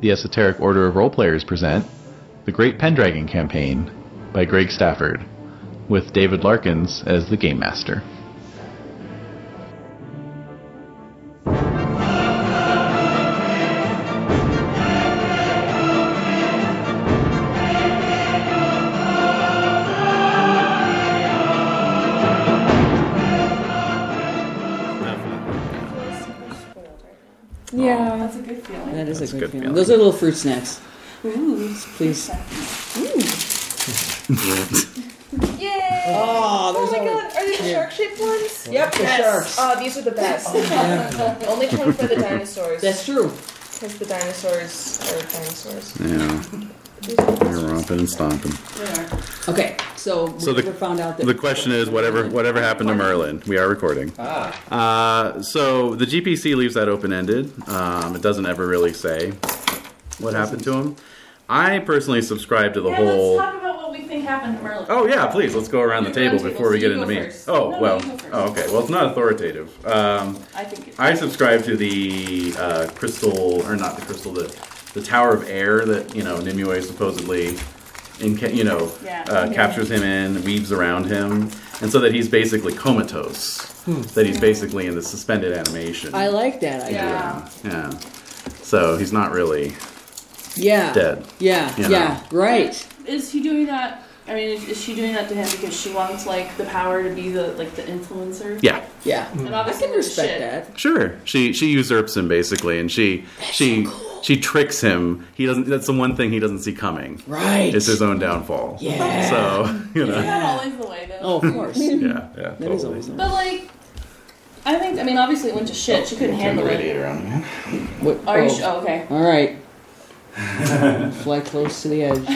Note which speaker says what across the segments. Speaker 1: the Esoteric Order of Roleplayers present The Great Pendragon Campaign by Greg Stafford, with David Larkins as the Game Master.
Speaker 2: Yeah,
Speaker 3: That's a good feeling.
Speaker 4: That is
Speaker 5: That's
Speaker 4: a
Speaker 5: a
Speaker 4: good,
Speaker 5: good
Speaker 4: feeling.
Speaker 5: feeling.
Speaker 4: Those are little fruit snacks.
Speaker 3: Ooh.
Speaker 4: Please.
Speaker 2: Yay!
Speaker 4: Oh,
Speaker 2: Oh
Speaker 4: there's
Speaker 2: my
Speaker 4: only-
Speaker 2: god, are they the shark shaped ones?
Speaker 4: Yep, the sharks.
Speaker 6: Ah,
Speaker 2: Oh, these are the best. Only come for the dinosaurs.
Speaker 4: That's true.
Speaker 2: Because the dinosaurs are dinosaurs.
Speaker 5: Yeah,
Speaker 2: These are the best.
Speaker 5: you're romping and stomping.
Speaker 4: Okay, so,
Speaker 5: So
Speaker 4: we
Speaker 5: the-
Speaker 4: never found out that
Speaker 5: The question is, whatever whatever happened to Merlin? We are recording. Ah. Uh, so the GPC leaves that open ended. Um, it doesn't ever really say what happened to him. I personally subscribe to the
Speaker 3: Yeah,
Speaker 5: whole.
Speaker 3: let's talk about what we think happened to Merlin.
Speaker 5: Oh yeah, please let's go around the
Speaker 3: We're
Speaker 5: table
Speaker 3: round
Speaker 5: before we get
Speaker 3: tables.
Speaker 5: into
Speaker 3: You
Speaker 5: me.
Speaker 3: go first.
Speaker 5: Oh
Speaker 3: No,
Speaker 5: well.
Speaker 3: you go first.
Speaker 5: Oh okay. Well, it's not authoritative. Um,
Speaker 3: I think it's
Speaker 5: I subscribe to the uh, crystal, or not the crystal, the the Tower of Air that you know Nimue supposedly, in you know,
Speaker 3: Yeah.
Speaker 5: uh,
Speaker 3: Yeah.
Speaker 5: captures him in, weaves around him, and so that he's basically comatose, that he's basically in the suspended animation.
Speaker 4: I like that idea.
Speaker 3: Yeah.
Speaker 5: yeah. So he's not really.
Speaker 4: Yeah.
Speaker 5: Dead.
Speaker 4: Yeah.
Speaker 5: You
Speaker 4: yeah. Right.
Speaker 3: Is he doing that? I mean, is, is she doing that to him because she wants like the power to be the like the influencer?
Speaker 5: Yeah.
Speaker 4: Yeah.
Speaker 3: And
Speaker 4: I
Speaker 3: obviously
Speaker 4: can respect
Speaker 3: shit.
Speaker 4: that.
Speaker 5: Sure. She she usurps him basically, and she she she tricks him. He doesn't. That's the one thing he doesn't see coming.
Speaker 4: Right.
Speaker 5: It's his own downfall.
Speaker 4: Yeah.
Speaker 5: So you know.
Speaker 3: Isn't that always the way though?
Speaker 4: Oh, of course. that
Speaker 5: Yeah. Yeah.
Speaker 4: is
Speaker 5: totally.
Speaker 4: always nice.
Speaker 3: But like, I think I mean obviously it went to shit. She couldn't handle it.
Speaker 5: on
Speaker 4: What,
Speaker 3: Are you?
Speaker 4: oh,
Speaker 3: Sh- oh, okay.
Speaker 4: All right. Fly close to the edge.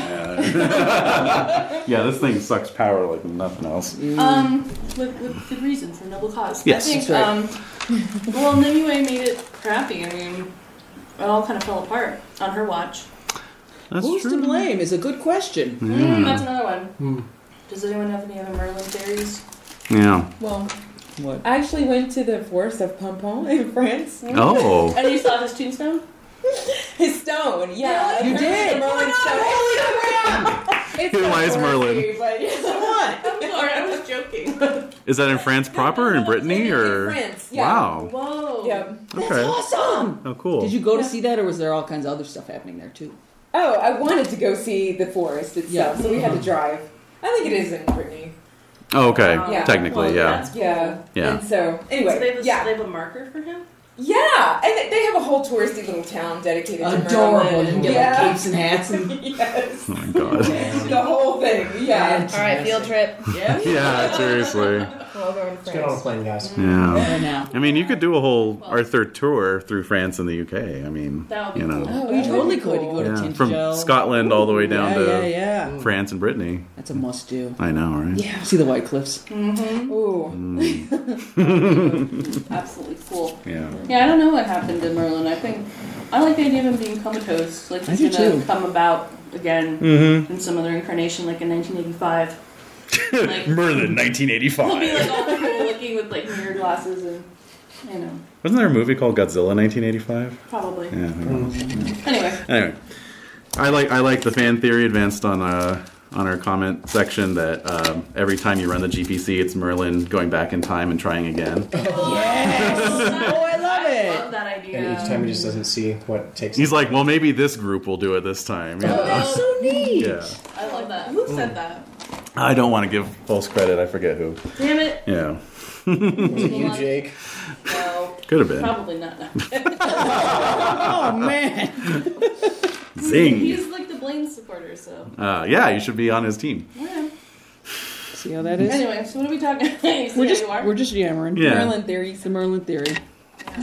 Speaker 5: Yeah, this thing sucks power like nothing else.
Speaker 4: Mm.
Speaker 3: Um, with, with good reason for noble cause.
Speaker 5: Yes.
Speaker 3: I think.
Speaker 4: That's right.
Speaker 3: Um, well, Nimue made it crappy. I mean, it all kind of fell apart on her watch.
Speaker 5: That's
Speaker 4: Who's to blame is a good question.
Speaker 3: Mm, that's another one.
Speaker 4: Hmm.
Speaker 3: Does anyone have any other Merlin theories?
Speaker 5: Yeah.
Speaker 6: Well,
Speaker 4: What?
Speaker 6: I actually went to the forest of Pompon in France.
Speaker 5: Oh.
Speaker 3: And you saw his tombstone?
Speaker 6: His stone, yeah.
Speaker 4: You did.
Speaker 6: Merlin's stone. It's
Speaker 5: Here
Speaker 6: not
Speaker 5: lies Merlin.
Speaker 6: worthy, but it's the one.
Speaker 3: I'm sorry, I was joking.
Speaker 5: Is that in France proper or in Brittany
Speaker 6: In
Speaker 5: or?
Speaker 6: France, yeah.
Speaker 5: Wow.
Speaker 3: Whoa.
Speaker 6: Yeah.
Speaker 5: Okay.
Speaker 4: Awesome.
Speaker 5: Oh, cool.
Speaker 4: Did you go to see that, or was there all kinds of other stuff happening there too?
Speaker 6: Oh, I wanted to go see the forest itself,
Speaker 4: Yeah. Mm-hmm.
Speaker 6: so we had to drive. I think it is in Brittany.
Speaker 5: Oh, okay.
Speaker 3: Yeah.
Speaker 5: Technically,
Speaker 3: Well,
Speaker 5: yeah.
Speaker 3: that's cool.
Speaker 6: Yeah.
Speaker 5: Yeah.
Speaker 6: And so, anyway,
Speaker 3: So they have, a,
Speaker 6: yeah,
Speaker 3: they have a marker for him?
Speaker 6: yeah, and they- they have a whole touristy little town dedicated to
Speaker 4: Adorable. You
Speaker 6: Merlin.
Speaker 4: can get like
Speaker 6: yeah.
Speaker 4: capes and hats and.
Speaker 6: yes,
Speaker 5: Oh my god.
Speaker 6: the whole thing. Yeah.
Speaker 2: Alright, field trip.
Speaker 3: Yeah.
Speaker 5: Yeah. Seriously.
Speaker 2: We're all going to
Speaker 7: Let's get on a
Speaker 2: France.
Speaker 7: plane, guys.
Speaker 5: Yeah.
Speaker 4: Right now.
Speaker 5: I mean, you could do a whole Arthur tour through France and the UK. I mean,
Speaker 3: That would be
Speaker 5: you know,
Speaker 4: Oh, you totally could. You go to
Speaker 5: yeah.
Speaker 4: Tintin
Speaker 5: from Scotland all the way down
Speaker 4: yeah, yeah,
Speaker 5: to
Speaker 4: yeah.
Speaker 5: France and Brittany.
Speaker 4: That's a must do.
Speaker 5: I know, right?
Speaker 4: Yeah. See the White Cliffs.
Speaker 3: Oh,
Speaker 6: Ooh.
Speaker 5: Mm.
Speaker 3: Absolutely cool.
Speaker 5: Yeah.
Speaker 3: Yeah, I don't know what happened to Merlin. I think I like the idea of him being comatose. Like
Speaker 4: I
Speaker 3: he's
Speaker 4: do
Speaker 3: gonna
Speaker 4: too.
Speaker 3: come about again
Speaker 5: Mm-hmm.
Speaker 3: in some other incarnation, like in 1985. Like
Speaker 5: Merlin,
Speaker 3: he'll be
Speaker 5: 1985.
Speaker 3: like all cool looking with like mirror glasses and you know
Speaker 5: Wasn't there a movie called Godzilla 1985?
Speaker 3: probably.
Speaker 5: Yeah. I think
Speaker 3: Anyway,
Speaker 5: anyway, I like I like the fan theory advanced on uh, on our comment section that um, every time you run the GPC, it's Merlin going back in time and trying again.
Speaker 4: Oh, I love
Speaker 3: I
Speaker 4: it.
Speaker 3: love that idea.
Speaker 7: And each time he just doesn't see what takes.
Speaker 5: He's like, well, maybe this group will do it this time. you
Speaker 3: Oh,
Speaker 5: know?
Speaker 4: That's so neat.
Speaker 5: Yeah.
Speaker 3: I love that. Who said that?
Speaker 5: I don't want to give false credit. I forget who.
Speaker 3: Damn it!
Speaker 5: Yeah,
Speaker 7: you, Jake.
Speaker 3: No,
Speaker 5: could have been
Speaker 3: probably not. No.
Speaker 4: Oh man.
Speaker 5: Zing.
Speaker 3: He's like the Blaine supporter, so
Speaker 5: Uh, yeah, you should be on his team.
Speaker 3: yeah.
Speaker 4: See how that is?
Speaker 3: Anyway, so what are we talking? you see
Speaker 4: We're
Speaker 3: how
Speaker 4: just
Speaker 3: you are?
Speaker 4: we're just yammering.
Speaker 5: Yeah.
Speaker 4: Merlin theory. It's the Merlin theory.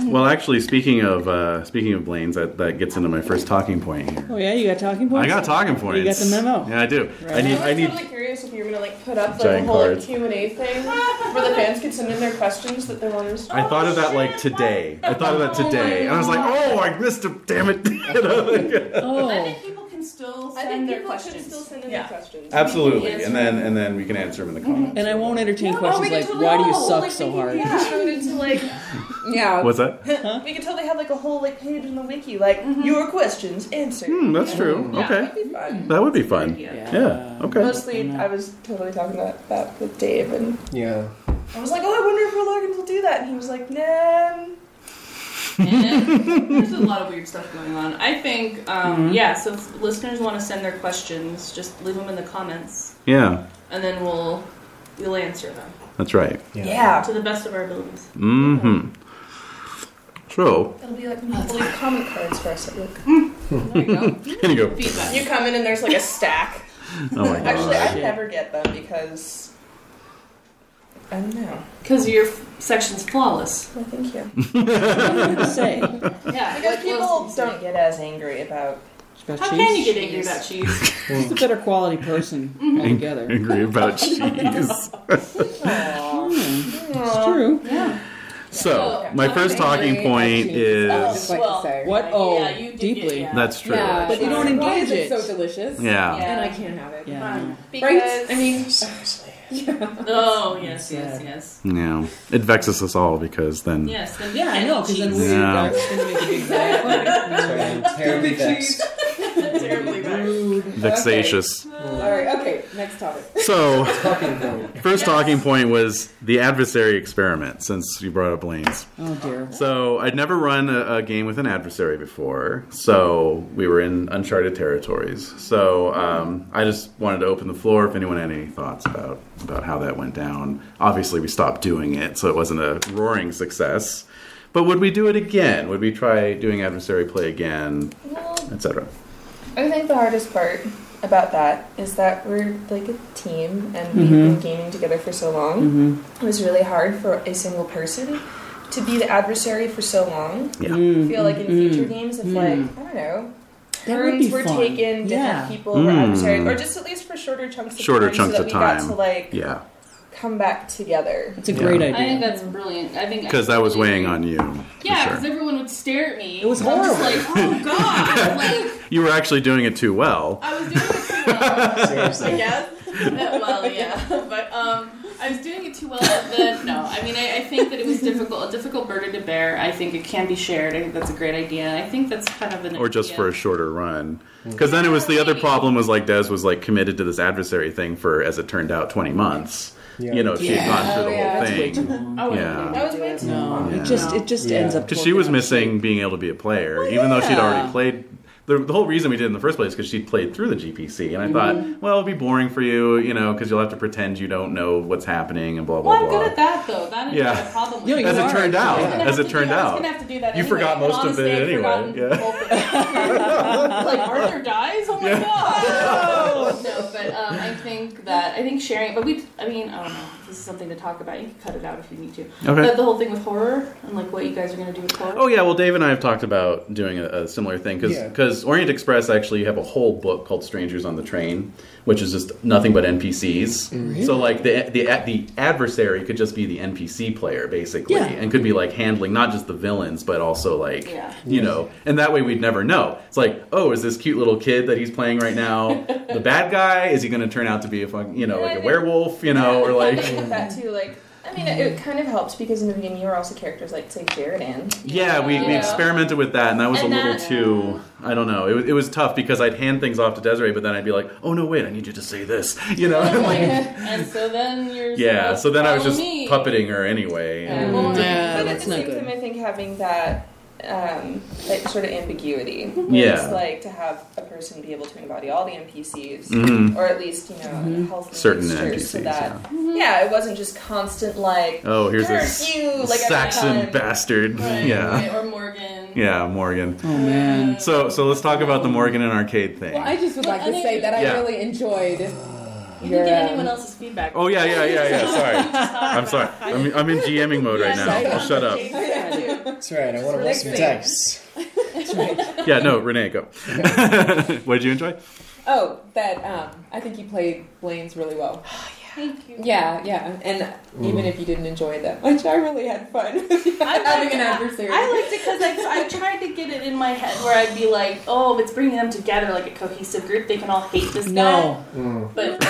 Speaker 5: Well, actually, speaking of uh, speaking of Blaine's, that, that gets into my first talking point here.
Speaker 4: Oh yeah, you got talking points.
Speaker 5: I got talking points.
Speaker 4: got the memo.
Speaker 5: Yeah, I do. I need. I
Speaker 6: was
Speaker 5: need.
Speaker 6: totally curious if you were gonna like put up like a
Speaker 5: Giant
Speaker 6: whole like,
Speaker 5: cards.
Speaker 6: Q and A thing where the fans could send in their questions that they wanted to.
Speaker 5: I thought of that like today. I thought of that today, and I was like, "Oh, I missed a damn it!" You know, like-
Speaker 3: I
Speaker 4: Oh.
Speaker 3: think people can still
Speaker 6: I
Speaker 3: send
Speaker 6: think
Speaker 3: their
Speaker 6: people
Speaker 3: questions.
Speaker 6: should still send in
Speaker 2: Yeah.
Speaker 6: their questions.
Speaker 5: Absolutely,
Speaker 3: Yes.
Speaker 5: and then and then we can answer them in the comments.
Speaker 4: And I won't entertain
Speaker 3: No, no,
Speaker 4: questions
Speaker 3: we can
Speaker 4: like,
Speaker 3: totally
Speaker 4: why do you
Speaker 3: all,
Speaker 4: suck
Speaker 3: like,
Speaker 4: so
Speaker 3: we can-
Speaker 4: hard?
Speaker 3: yeah.
Speaker 6: Turn into like, yeah.
Speaker 5: What's that?
Speaker 6: We could totally have like a whole like page in the wiki, like your questions answered.
Speaker 5: Hmm, that's true.
Speaker 3: Yeah.
Speaker 5: Okay,
Speaker 6: That'd be fun.
Speaker 5: that would be fun.
Speaker 3: Yeah.
Speaker 5: Yeah. Okay.
Speaker 6: Mostly, I was totally talking about that with Dave, and
Speaker 7: Yeah.
Speaker 6: I was like, "Oh, I wonder if Logan will do that," and he was like, "Nah."
Speaker 3: And there's a lot of weird stuff going on. I think,
Speaker 4: Mm-hmm.
Speaker 3: um, yeah, so if listeners want to send their questions, just leave them in the comments
Speaker 5: Yeah.
Speaker 3: and then we'll we'll answer them
Speaker 5: That's right.
Speaker 7: Yeah.
Speaker 6: Yeah.
Speaker 3: to the best of our abilities.
Speaker 5: Mm-hmm. So,
Speaker 6: It'll be like monthly comment cards for us. Look.
Speaker 3: There you go.
Speaker 5: here you go.
Speaker 3: Feedback.
Speaker 6: You come in and there's like a stack.
Speaker 5: Oh my
Speaker 6: Actually,
Speaker 5: god.
Speaker 6: I never get them because I don't know.
Speaker 3: Because your f- section's flawless.
Speaker 6: Well, thank you.
Speaker 4: to say.
Speaker 3: Yeah.
Speaker 6: Because people don't get as angry about.
Speaker 4: It's about
Speaker 3: How
Speaker 4: cheese.
Speaker 3: can you get angry about cheese?
Speaker 4: It's a better quality person
Speaker 3: Mm-hmm.
Speaker 4: altogether.
Speaker 5: Angry about cheese.
Speaker 4: Hmm, It's true.
Speaker 3: yeah.
Speaker 5: So, my first talking point is
Speaker 8: What
Speaker 2: Well,
Speaker 8: to say.
Speaker 4: What? Oh,
Speaker 3: yeah, you did
Speaker 4: deeply.
Speaker 3: Get, yeah.
Speaker 5: that's true.
Speaker 8: Yeah,
Speaker 4: But you don't
Speaker 8: why
Speaker 4: engage it.
Speaker 8: is it. so delicious.
Speaker 5: Yeah.
Speaker 3: Yeah.
Speaker 8: And I can't have it.
Speaker 4: Yeah. I know.
Speaker 6: Because
Speaker 8: I mean,
Speaker 7: Seriously.
Speaker 3: Oh, yes, yes, yes.
Speaker 5: Yeah. It vexes us all because then
Speaker 3: Yes. Then
Speaker 4: Yeah, I know, because then we're
Speaker 5: Yeah.
Speaker 4: going to make a big bag.
Speaker 7: Sorry, I'm terribly vexed.
Speaker 3: terribly bad.
Speaker 5: vexatious.
Speaker 8: all right, okay, next topic.
Speaker 5: So,
Speaker 7: Talking point.
Speaker 5: first talking point was the adversary experiment since you brought up Lane's.
Speaker 4: Oh, dear.
Speaker 5: So I'd never run a, a game with an adversary before, so we were in uncharted territories. So um, I just wanted to open the floor if anyone had any thoughts about about how that went down. Obviously, we stopped doing it, so it wasn't a roaring success. But would we do it again? Would we try doing adversary play again,
Speaker 6: well,
Speaker 5: etc.?
Speaker 6: I think the hardest part about that is that we're like a team and we've been gaming together for so long.
Speaker 4: Mm-hmm.
Speaker 6: It was really hard for a single person to be the adversary for so long.
Speaker 5: Yeah.
Speaker 6: I feel like in future games, if like I don't know,
Speaker 4: Mm-hmm. That would
Speaker 6: turns
Speaker 4: be
Speaker 6: were
Speaker 4: fun.
Speaker 6: taken, different
Speaker 4: Yeah.
Speaker 6: people were adversaries,
Speaker 5: Mm.
Speaker 6: or just at least for shorter chunks of
Speaker 5: Shorter
Speaker 6: time,
Speaker 5: chunks
Speaker 6: so that
Speaker 5: of
Speaker 6: we
Speaker 5: time.
Speaker 6: got to like
Speaker 5: Yeah,
Speaker 6: come back together.
Speaker 4: It's a great
Speaker 5: Yeah.
Speaker 3: I think
Speaker 4: idea.
Speaker 3: that's brilliant. I think
Speaker 5: because that was weighing on you. for
Speaker 3: Yeah,
Speaker 5: sure.
Speaker 3: because everyone would stare at me.
Speaker 4: It was
Speaker 3: I'm just
Speaker 4: horrible.
Speaker 3: like, oh god, like
Speaker 5: you were actually doing it too well.
Speaker 3: I was doing it too well. I
Speaker 7: Seriously.
Speaker 3: guess. Uh, well, yeah, but um, I was doing it too well. But then, no, I mean, I, I think that it was difficult, a difficult burden to bear. I think it can be shared. I think that's a great idea. I think that's kind of an
Speaker 5: or just
Speaker 3: idea.
Speaker 5: for a shorter run. Because then it was the other problem was like Des was like committed to this adversary thing for, as it turned out, twenty months.
Speaker 7: Yeah.
Speaker 5: You know, if she had
Speaker 4: Yeah.
Speaker 5: gone through the
Speaker 8: Oh, yeah,
Speaker 5: whole
Speaker 4: That's way
Speaker 5: thing
Speaker 4: too long.
Speaker 3: I wouldn't
Speaker 5: Yeah.
Speaker 3: do
Speaker 6: That was way too
Speaker 4: No,
Speaker 6: long.
Speaker 5: Yeah.
Speaker 4: it just it just
Speaker 7: Yeah.
Speaker 4: ends up
Speaker 5: because she was
Speaker 4: broken up.
Speaker 5: missing being able to be a player, even though she'd
Speaker 4: yeah.
Speaker 5: already played. The, the whole reason we did it in the first place because she'd played through the GPC,
Speaker 3: Mm-hmm.
Speaker 5: and I thought, well, it'll be boring for you, you know, because you'll have to pretend you don't know what's happening and blah blah
Speaker 3: Well, I'm
Speaker 5: blah.
Speaker 3: good at that though. That is
Speaker 5: Yeah.
Speaker 3: not a problem. with
Speaker 4: Yeah,
Speaker 3: it.
Speaker 4: you
Speaker 5: as
Speaker 4: are,
Speaker 5: it turned out,
Speaker 4: actually.
Speaker 3: I'm gonna
Speaker 5: as
Speaker 3: have
Speaker 5: it
Speaker 3: to
Speaker 5: turned
Speaker 3: do, I was
Speaker 5: out,
Speaker 3: gonna have to do that
Speaker 5: You
Speaker 3: anyway.
Speaker 5: forgot
Speaker 3: And
Speaker 5: most of
Speaker 3: honestly,
Speaker 5: it
Speaker 3: I'd
Speaker 5: anyway.
Speaker 3: forgotten
Speaker 5: Yeah.
Speaker 3: both of it. like Arthur dies. Oh my god! No, but um, I think that I think sharing. But we, I mean, I don't know. This is something to talk about. You can cut it out if you need to.
Speaker 5: Okay.
Speaker 3: But the whole thing with horror and like what you guys are gonna do with horror.
Speaker 5: Oh yeah, well Dave and I have talked about doing a, a similar thing because
Speaker 7: Yeah.
Speaker 5: Orient Express actually have a whole book called Strangers on the Train, which is just nothing but NPCs. So like the the the adversary could just be the NPC player basically,
Speaker 4: Yeah.
Speaker 5: and could be like handling not just the villains but also like
Speaker 3: Yeah.
Speaker 5: you know, and that way we'd never know. It's like oh, is this cute little kid that he's playing right now the bad guy? Is he going to turn out to be a fucking you know
Speaker 6: Yeah, I
Speaker 5: like a
Speaker 6: think-
Speaker 5: werewolf? You know Oh, or
Speaker 6: I
Speaker 5: like.
Speaker 6: think with that too, like I mean, it, it kind of helps because in the beginning you were also characters like say Jared and
Speaker 5: Yeah, we, we
Speaker 3: Yeah.
Speaker 5: experimented with that, and that was
Speaker 6: And
Speaker 5: a little
Speaker 6: that-
Speaker 5: too. I don't know. It was, it was tough because I'd hand things off to Desiree, but then I'd be like, "Oh no, wait! I need you to say this," you know.
Speaker 3: Oh
Speaker 5: Like,
Speaker 3: and so then you're
Speaker 5: yeah.
Speaker 3: supposed
Speaker 5: So then
Speaker 3: to
Speaker 5: I was
Speaker 3: follow
Speaker 5: just
Speaker 3: Oh, me.
Speaker 5: puppeting her anyway. Mm-hmm.
Speaker 3: Yeah.
Speaker 5: and-
Speaker 3: Well,
Speaker 4: Yeah,
Speaker 6: but at
Speaker 4: that's
Speaker 6: the
Speaker 4: not
Speaker 6: same
Speaker 4: good.
Speaker 6: time, I think having that um, like sort of ambiguity, what
Speaker 5: Yeah.
Speaker 6: it's like to have a person be able to embody all the NPCs,
Speaker 5: Mhm.
Speaker 6: or at least you know
Speaker 4: Mm-hmm.
Speaker 6: healthy
Speaker 5: Certain
Speaker 6: mixtures so
Speaker 5: NPCs,
Speaker 6: that yeah, it wasn't just constant like
Speaker 5: Oh, here's
Speaker 6: curse
Speaker 5: this
Speaker 6: you like every
Speaker 5: Saxon
Speaker 6: time.
Speaker 5: bastard.
Speaker 3: Right,
Speaker 5: Yeah,
Speaker 3: right, or Morgan.
Speaker 5: yeah, Morgan.
Speaker 4: Oh man.
Speaker 5: So so let's talk about the Morgan and arcade thing.
Speaker 8: Well, I just would like
Speaker 3: Well,
Speaker 8: to say that I
Speaker 5: Yeah.
Speaker 8: really enjoyed
Speaker 3: You
Speaker 8: your
Speaker 3: didn't get anyone
Speaker 8: um,
Speaker 3: else's feedback.
Speaker 5: oh yeah, yeah, yeah, yeah. Sorry,
Speaker 3: Sorry.
Speaker 5: I'm sorry. I'm, I'm in GMing mode right now. I'll shut up.
Speaker 7: That's right. I want to roll some dice.
Speaker 5: Yeah, no, Renee, go. what did you enjoy?
Speaker 8: Oh, that um, I think you played Blaine's really well.
Speaker 3: Thank you.
Speaker 8: Yeah, yeah, and even if you didn't enjoy it that much, I really had fun
Speaker 3: I
Speaker 8: having
Speaker 3: liked
Speaker 8: an
Speaker 3: it.
Speaker 8: adversary.
Speaker 3: I liked it because I, I tried to get it in my head where I'd be like, oh, it's bringing them together like a cohesive group. They can all hate this
Speaker 4: No.
Speaker 7: Mm.
Speaker 3: guy. But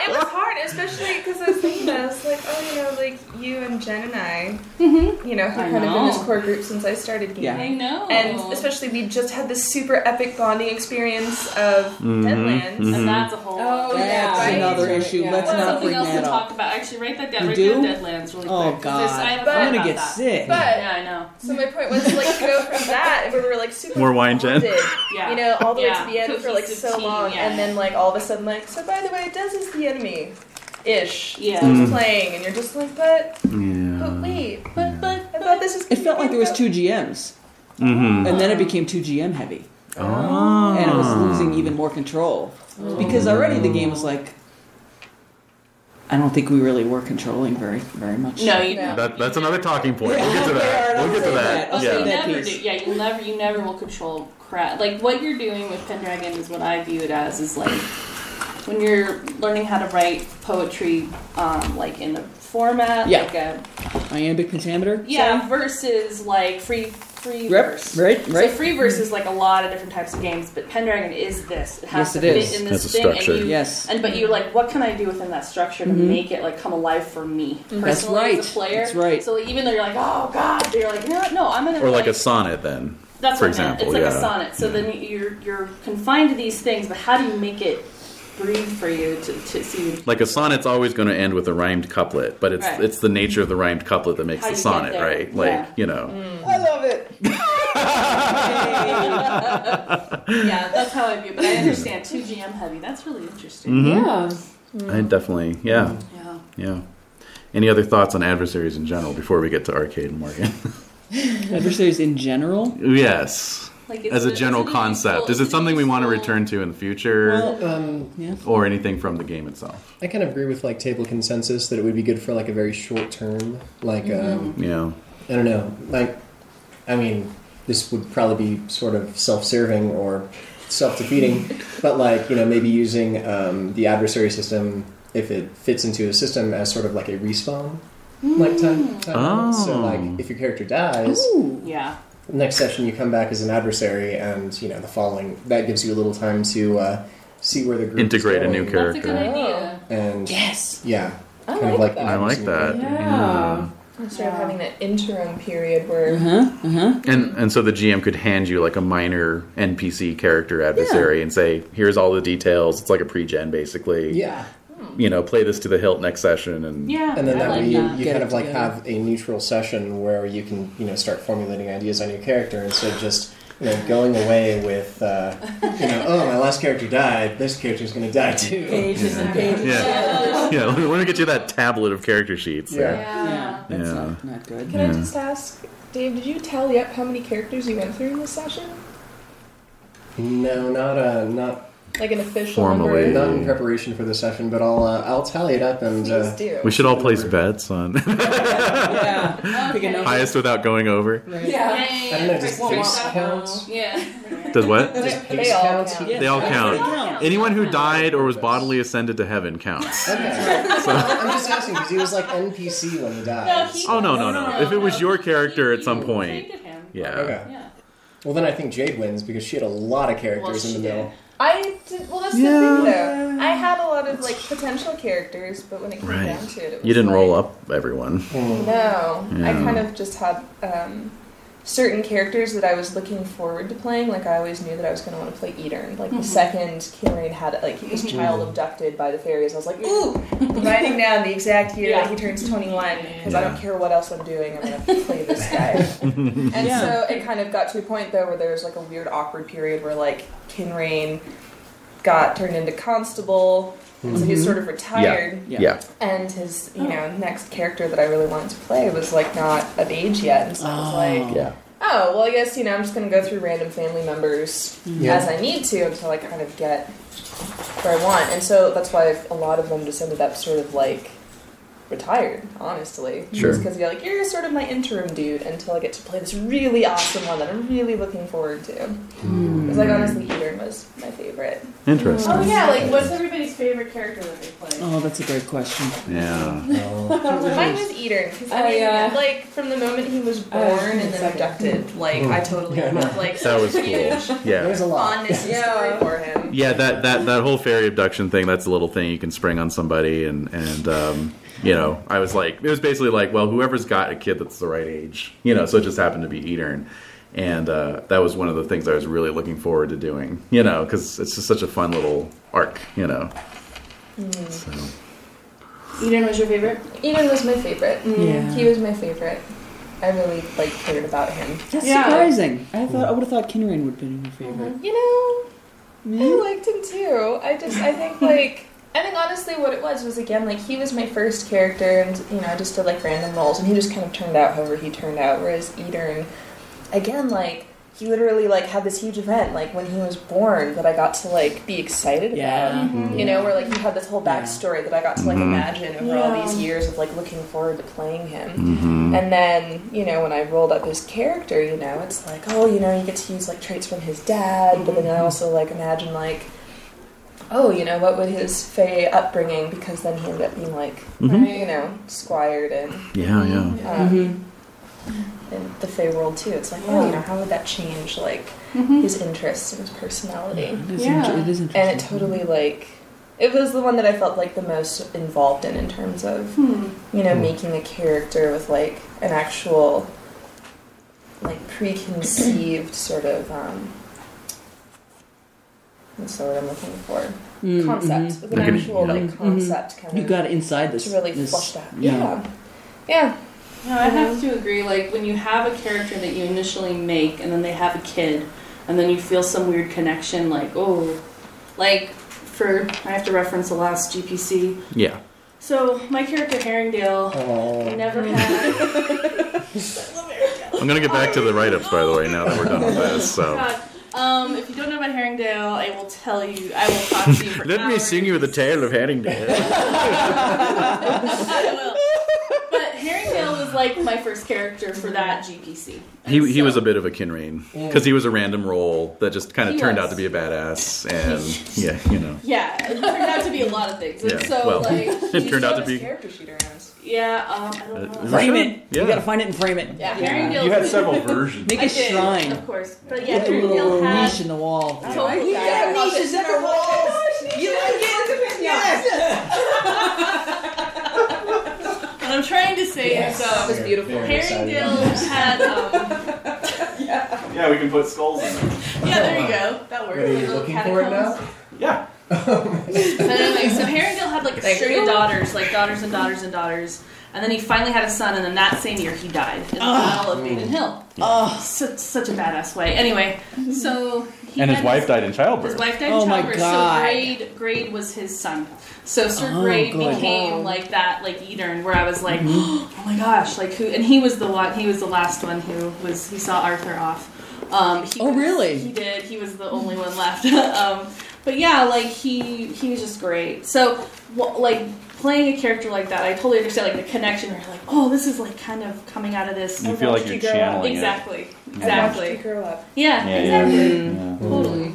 Speaker 6: It was hard, especially because I was thinking that I was like, oh, you know, like you and Jen and I, you know,
Speaker 3: I
Speaker 6: have kind of been this
Speaker 3: know.
Speaker 6: core group since I started gaming.
Speaker 4: Mm-hmm. Yeah.
Speaker 3: I know.
Speaker 6: And especially, we just had this super epic bonding experience of Deadlands.
Speaker 5: mhm.
Speaker 3: and that's a whole.
Speaker 8: Oh,
Speaker 6: yeah,
Speaker 4: That's
Speaker 6: right?
Speaker 4: another
Speaker 8: Right,
Speaker 4: issue.
Speaker 8: yeah.
Speaker 4: Let's
Speaker 3: Well,
Speaker 4: not
Speaker 3: something
Speaker 4: bring
Speaker 3: else to
Speaker 4: that
Speaker 3: talk
Speaker 4: up.
Speaker 3: about. Actually, write that down.
Speaker 4: You
Speaker 3: write down
Speaker 4: do?
Speaker 3: Deadlands really
Speaker 4: Oh,
Speaker 3: quick. 'cause
Speaker 4: God.
Speaker 3: I have a
Speaker 6: But-
Speaker 3: thought
Speaker 4: I'm gonna
Speaker 3: about
Speaker 4: get
Speaker 3: that.
Speaker 4: sick.
Speaker 6: But-
Speaker 3: Yeah, I know.
Speaker 6: So my point was like to go from that, where we were like super
Speaker 5: More wine, Jen?
Speaker 6: bonded,
Speaker 3: Yeah.
Speaker 6: you know, all the
Speaker 3: Yeah.
Speaker 6: way to the end for like
Speaker 3: Cohesive
Speaker 6: so
Speaker 3: team,
Speaker 6: long,
Speaker 3: yeah.
Speaker 6: and then like all of a sudden like, so by the way, Des is the enemy, ish.
Speaker 3: Yeah.
Speaker 5: Mm.
Speaker 6: Who's playing, and you're just like, but but
Speaker 5: Yeah.
Speaker 6: wait, but but I thought this was.
Speaker 4: It felt like there was two GMs,
Speaker 5: Mm-hmm.
Speaker 4: and then it became two GM heavy,
Speaker 5: Oh.
Speaker 4: and I was losing even more control because already the game was like, I don't think we really were controlling very very much.
Speaker 3: No, you
Speaker 8: No.
Speaker 3: don't.
Speaker 5: That, that's another talking point. We'll get to
Speaker 4: Yeah,
Speaker 5: that.
Speaker 4: I'll
Speaker 5: We'll get to
Speaker 4: say
Speaker 5: that.
Speaker 4: that. I'll
Speaker 3: Well,
Speaker 4: say
Speaker 3: you
Speaker 5: Yeah.
Speaker 4: that.
Speaker 3: never
Speaker 4: piece.
Speaker 3: do. Yeah, you never, you never will control crap. Like what you're doing with Pendragon is what I view it as is like when you're learning how to write poetry, um, like in a format,
Speaker 4: Yeah.
Speaker 3: like a
Speaker 4: Iambic pentameter.
Speaker 3: yeah, versus like free free
Speaker 4: Rep.
Speaker 3: verse.
Speaker 4: Right.
Speaker 3: So
Speaker 4: Right.
Speaker 3: free verse is like a lot of different types of games, but Pendragon is this. It has
Speaker 4: Yes,
Speaker 3: to
Speaker 4: it
Speaker 3: fit
Speaker 4: is.
Speaker 3: in this
Speaker 5: Has a
Speaker 3: thing,
Speaker 5: structure.
Speaker 3: and you
Speaker 4: Yes. Mm-hmm.
Speaker 3: and but you're like, what can I do within that structure to make it like come alive for me personally
Speaker 4: That's right.
Speaker 3: as a player?
Speaker 4: That's right.
Speaker 3: So even though you're like, oh god, you're like, you know what? No, I'm gonna
Speaker 5: Or like
Speaker 3: like
Speaker 5: a sonnet then.
Speaker 3: that's
Speaker 5: for
Speaker 3: what I meant.
Speaker 5: example,
Speaker 3: It's like
Speaker 5: yeah.
Speaker 3: a sonnet. So then you're you're confined to these things, but how do you make it breathe for you to, to see?
Speaker 5: Like a sonnet's always going to end with a rhymed couplet, but it's
Speaker 3: Right.
Speaker 5: it's the nature of the rhymed couplet that makes
Speaker 3: How
Speaker 5: the
Speaker 3: you get
Speaker 5: sonnet,
Speaker 3: there.
Speaker 5: right?
Speaker 3: Yeah.
Speaker 5: Like you know.
Speaker 8: I love it.
Speaker 3: yeah, that's how I view. it. But I understand two GM heavy. That's really interesting.
Speaker 5: Mm-hmm.
Speaker 8: Yeah,
Speaker 3: Mm-hmm.
Speaker 5: I definitely, yeah,
Speaker 3: Yeah.
Speaker 5: yeah. Any other thoughts on adversaries in general before we get to arcade, Morgan?
Speaker 4: Adversaries in general.
Speaker 5: yes.
Speaker 3: Like
Speaker 5: As a
Speaker 3: it's
Speaker 5: general
Speaker 3: it's
Speaker 5: concept,
Speaker 3: useful-
Speaker 5: is it something we want to
Speaker 3: useful-
Speaker 5: return to in the future,
Speaker 4: Well,
Speaker 7: Um,
Speaker 4: yeah.
Speaker 5: or anything from the game itself?
Speaker 7: I kind of agree with like table consensus that it would be good for like a very short term, like um,
Speaker 5: Yeah.
Speaker 7: I don't know, like I mean, this would probably be sort of self-serving or self-defeating, but like you know maybe using um, the adversary system if it fits into a system as sort of like a respawn. Like
Speaker 8: Hmm.
Speaker 7: time, time element. so
Speaker 5: Oh.
Speaker 7: like if your character dies,
Speaker 3: Yeah.
Speaker 7: next session you come back as an adversary and you know the following that gives you a little time to uh, see where the group is
Speaker 5: Integrate a
Speaker 7: going
Speaker 5: new
Speaker 3: That's a good
Speaker 5: character.
Speaker 3: idea.
Speaker 7: and
Speaker 4: Yes.
Speaker 7: yeah
Speaker 8: I
Speaker 7: kind of
Speaker 8: like
Speaker 7: like
Speaker 8: that.
Speaker 5: I like that.
Speaker 8: Yeah.
Speaker 6: Sort of having that interim period where
Speaker 4: Uh
Speaker 5: Uh-huh.
Speaker 4: huh. Uh huh.
Speaker 5: And and so the GM could hand you like a minor NPC character adversary and say, "Here's all the details." It's like a pre-gen, basically.
Speaker 7: yeah
Speaker 5: You know, play this to the hilt next session, and
Speaker 3: Yeah.
Speaker 7: and
Speaker 3: I
Speaker 7: then that
Speaker 3: like
Speaker 7: way you,
Speaker 3: that.
Speaker 7: you
Speaker 4: Get
Speaker 7: kind
Speaker 4: it
Speaker 7: of like
Speaker 4: together.
Speaker 7: have a neutral session where you can you know start formulating ideas on your character instead of just you know going away with uh, you know oh my last character died this character's gonna die too
Speaker 4: Pages and pages.
Speaker 5: yeah, yeah. We want to get you that tablet of character sheets. there.
Speaker 7: yeah
Speaker 4: Yeah. That's
Speaker 5: Yeah.
Speaker 4: Not, not good.
Speaker 6: Can I
Speaker 5: Yeah.
Speaker 6: just ask, Dave, did you tally up how many characters you went through in this session?
Speaker 7: no not uh not
Speaker 6: Like an official
Speaker 5: Formally.
Speaker 6: number?
Speaker 7: not in preparation for the session but I'll uh, I'll tally it up and
Speaker 6: Please
Speaker 7: uh,
Speaker 6: do.
Speaker 5: We should all place bets on
Speaker 4: Yeah. Pick a number.
Speaker 5: highest without going over.
Speaker 8: yeah.
Speaker 3: Yay.
Speaker 7: I don't know does face count
Speaker 3: Yeah.
Speaker 5: Does what?
Speaker 7: does
Speaker 6: They
Speaker 7: pace
Speaker 6: all
Speaker 7: count
Speaker 6: count.
Speaker 4: Yes.
Speaker 5: They all count.
Speaker 3: Yeah.
Speaker 5: Oh, Anyone who died or was bodily ascended to heaven counts.
Speaker 7: Okay. So I'm just asking because he was like NPC when he died.
Speaker 3: he-
Speaker 5: Oh no no no! If it was your character at some
Speaker 3: You
Speaker 5: point,
Speaker 3: created him.
Speaker 5: yeah.
Speaker 7: Okay.
Speaker 3: Yeah.
Speaker 7: Well, then I think Jade wins because she had a lot of
Speaker 3: Well,
Speaker 7: characters
Speaker 3: she
Speaker 7: in the
Speaker 3: did.
Speaker 7: middle.
Speaker 6: I did, well, that's the thing, though. I had a lot of, like, potential characters, but when it came
Speaker 5: Right.
Speaker 6: down to it, it was
Speaker 5: You didn't
Speaker 6: like,
Speaker 5: roll up everyone.
Speaker 6: No. I
Speaker 5: Yeah.
Speaker 6: kind of just had um, certain characters that I was looking forward to playing. Like, I always knew that I was going to want to play Etern. Like, the second Kilrain had, like, his child abducted by the fairies, I was like, ooh, writing down the exact year that he turns 21, because I don't
Speaker 5: Yeah.
Speaker 6: care what else I'm doing, I'm going to play this guy. and
Speaker 4: Yeah.
Speaker 6: so it kind of got to a point, though, where there was, like, a weird, awkward period where, like, Kilrain got turned into Constable, and so he was sort of retired
Speaker 4: Yeah.
Speaker 5: Yeah.
Speaker 6: and his you know next character that I really wanted to play was like not of age yet, and so I was like,
Speaker 5: Yeah.
Speaker 6: oh well, I guess you know I'm just gonna go through random family members
Speaker 7: Yeah.
Speaker 6: as I need to until I kind of get where I want, and so that's why a lot of them just ended up sort of like retired, honestly.
Speaker 5: Sure.
Speaker 6: Just because you're like, you're sort of my interim dude until I get to play this really awesome one that I'm really looking forward to. Because, like, honestly, Ethan was my favorite.
Speaker 5: Interesting.
Speaker 3: Oh yeah, like what's everybody's favorite character that they play?
Speaker 4: Oh, that's a great question.
Speaker 5: Yeah.
Speaker 7: No.
Speaker 6: Mine was Eater, because
Speaker 8: Oh, yeah.
Speaker 6: like from the moment he was born
Speaker 8: Oh,
Speaker 6: and then
Speaker 8: exactly.
Speaker 6: abducted, like I totally
Speaker 7: Yeah, no.
Speaker 6: like
Speaker 5: That was
Speaker 6: huge
Speaker 5: cool. Yeah.
Speaker 7: There's a lot.
Speaker 6: fondness and
Speaker 8: Yeah.
Speaker 6: story for him.
Speaker 5: Yeah, that, that, that whole fairy abduction thing, that's a little thing you can spring on somebody. And, and um, you know, I was like, it was basically like, well, whoever's got a kid that's the right age, you know, so it just happened to be Etern. And uh, that was one of the things I was really looking forward to doing, you know, because it's just such a fun little arc, you know. So,
Speaker 3: Eden was your favorite?
Speaker 6: Eden was my favorite. Mm,
Speaker 4: Yeah.
Speaker 6: He was my favorite. I really like cared about him.
Speaker 4: That's
Speaker 3: Yeah.
Speaker 4: surprising. I
Speaker 5: Mm-hmm.
Speaker 4: thought I would have thought Kinrain would have been your favorite.
Speaker 6: You know, I
Speaker 4: Yeah.
Speaker 6: liked him too. I just I think like I think honestly what it was was again like he was my first character and you know I just did like random roles and he just kind of turned out however he turned out. Whereas Etern, again like he literally like had this huge event like when he was born that I got to like be excited about.
Speaker 4: Yeah.
Speaker 6: You know, where like he had this whole
Speaker 4: Yeah. Mm-hmm.
Speaker 6: backstory that I got to like imagine over all
Speaker 2: Yeah.
Speaker 6: these years of like looking forward to playing him.
Speaker 5: Mm.
Speaker 6: And then, you know, when I rolled up his character, you know, it's like, oh, you know, you get to use like traits from his dad, but then I also like imagine like, oh, you know, what would his Fey upbringing? Because then he ended up being like, you know, squired and
Speaker 5: yeah, yeah.
Speaker 6: um,
Speaker 4: Mm-hmm.
Speaker 6: in the Fey world too. It's like, oh, you know, how would that change like his interests and his personality?
Speaker 4: It is,
Speaker 3: Yeah.
Speaker 4: inter- it is interesting. Mm,
Speaker 6: and it totally like it was the one that I felt like the most involved in in terms of you know making a character with like an actual like preconceived sort of um what's the word I'm looking for
Speaker 4: Mm,
Speaker 6: concept
Speaker 4: mhm.
Speaker 6: with an
Speaker 5: Like an-
Speaker 6: actual
Speaker 5: yeah.
Speaker 6: like concept kind
Speaker 4: You
Speaker 6: of
Speaker 4: got inside this.
Speaker 6: to really
Speaker 4: this,
Speaker 6: flush that
Speaker 4: Yeah.
Speaker 6: yeah yeah,
Speaker 3: No, I have to agree. Like when you have a character that you initially make, and then they have a kid, and then you feel some weird connection. Like oh, like for I have to reference the last GPC.
Speaker 5: Yeah.
Speaker 3: So my character Herringdale
Speaker 7: Oh.
Speaker 3: never had.
Speaker 5: I'm going to get back to the write ups, by the way, now that we're done with this. So.
Speaker 3: God. Um, if you don't know about Herringdale, I will tell you. I will talk to you for
Speaker 5: Let me
Speaker 3: hours.
Speaker 5: sing you the tale of Haddington.
Speaker 3: I will. But Herringdale was like my first character for that GPC.
Speaker 5: He, he
Speaker 3: So-
Speaker 5: was a bit of a Kinrain because he was a random role that just kind of
Speaker 3: He
Speaker 5: turned
Speaker 3: was.
Speaker 5: out to be a badass and yeah you know
Speaker 3: Yeah, it turned out to be a lot of things. And
Speaker 5: Yeah,
Speaker 3: so
Speaker 5: well,
Speaker 3: like
Speaker 5: it turned out to be
Speaker 6: character sheet around
Speaker 3: yeah, um, I don't know.
Speaker 4: Frame it.
Speaker 5: Yeah.
Speaker 4: You got to find it and frame it.
Speaker 3: Yeah, Herringdale.
Speaker 9: You had several versions.
Speaker 4: Make a
Speaker 3: I did,
Speaker 4: shrine.
Speaker 3: of course. But yeah,
Speaker 4: With a little
Speaker 3: Herringdale
Speaker 4: niche
Speaker 3: had.
Speaker 4: in the wall.
Speaker 3: Totally.
Speaker 4: got
Speaker 3: I love
Speaker 4: niches
Speaker 3: it.
Speaker 4: in our walls. You like it? Yes.
Speaker 3: What I'm trying to say is,
Speaker 6: that was
Speaker 3: um,
Speaker 6: beautiful
Speaker 7: Very excited.
Speaker 3: Herringdale had. Um,
Speaker 9: Yeah, we can put skulls in them.
Speaker 3: yeah, there you go. That works.
Speaker 7: What are you
Speaker 3: Little
Speaker 7: looking for it
Speaker 3: catacombs.
Speaker 7: now?
Speaker 9: Yeah.
Speaker 3: But anyway, so Herringdale had like a
Speaker 6: Thank
Speaker 3: string of
Speaker 6: you.
Speaker 3: daughters, like daughters and daughters and daughters, and then he finally had a son, and then that same year he died in the battle of Maiden Hill.
Speaker 4: Oh,
Speaker 3: Such, such a badass way. Anyway, so he
Speaker 9: And his
Speaker 3: had
Speaker 9: wife died in
Speaker 3: His
Speaker 9: childbirth.
Speaker 3: wife died
Speaker 4: Oh
Speaker 3: in
Speaker 4: my
Speaker 3: childbirth,
Speaker 4: God.
Speaker 3: so Grade Grade was his son. So Sir
Speaker 4: Oh,
Speaker 3: Grade
Speaker 4: good.
Speaker 3: became like that, like Edern, where I was like, oh my gosh, like who? And he was the one. He was the last one who was. He saw Arthur off. Um, he
Speaker 4: Oh,
Speaker 3: was-
Speaker 4: really?
Speaker 3: He did. He was the only one left. um, but yeah, like he he was just great. So wh- like playing a character like that, I totally understand like the connection. Where you're like, oh, this is like kind of coming out of this. Oh,
Speaker 9: You feel like you're channeling
Speaker 3: Exactly.
Speaker 6: I watched
Speaker 3: Exactly.
Speaker 6: you grow up
Speaker 9: Yeah,
Speaker 3: Yeah.
Speaker 9: Mm. yeah.
Speaker 3: exactly.
Speaker 9: Yeah.
Speaker 3: Totally.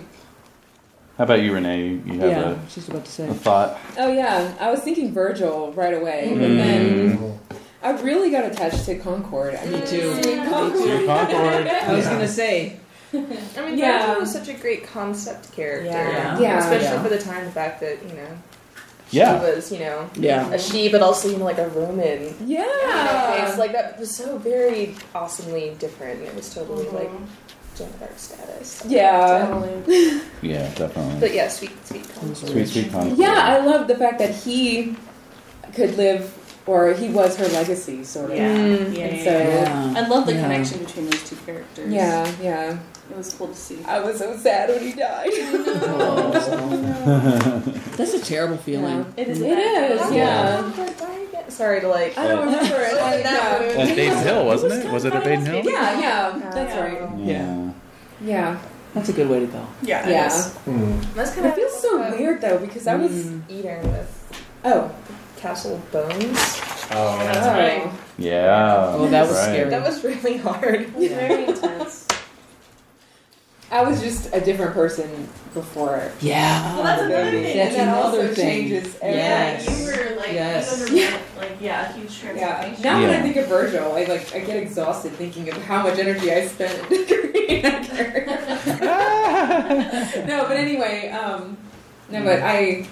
Speaker 9: How about you, Renee? You you have
Speaker 4: yeah. She's about to
Speaker 9: a, a
Speaker 4: say.
Speaker 9: thought.
Speaker 8: Oh yeah, I was thinking Virgil right away,
Speaker 4: Mm.
Speaker 8: but
Speaker 7: Mm.
Speaker 8: then I really got attached to Concord. I mean,
Speaker 4: Me too.
Speaker 9: Your Concord.
Speaker 4: I was gonna say.
Speaker 6: I mean,
Speaker 8: Yeah.
Speaker 6: Virgil was such a great concept character.
Speaker 4: Yeah.
Speaker 8: Yeah.
Speaker 6: Especially
Speaker 4: Yeah.
Speaker 6: for the time, the fact that, you know,
Speaker 9: Yeah.
Speaker 6: she was, you know,
Speaker 4: Yeah.
Speaker 6: a she, but also, you know, like a Roman. you know, face.
Speaker 8: yeah,
Speaker 6: Like, that was so very awesomely different. It was totally, like, Joan of Arc status.
Speaker 8: Mm-hmm. yeah,
Speaker 3: Totally.
Speaker 9: Yeah, definitely.
Speaker 6: But yeah, sweet, sweet concept.
Speaker 9: Sweet, sweet Concord.
Speaker 8: yeah. I love the fact that he could live, or he was her legacy, sort of.
Speaker 3: Yeah. Yeah.
Speaker 8: And
Speaker 3: yeah,
Speaker 8: so-
Speaker 3: yeah.
Speaker 4: Yeah.
Speaker 8: Oh,
Speaker 3: I love the
Speaker 4: Yeah.
Speaker 3: connection between those two characters.
Speaker 8: Yeah, Uh, yeah.
Speaker 3: It was cool to see.
Speaker 8: I was so sad when he died.
Speaker 4: That's a terrible feeling.
Speaker 3: It
Speaker 8: It is, yeah.
Speaker 6: Sorry to, like,
Speaker 8: I don't remember it. I, yeah.
Speaker 9: At Baden Hill, wasn't it? Was it at Baden Hill?
Speaker 8: yeah, yeah, that's
Speaker 3: Yeah.
Speaker 8: right.
Speaker 4: Yeah.
Speaker 8: Yeah,
Speaker 4: That's a good way to go.
Speaker 3: Yeah.
Speaker 8: yeah.
Speaker 7: Mm.
Speaker 6: That's kind
Speaker 8: It
Speaker 6: of
Speaker 8: feels so weird though because I was
Speaker 6: Eating with
Speaker 8: oh
Speaker 6: Castle Bones.
Speaker 2: That's right.
Speaker 9: Yeah.
Speaker 4: Oh, that was
Speaker 9: right.
Speaker 4: scary.
Speaker 6: That was really hard.
Speaker 2: It was very intense.
Speaker 8: I was just a different person before.
Speaker 4: Yeah.
Speaker 2: Well, that's another thing.
Speaker 4: That's
Speaker 8: that also
Speaker 4: another thing.
Speaker 8: changes everything.
Speaker 2: Yeah,
Speaker 4: Yes.
Speaker 2: you were like
Speaker 4: Yes.
Speaker 2: you underwent, like yeah, a huge
Speaker 8: Yeah.
Speaker 2: transformation.
Speaker 8: Now when
Speaker 9: Yeah.
Speaker 8: I think of Virgil, I like I get exhausted thinking of how much energy I spent creating that character. no, but anyway, um, no, but I,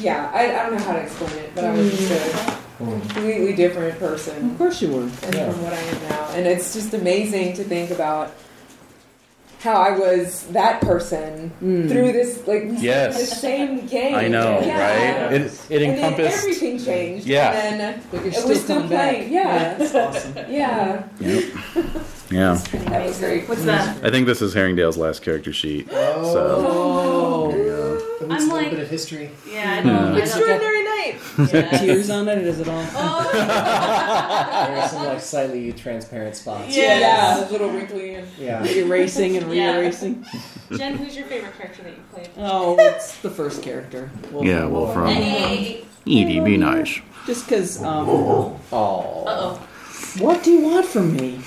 Speaker 8: yeah, I, I don't know how to explain it, but I was
Speaker 6: Mm.
Speaker 8: just a completely different person
Speaker 4: Of course you were.
Speaker 8: and
Speaker 7: Mm. Yeah.
Speaker 8: from what I am now. And it's just amazing to think about how I was that person
Speaker 4: Mm.
Speaker 8: through this like
Speaker 9: Yes.
Speaker 8: the
Speaker 6: Oh,
Speaker 8: same game.
Speaker 5: I know,
Speaker 8: Yeah.
Speaker 9: right? It, it
Speaker 8: And then
Speaker 9: encompassed.
Speaker 8: everything changed.
Speaker 9: Yeah.
Speaker 8: And then,
Speaker 4: But
Speaker 8: It was still
Speaker 4: coming back.
Speaker 8: playing, yeah.
Speaker 4: That's awesome.
Speaker 8: yeah.
Speaker 5: Yeah.
Speaker 8: That was great.
Speaker 2: What's that?
Speaker 5: I think this is Herringdale's last character sheet.
Speaker 7: Oh,
Speaker 5: So
Speaker 4: Oh.
Speaker 5: yeah.
Speaker 7: at least
Speaker 3: I'm
Speaker 7: a little
Speaker 3: like-
Speaker 7: bit of history.
Speaker 3: Yeah, I don't.
Speaker 6: Extraordinary night.
Speaker 3: I don't yeah.
Speaker 4: Tears on it, is it all?
Speaker 7: There are some like slightly transparent spots.
Speaker 3: Yeah.
Speaker 8: Yeah. Little wrinkly and
Speaker 7: Yeah.
Speaker 4: Erasing and
Speaker 3: Yeah.
Speaker 4: re-erasing.
Speaker 2: Jen, who's your favorite character that you played?
Speaker 4: Oh, it's the first character. Wolf.
Speaker 5: Yeah, Wolfram.
Speaker 2: Any?
Speaker 5: Edie, be nice.
Speaker 4: Just because. Um,
Speaker 7: Oh.
Speaker 2: Uh
Speaker 4: what do you want from me?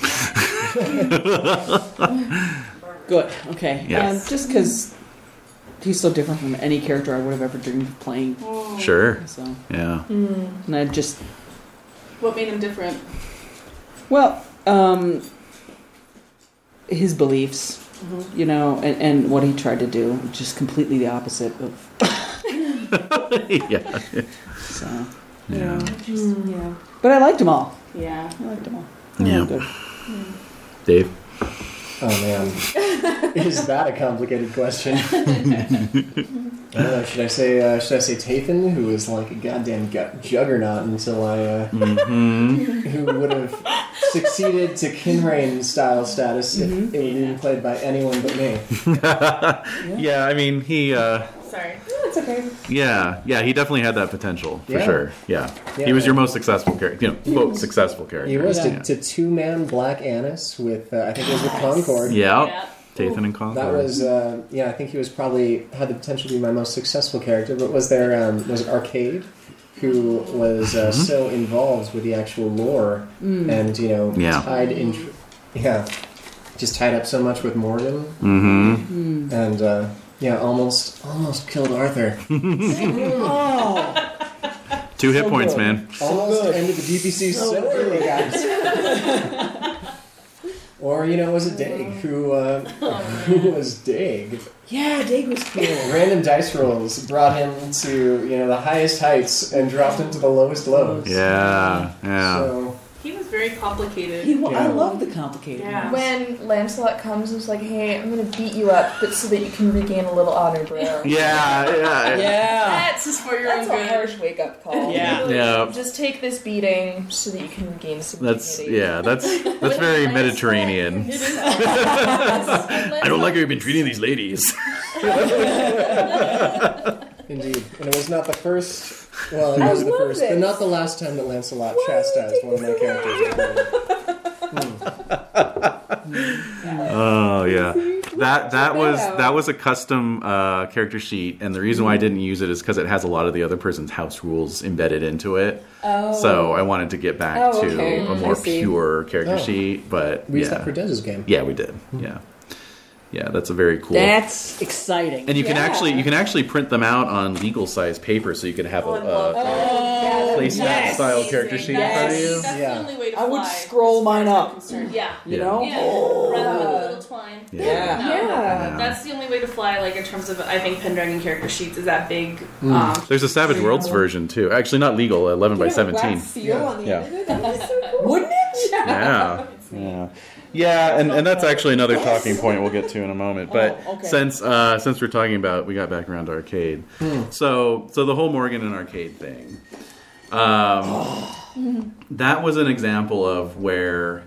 Speaker 2: oh.
Speaker 4: Good. Okay.
Speaker 5: Yeah.
Speaker 4: Um, just because he's so different from any character I would have ever dreamed of playing.
Speaker 5: Sure.
Speaker 4: So,
Speaker 5: Yeah.
Speaker 4: and I just
Speaker 3: What made him different?
Speaker 4: Well, um, his beliefs,
Speaker 2: Mm-hmm.
Speaker 4: you know, and, and what he tried to do, just completely the opposite of.
Speaker 5: yeah.
Speaker 4: So.
Speaker 5: Yeah.
Speaker 6: Mm,
Speaker 8: yeah.
Speaker 4: But I liked them all.
Speaker 3: Yeah.
Speaker 4: I liked them all.
Speaker 5: Yeah.
Speaker 4: Good.
Speaker 5: Dave.
Speaker 7: Oh man, is that a complicated question? I don't know. Should I say uh, Should I say Tafin, who was like a goddamn gut juggernaut until I, uh, who would have succeeded to Kinrain style status if it would been played by anyone but me?
Speaker 5: Yeah, I mean he uh
Speaker 2: Sorry.
Speaker 8: That's okay.
Speaker 5: yeah, yeah, he definitely had that potential for
Speaker 7: Yeah.
Speaker 5: sure. Yeah.
Speaker 7: Yeah.
Speaker 5: He was your most successful character, you know, quote successful character.
Speaker 7: He was
Speaker 5: yeah.
Speaker 7: to, to two man Black Annis with uh, I think it was with Concord.
Speaker 5: Yeah.
Speaker 2: Yeah.
Speaker 5: Tathan and Concord.
Speaker 7: That was uh, yeah. I think he was probably had the potential to be my most successful character. But was there um, was it Arcade, who was uh, so involved with the actual lore and you know
Speaker 5: Yeah.
Speaker 7: tied in, yeah, just tied up so much with Morgan
Speaker 5: Mm-hmm.
Speaker 7: and uh, yeah, almost almost killed Arthur.
Speaker 4: Oh,
Speaker 5: Two hit
Speaker 4: So
Speaker 5: points,
Speaker 4: good.
Speaker 5: man.
Speaker 7: almost ended the DPC so, early, guys. or you know, was it Dag who uh, who was Dag?
Speaker 4: yeah, Dig was cool.
Speaker 7: Random dice rolls brought him to you know the highest heights and dropped him to the lowest lows.
Speaker 5: Yeah. Yeah.
Speaker 7: So
Speaker 3: He was very complicated.
Speaker 4: He, wa- I
Speaker 7: Yeah.
Speaker 4: love the complicated.
Speaker 3: Yeah.
Speaker 6: When Lancelot comes and is like, hey, I'm gonna beat you up, but so that you can regain a little honor, bro.
Speaker 5: Yeah, yeah.
Speaker 4: Yeah.
Speaker 3: That's just for your
Speaker 6: That's
Speaker 3: own
Speaker 6: a
Speaker 3: good.
Speaker 6: harsh wake up call.
Speaker 4: Yeah.
Speaker 5: Yeah.
Speaker 6: Just take this beating so that you can regain some
Speaker 5: That's
Speaker 6: dignity.
Speaker 5: yeah, that's that's very Mediterranean. I don't like how you've been treating these ladies.
Speaker 7: indeed, and it was not the first. Well, it was the
Speaker 8: love
Speaker 7: first, but
Speaker 8: this.
Speaker 7: not the last time that Lancelot
Speaker 8: Why are you
Speaker 7: chastised one of my characters.
Speaker 5: Oh yeah, that that was
Speaker 8: out. Mm-hmm.
Speaker 5: that was a custom uh, character sheet, and the reason why I didn't use it is because it has a lot of the other person's house rules embedded into it.
Speaker 8: Oh.
Speaker 5: So I wanted to get back
Speaker 8: Oh,
Speaker 5: to
Speaker 8: okay.
Speaker 5: a
Speaker 8: Mm,
Speaker 5: more
Speaker 8: I see.
Speaker 5: pure character
Speaker 7: Oh.
Speaker 5: sheet, but
Speaker 7: We used that
Speaker 5: yeah,
Speaker 7: for Hmm. Dez's game.
Speaker 5: yeah, we did. Yeah, yeah, that's a very cool.
Speaker 4: That's exciting.
Speaker 5: and you can
Speaker 8: Yeah.
Speaker 5: actually you can actually print them out on legal size paper, so you could
Speaker 8: Oh,
Speaker 5: have a, a
Speaker 8: Yeah, that-
Speaker 5: place that Oh, uh, style character sheet in front of you.
Speaker 3: That's, that's
Speaker 7: Yeah.
Speaker 3: the only way to
Speaker 4: I would
Speaker 3: fly,
Speaker 4: scroll
Speaker 3: as far
Speaker 4: mine
Speaker 3: as I'm
Speaker 4: up.
Speaker 3: concerned. Yeah.
Speaker 4: You
Speaker 5: Yeah.
Speaker 4: know?
Speaker 3: Yeah. Rather than a little twine.
Speaker 5: Yeah.
Speaker 3: No.
Speaker 8: yeah.
Speaker 5: Yeah.
Speaker 3: That's the only way to fly, like in terms of I think Pendragon character sheets is that big.
Speaker 5: Mm.
Speaker 3: Um,
Speaker 5: There's a Savage Worlds version too. Actually, not legal. Eleven by
Speaker 8: You have a
Speaker 5: seventeen.
Speaker 8: wax seal on the
Speaker 9: Yeah.
Speaker 8: end of it? That was so cool.
Speaker 4: Wouldn't it?
Speaker 5: Yeah. Yeah. Yeah, and, and that's actually another talking point we'll get to in a moment. But
Speaker 4: Oh, okay.
Speaker 5: since uh, since we're talking about, we got back around to arcade. So so the whole Morgan and arcade thing, um, that was an example of where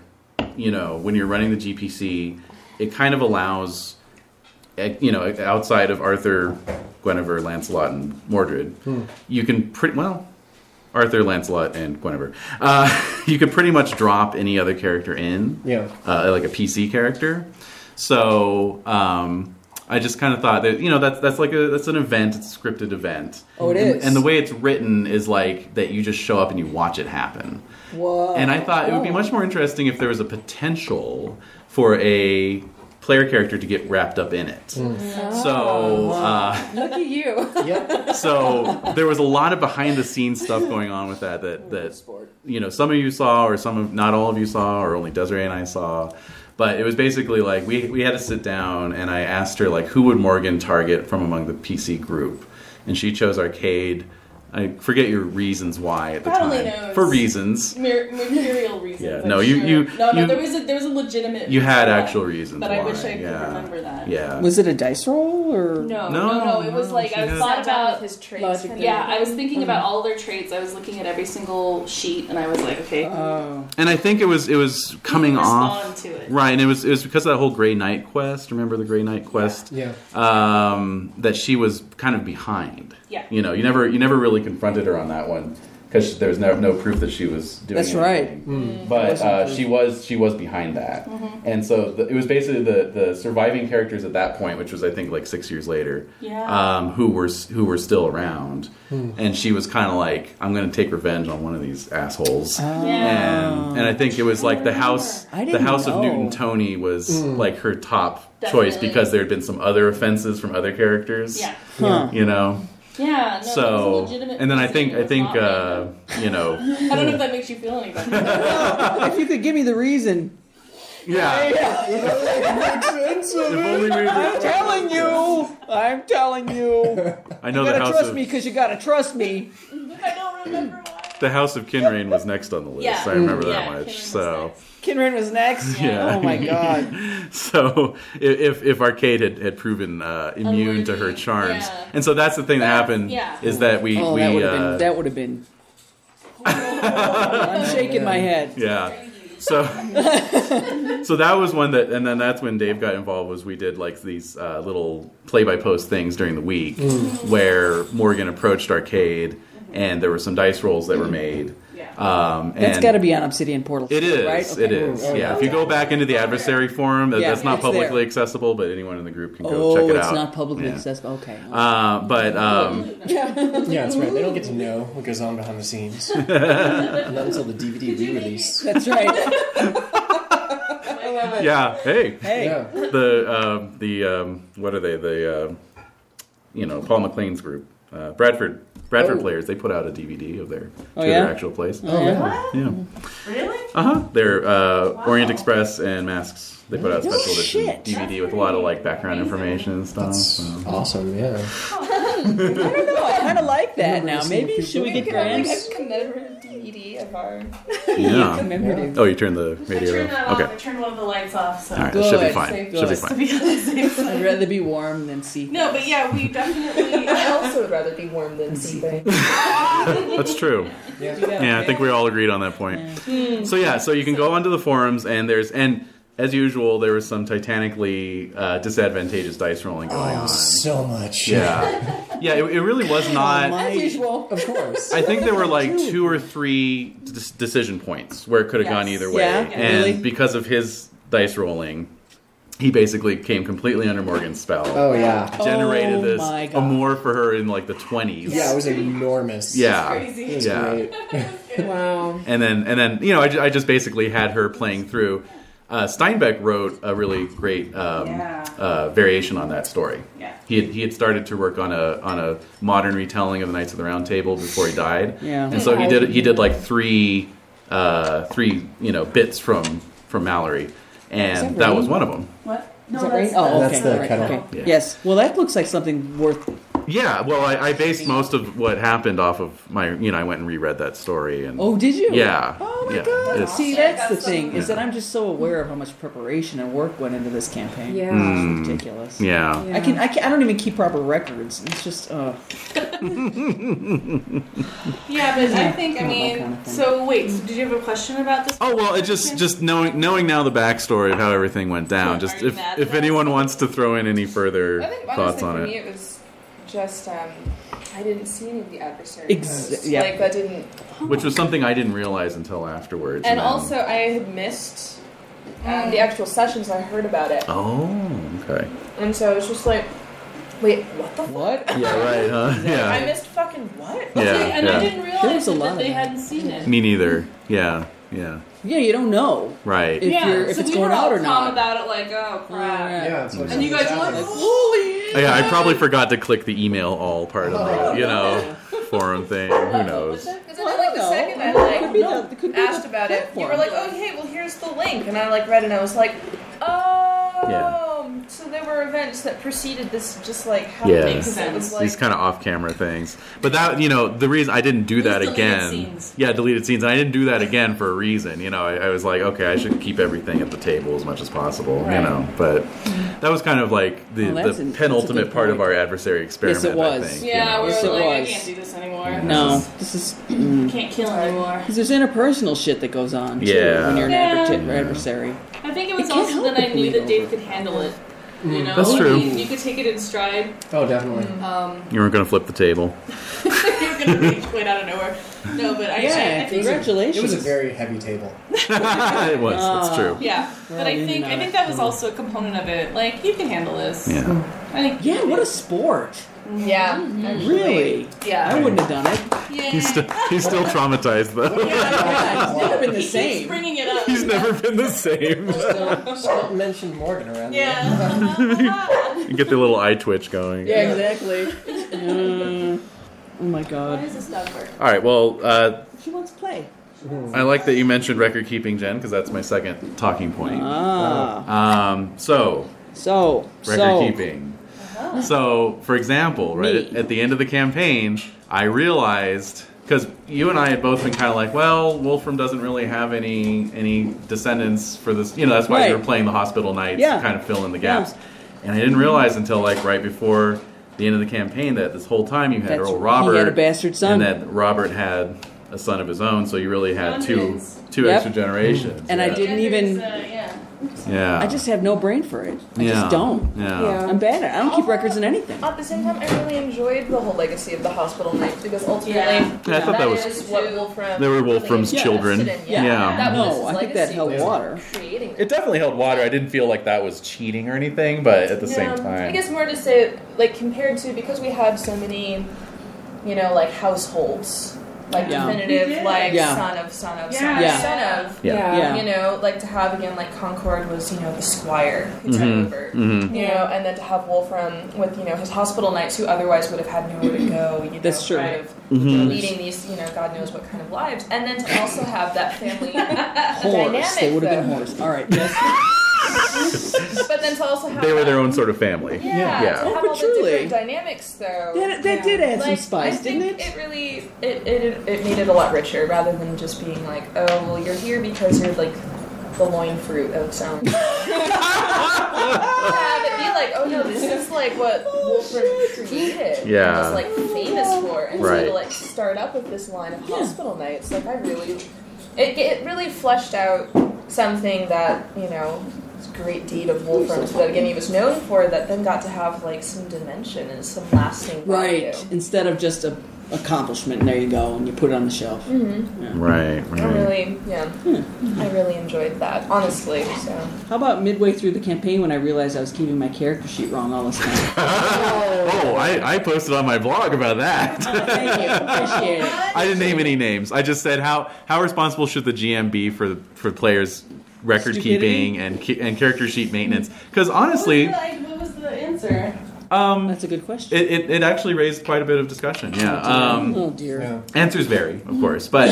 Speaker 5: you know when you're running the GPC, it kind of allows eh, you know outside of Arthur, Guinevere, Lancelot, and Mordred,
Speaker 4: Hmm.
Speaker 5: you can pretty well Arthur, Lancelot, and Guinevere. Uh, you could pretty much drop any other character in,
Speaker 7: Yeah.
Speaker 5: uh, like a PC character. So um, I just kind of thought that you know that's that's like a that's an event, it's a scripted event.
Speaker 4: Oh, it
Speaker 5: and,
Speaker 4: is.
Speaker 5: And the way it's written is like that you just show up and you watch it happen.
Speaker 4: Whoa.
Speaker 5: And I thought it would be
Speaker 4: Oh.
Speaker 5: much more interesting if there was a potential for a player character to get wrapped up in it. So, uh,
Speaker 8: Look at you.
Speaker 5: so there was a lot of behind the scenes stuff going on with that that that you know some of you saw or some of not all of you saw or only Desiree and I saw. But it was basically like we, we had to sit down and I asked her like who would Morgan target from among the PC group, and she chose arcade. I forget your reasons why at the
Speaker 3: God only
Speaker 5: time
Speaker 3: knows.
Speaker 5: for reasons.
Speaker 3: Mer- mercurial reasons.
Speaker 5: Yeah,
Speaker 3: I'm
Speaker 5: no, you-
Speaker 3: sure.
Speaker 5: you-
Speaker 3: No, no,
Speaker 5: you-
Speaker 3: there was a there was a legitimate.
Speaker 5: You had
Speaker 3: reason,
Speaker 5: actual reasons
Speaker 3: But
Speaker 5: why.
Speaker 3: I wish I could
Speaker 5: yeah.
Speaker 3: remember that.
Speaker 5: Yeah.
Speaker 4: Was it a dice roll or
Speaker 3: No,
Speaker 5: No,
Speaker 3: no, no, It was
Speaker 5: no,
Speaker 3: like
Speaker 5: she
Speaker 3: I
Speaker 5: had-
Speaker 3: thought
Speaker 6: Sat down
Speaker 3: about
Speaker 6: with his traits.
Speaker 8: Logic
Speaker 6: and
Speaker 3: Yeah, I was thinking about all their traits. I was looking at every single sheet, and I was like, okay,
Speaker 4: Oh,
Speaker 5: And I think it was it was coming
Speaker 3: respond
Speaker 5: off
Speaker 3: to it.
Speaker 5: right, and it was it was because of that whole Grey Knight quest. Remember the Grey Knight quest?
Speaker 7: Yeah.
Speaker 8: Oh,
Speaker 5: Um, that she was kind of behind.
Speaker 3: Yeah.
Speaker 5: You know, you never you never really confronted her on that one because there was no no proof that she was doing.
Speaker 4: That's right.
Speaker 3: Mm.
Speaker 4: Mm.
Speaker 5: anything. But
Speaker 4: Wasn't
Speaker 5: uh,
Speaker 4: proof.
Speaker 5: she was she was behind that,
Speaker 3: Mm-hmm.
Speaker 5: and so the, it was basically the the surviving characters at that point, which was I think like six years later.
Speaker 3: Yeah.
Speaker 5: Um, who were s- who were still around,
Speaker 4: Hmm.
Speaker 5: and she was kind of like, I'm going to take revenge on one of these assholes and and I think it was like the house
Speaker 4: Oh. I
Speaker 5: the
Speaker 4: didn't
Speaker 5: house
Speaker 4: know. Hmm.
Speaker 5: of Newton Tony was like her top choice
Speaker 3: Definitely.
Speaker 5: because there had been some other offenses from other characters.
Speaker 3: yeah,
Speaker 4: Huh.
Speaker 5: You know,
Speaker 3: yeah. No, there was a
Speaker 5: so
Speaker 3: legitimate
Speaker 5: and then I think
Speaker 3: reason.
Speaker 5: I think
Speaker 3: It was
Speaker 5: uh,
Speaker 3: not
Speaker 5: you know
Speaker 3: random. I don't know if that makes you feel any better.
Speaker 4: if you could give me the reason.
Speaker 5: yeah. If only we were-
Speaker 4: I'm telling you. I'm telling you.
Speaker 5: I know
Speaker 4: You
Speaker 5: the
Speaker 4: gotta
Speaker 5: house
Speaker 4: trust
Speaker 5: of
Speaker 4: me because you gotta trust me.
Speaker 3: I don't remember why.
Speaker 5: the house of Kinrain was next on the list.
Speaker 3: Yeah.
Speaker 5: I remember
Speaker 3: Yeah,
Speaker 5: that
Speaker 3: Kinrain
Speaker 5: much.
Speaker 3: was
Speaker 5: So.
Speaker 3: next.
Speaker 4: Kinran was next.
Speaker 5: Yeah.
Speaker 4: Oh my god.
Speaker 5: So i- if if Arcade had, had proven uh, immune to her
Speaker 3: Unworthy,
Speaker 5: charms,
Speaker 3: yeah.
Speaker 5: and so that's the thing that
Speaker 3: That's-
Speaker 5: happened
Speaker 3: yeah.
Speaker 5: is that we
Speaker 4: Oh,
Speaker 5: we
Speaker 4: that would have
Speaker 5: uh,
Speaker 4: been. That would have been. I'm shaking my head.
Speaker 5: Yeah. So, so that was one that, and then that's when Dave got involved. Was we did like these uh, little play-by-post things during the week,
Speaker 4: Mm.
Speaker 5: where Morgan approached Arcade, and there were some dice rolls that were made.
Speaker 3: Yeah.
Speaker 5: Um, and
Speaker 4: Mm. That's got to be on Obsidian Portal.
Speaker 5: It is.
Speaker 4: Right?
Speaker 5: It is.
Speaker 7: Oh,
Speaker 5: yeah. If you go back into the adversary forum, that,
Speaker 4: Yeah,
Speaker 5: that's not
Speaker 4: it's there.
Speaker 5: publicly accessible, but anyone in the group can go
Speaker 4: Oh,
Speaker 5: check it out.
Speaker 4: it's not publicly
Speaker 5: Yeah.
Speaker 4: accessible. Okay.
Speaker 5: Uh, but um,
Speaker 7: Yeah, that's right. They don't get to know what goes on behind the scenes. Not until the DVD re-release.
Speaker 4: That's right.
Speaker 5: yeah. Hey.
Speaker 4: Hey.
Speaker 7: Yeah.
Speaker 5: the um, the um, what are they the um you know Paul McLean's group uh, Bradford Bradford
Speaker 7: Oh.
Speaker 5: players they put out a DVD of their
Speaker 4: Oh,
Speaker 5: to
Speaker 4: yeah?
Speaker 5: their actual plays
Speaker 4: Oh, yeah.
Speaker 5: yeah
Speaker 2: Really?
Speaker 5: uh huh their uh, Orient Express and Masks they put out
Speaker 4: No
Speaker 5: special edition
Speaker 4: shit.
Speaker 5: DVD with a lot of like background information and stuff
Speaker 7: That's
Speaker 5: so.
Speaker 7: awesome. Yeah.
Speaker 4: No, I kind of like that now.
Speaker 7: Never seen
Speaker 4: Maybe
Speaker 7: people-
Speaker 4: should we
Speaker 6: We
Speaker 4: get
Speaker 6: could have
Speaker 4: Grant?
Speaker 6: like a commemorative DVD of our.
Speaker 5: yeah
Speaker 4: Commemorative.
Speaker 5: oh you turned the
Speaker 2: I
Speaker 5: radio
Speaker 2: turned that off.
Speaker 5: off okay
Speaker 2: I turned one of the lights off. So.
Speaker 5: all right that should be
Speaker 4: Good.
Speaker 5: fine
Speaker 4: Good.
Speaker 5: should be fine
Speaker 4: I'd rather be warm than see.
Speaker 2: No, but yeah, we definitely.
Speaker 4: uh,
Speaker 6: I also would rather be warm than sleeping.
Speaker 5: that's true
Speaker 7: Yeah.
Speaker 5: yeah, I think we all agreed on that point. So yeah, so you can go onto the forums and there's and as usual there was some titanically uh, disadvantageous dice rolling going
Speaker 4: Oh,
Speaker 5: on.
Speaker 7: Oh, So much.
Speaker 5: Yeah, yeah, it, it really was not.
Speaker 4: As usual.
Speaker 7: Of course.
Speaker 5: I think there were like two or three dis- decision points where it could have gone
Speaker 3: Yes.
Speaker 5: either way,
Speaker 4: Yeah,
Speaker 5: and
Speaker 4: really?
Speaker 5: because of his dice rolling, he basically came completely under Morgan's spell.
Speaker 7: Oh yeah.
Speaker 5: Generated
Speaker 4: Oh
Speaker 5: this
Speaker 4: my God.
Speaker 5: amour for her in like the twenties.
Speaker 7: Yeah, it was enormous.
Speaker 5: yeah,
Speaker 7: It was
Speaker 5: Yeah.
Speaker 7: great.
Speaker 6: wow.
Speaker 5: and then and then you know I, ju- I just basically had her playing through uh, steinbeck wrote a really great um,
Speaker 2: Yeah.
Speaker 5: uh, variation on that story
Speaker 2: Yeah.
Speaker 5: he had, he had started to work on a on a modern retelling of the knights of the round table before he died
Speaker 4: Yeah.
Speaker 5: and so he did he did like three uh, three you know bits from from mallory and
Speaker 4: Is that
Speaker 5: that
Speaker 4: right?
Speaker 5: was one of them
Speaker 2: what? No,
Speaker 4: Is that right? Oh,
Speaker 7: That's
Speaker 4: okay.
Speaker 7: the
Speaker 4: right,
Speaker 7: kettle.
Speaker 4: okay.
Speaker 5: Yeah.
Speaker 4: Yes. Well, that looks like something worth.
Speaker 5: yeah well I, I based most of what happened off of my you know i went and reread that story and
Speaker 4: Oh, did you?
Speaker 5: yeah
Speaker 4: Oh my
Speaker 5: yeah,
Speaker 4: god.
Speaker 5: it's-
Speaker 4: See, that's the
Speaker 2: Yeah.
Speaker 4: thing is
Speaker 5: Yeah.
Speaker 4: that I'm just so aware of how much preparation and work went into this campaign.
Speaker 8: Yeah.
Speaker 4: It's ridiculous.
Speaker 5: mm, yeah
Speaker 4: Mm. I can, I can I don't even keep proper records. It's just uh
Speaker 3: Yeah, but I think I
Speaker 4: Not that
Speaker 3: mean.
Speaker 4: kind of thing.
Speaker 3: so wait, so did you have a question about this?
Speaker 5: Oh well, it just just knowing knowing now the backstory of how everything went down.
Speaker 3: Are
Speaker 5: Just
Speaker 3: you
Speaker 5: if
Speaker 3: mad
Speaker 5: if
Speaker 3: about it?
Speaker 5: anyone wants to throw in any further
Speaker 6: I think
Speaker 5: thoughts
Speaker 6: honestly
Speaker 5: on
Speaker 6: for
Speaker 5: it,
Speaker 6: me it was just um, I didn't see any of the adversary.
Speaker 4: Ex-
Speaker 6: posts.
Speaker 4: yeah.
Speaker 6: Like that didn't.
Speaker 5: which was something I didn't realize until afterwards. um,
Speaker 6: And
Speaker 5: then-
Speaker 6: also I had missed um, the actual sessions, and I heard about it,
Speaker 5: Oh, okay.
Speaker 6: and so I was just like, wait, what the? F-?
Speaker 4: What?
Speaker 5: Yeah, right, huh?
Speaker 6: I
Speaker 5: Yeah.
Speaker 6: missed fucking what?
Speaker 5: Yeah,
Speaker 3: and I
Speaker 5: yeah.
Speaker 3: didn't
Speaker 4: There was
Speaker 3: realize
Speaker 4: a lot
Speaker 3: that
Speaker 4: of
Speaker 3: they
Speaker 4: that.
Speaker 3: hadn't seen it.
Speaker 5: Me neither. Yeah, yeah.
Speaker 4: Yeah, you don't know
Speaker 5: Right.
Speaker 4: if
Speaker 3: yeah,
Speaker 4: you're if
Speaker 3: so
Speaker 4: it's
Speaker 3: we
Speaker 4: going
Speaker 3: were all
Speaker 4: out or
Speaker 3: calm
Speaker 4: not.
Speaker 3: about it, like oh crap.
Speaker 4: Yeah.
Speaker 7: Yeah, it's like
Speaker 3: And you guys
Speaker 7: something's
Speaker 3: were like,
Speaker 7: happening.
Speaker 3: holy.
Speaker 5: Oh, Yeah, I probably forgot to click the email all part
Speaker 6: Oh,
Speaker 5: of the, you know, forum thing. Who knows?
Speaker 6: Because I know, like the
Speaker 4: know.
Speaker 6: second I
Speaker 4: It could be
Speaker 6: like
Speaker 4: the, it could be
Speaker 6: asked
Speaker 4: the
Speaker 6: about it, you
Speaker 4: platform.
Speaker 6: were like, oh hey, well here's the link, and I like read it, and I was like, oh, so there were events that preceded this, just like happening.
Speaker 5: Yeah.
Speaker 6: So it was
Speaker 5: These
Speaker 6: like,
Speaker 5: kind of off-camera things, but that you know the reason I didn't do that
Speaker 3: deleted
Speaker 5: again.
Speaker 3: scenes.
Speaker 5: Yeah, deleted scenes. And I didn't do that again for a reason. You know, I, I was like, okay, I should keep everything at the table as much as possible. You
Speaker 4: Right.
Speaker 5: know, but that was kind of like the,
Speaker 4: Well, that's
Speaker 5: the
Speaker 4: an- that's a
Speaker 5: penultimate
Speaker 4: good
Speaker 5: part of
Speaker 4: point.
Speaker 5: our adversary experiment. I
Speaker 4: was.
Speaker 5: think, you
Speaker 3: Yeah,
Speaker 5: know,
Speaker 3: we were
Speaker 4: Yes, it
Speaker 3: like, I
Speaker 4: was.
Speaker 3: can't do this anymore.
Speaker 4: No, this is
Speaker 3: Can't kill anymore.
Speaker 4: because there's interpersonal shit that goes on. too,
Speaker 5: Yeah.
Speaker 4: when you're an
Speaker 3: Yeah.
Speaker 4: adver- adversary.
Speaker 3: I think it was
Speaker 4: It can't
Speaker 3: also
Speaker 4: help
Speaker 3: that I
Speaker 4: but
Speaker 3: knew
Speaker 4: bleed
Speaker 3: that Dave
Speaker 4: over.
Speaker 3: could handle it. You know,
Speaker 5: Mm, That's
Speaker 3: Like,
Speaker 5: true.
Speaker 3: You, you could take it in stride.
Speaker 7: Oh, definitely.
Speaker 3: Um,
Speaker 5: you weren't going to flip the table.
Speaker 3: you're gonna rage quit out of nowhere. No, but I, I, I think
Speaker 4: congratulations.
Speaker 7: It was a very heavy table.
Speaker 5: it was. It's
Speaker 4: Ah.
Speaker 5: true.
Speaker 3: Yeah, but I
Speaker 4: maybe
Speaker 3: think I
Speaker 4: not.
Speaker 3: think that was also a component of it. Like you can handle this.
Speaker 5: Yeah.
Speaker 4: Hmm.
Speaker 3: I think
Speaker 4: yeah, what a sport!
Speaker 6: yeah,
Speaker 4: Really,
Speaker 3: yeah.
Speaker 4: I wouldn't have done it.
Speaker 3: Yeah.
Speaker 5: He's still he's still traumatized though.
Speaker 4: Yeah, it's never been the
Speaker 3: He keeps
Speaker 4: same.
Speaker 3: bringing it up.
Speaker 5: He's never been the same.
Speaker 7: Don't mention Morgan around there.
Speaker 3: yeah.
Speaker 5: You get the little eye twitch going.
Speaker 4: Yeah, exactly. Mm. oh my
Speaker 3: Why
Speaker 4: god,
Speaker 3: does this dog bark?
Speaker 5: All right. Well, uh,
Speaker 4: she wants to play.
Speaker 5: I like that you mentioned record keeping, Jen, because that's my second talking point.
Speaker 4: Ah,
Speaker 5: Um, so
Speaker 4: so
Speaker 5: record
Speaker 4: so
Speaker 5: keeping. So, for example, right at,
Speaker 4: Uh-huh. Me.
Speaker 5: at the end of the campaign, I realized because you and I had both been kind of like, well, Wolfram doesn't really have any any descendants for this. You know, that's why you were
Speaker 4: Right.
Speaker 5: playing the hospital nights
Speaker 4: Yeah.
Speaker 5: to kind of fill in the
Speaker 4: Yeah.
Speaker 5: gaps. And I didn't realize until like right before the end of the campaign that this whole time you had
Speaker 4: That's-
Speaker 5: Earl
Speaker 4: he
Speaker 5: Robert
Speaker 4: had a bastard son.
Speaker 5: and that Robert had a son of his own. So you really had two
Speaker 3: Hundreds.
Speaker 5: two
Speaker 4: Yep.
Speaker 5: extra generations.
Speaker 4: And I
Speaker 5: Yeah.
Speaker 4: Didn't
Speaker 3: Yeah,
Speaker 4: even-
Speaker 3: there's, uh, yeah.
Speaker 5: Yeah.
Speaker 4: I just have no brain for it. I
Speaker 5: yeah.
Speaker 4: just don't.
Speaker 5: Yeah.
Speaker 4: I'm bad at. it. I don't keep records in anything.
Speaker 6: At the same time, I really enjoyed the whole legacy of the hospital nights because ultimately
Speaker 3: Yeah.
Speaker 5: Yeah, I thought that was
Speaker 6: is what Wolfram.
Speaker 5: They were Wolfram's
Speaker 6: really
Speaker 5: children.
Speaker 6: invested in,
Speaker 5: Yeah.
Speaker 6: That was
Speaker 4: No,
Speaker 6: his
Speaker 4: I think that
Speaker 6: legacy,
Speaker 4: held
Speaker 6: was
Speaker 4: water.
Speaker 6: Creating
Speaker 5: It definitely held water. I didn't feel like that was cheating or anything, but at the same
Speaker 6: Yeah,
Speaker 5: time,
Speaker 6: I guess more to say, like, compared to, because we had so many, you know, like, households, like,
Speaker 4: Yeah.
Speaker 3: We did.
Speaker 6: definitive, like,
Speaker 4: Yeah.
Speaker 6: son of, son of,
Speaker 4: Yeah.
Speaker 6: son of, son of.
Speaker 5: Yeah.
Speaker 4: Yeah.
Speaker 6: You know, like, to have, again, like, Concord was, you know, the squire who took
Speaker 5: Mhm.
Speaker 6: over.
Speaker 5: Mhm.
Speaker 6: You know, and then to have Wolfram with, you know, his hospital knights who otherwise would have had nowhere to go, you know,
Speaker 4: That's true.
Speaker 6: kind of
Speaker 5: Mhm.
Speaker 6: leading these, you know, God knows what kind of lives. And then to also have that family
Speaker 4: Horse.
Speaker 6: dynamic.
Speaker 4: They would have been
Speaker 6: though.
Speaker 4: horse. All right. Yes.
Speaker 6: But then to also have
Speaker 5: they were
Speaker 6: that-
Speaker 5: their own sort of family.
Speaker 6: Yeah,
Speaker 5: Yeah.
Speaker 6: to have
Speaker 4: Oh,
Speaker 6: all the
Speaker 4: truly.
Speaker 6: different dynamics though.
Speaker 4: That, that did add some
Speaker 6: Like, I
Speaker 4: spice,
Speaker 6: think
Speaker 4: didn't it?
Speaker 6: It really it, it it made it a lot richer rather than just being like, oh well, you're here because you're like the loin fruit of some. Have it be like, oh no, this is like what
Speaker 4: Oh,
Speaker 6: Wolfram created.
Speaker 5: Yeah.
Speaker 6: and was like famous for, and so
Speaker 5: Right.
Speaker 6: to like start up with this line of hospital nights, like I really, it it really fleshed out something that you know. this Great deed of Wolfram's that again he was known for that then got to have like some dimension and some lasting value.
Speaker 4: Right. Instead of just a accomplishment, there you go, and you put it on the shelf.
Speaker 5: Right.
Speaker 6: I
Speaker 5: Right.
Speaker 6: really, yeah, I really enjoyed that, honestly. So
Speaker 4: How about midway through the campaign when I realized I was keeping my character sheet wrong all this time?
Speaker 5: Oh, I, I posted on my blog about that.
Speaker 4: Thank you. Appreciate it.
Speaker 5: I didn't name any names. I just said how how responsible should the GM be for for players record
Speaker 4: Stupidity?
Speaker 5: keeping and ki- and character sheet maintenance? Because honestly,
Speaker 3: Like, what was the answer?
Speaker 5: um,
Speaker 4: That's a good question.
Speaker 5: it, it it actually raised quite a bit of discussion. Yeah. Um,
Speaker 4: oh dear.
Speaker 7: Yeah.
Speaker 5: Answers vary, of course, but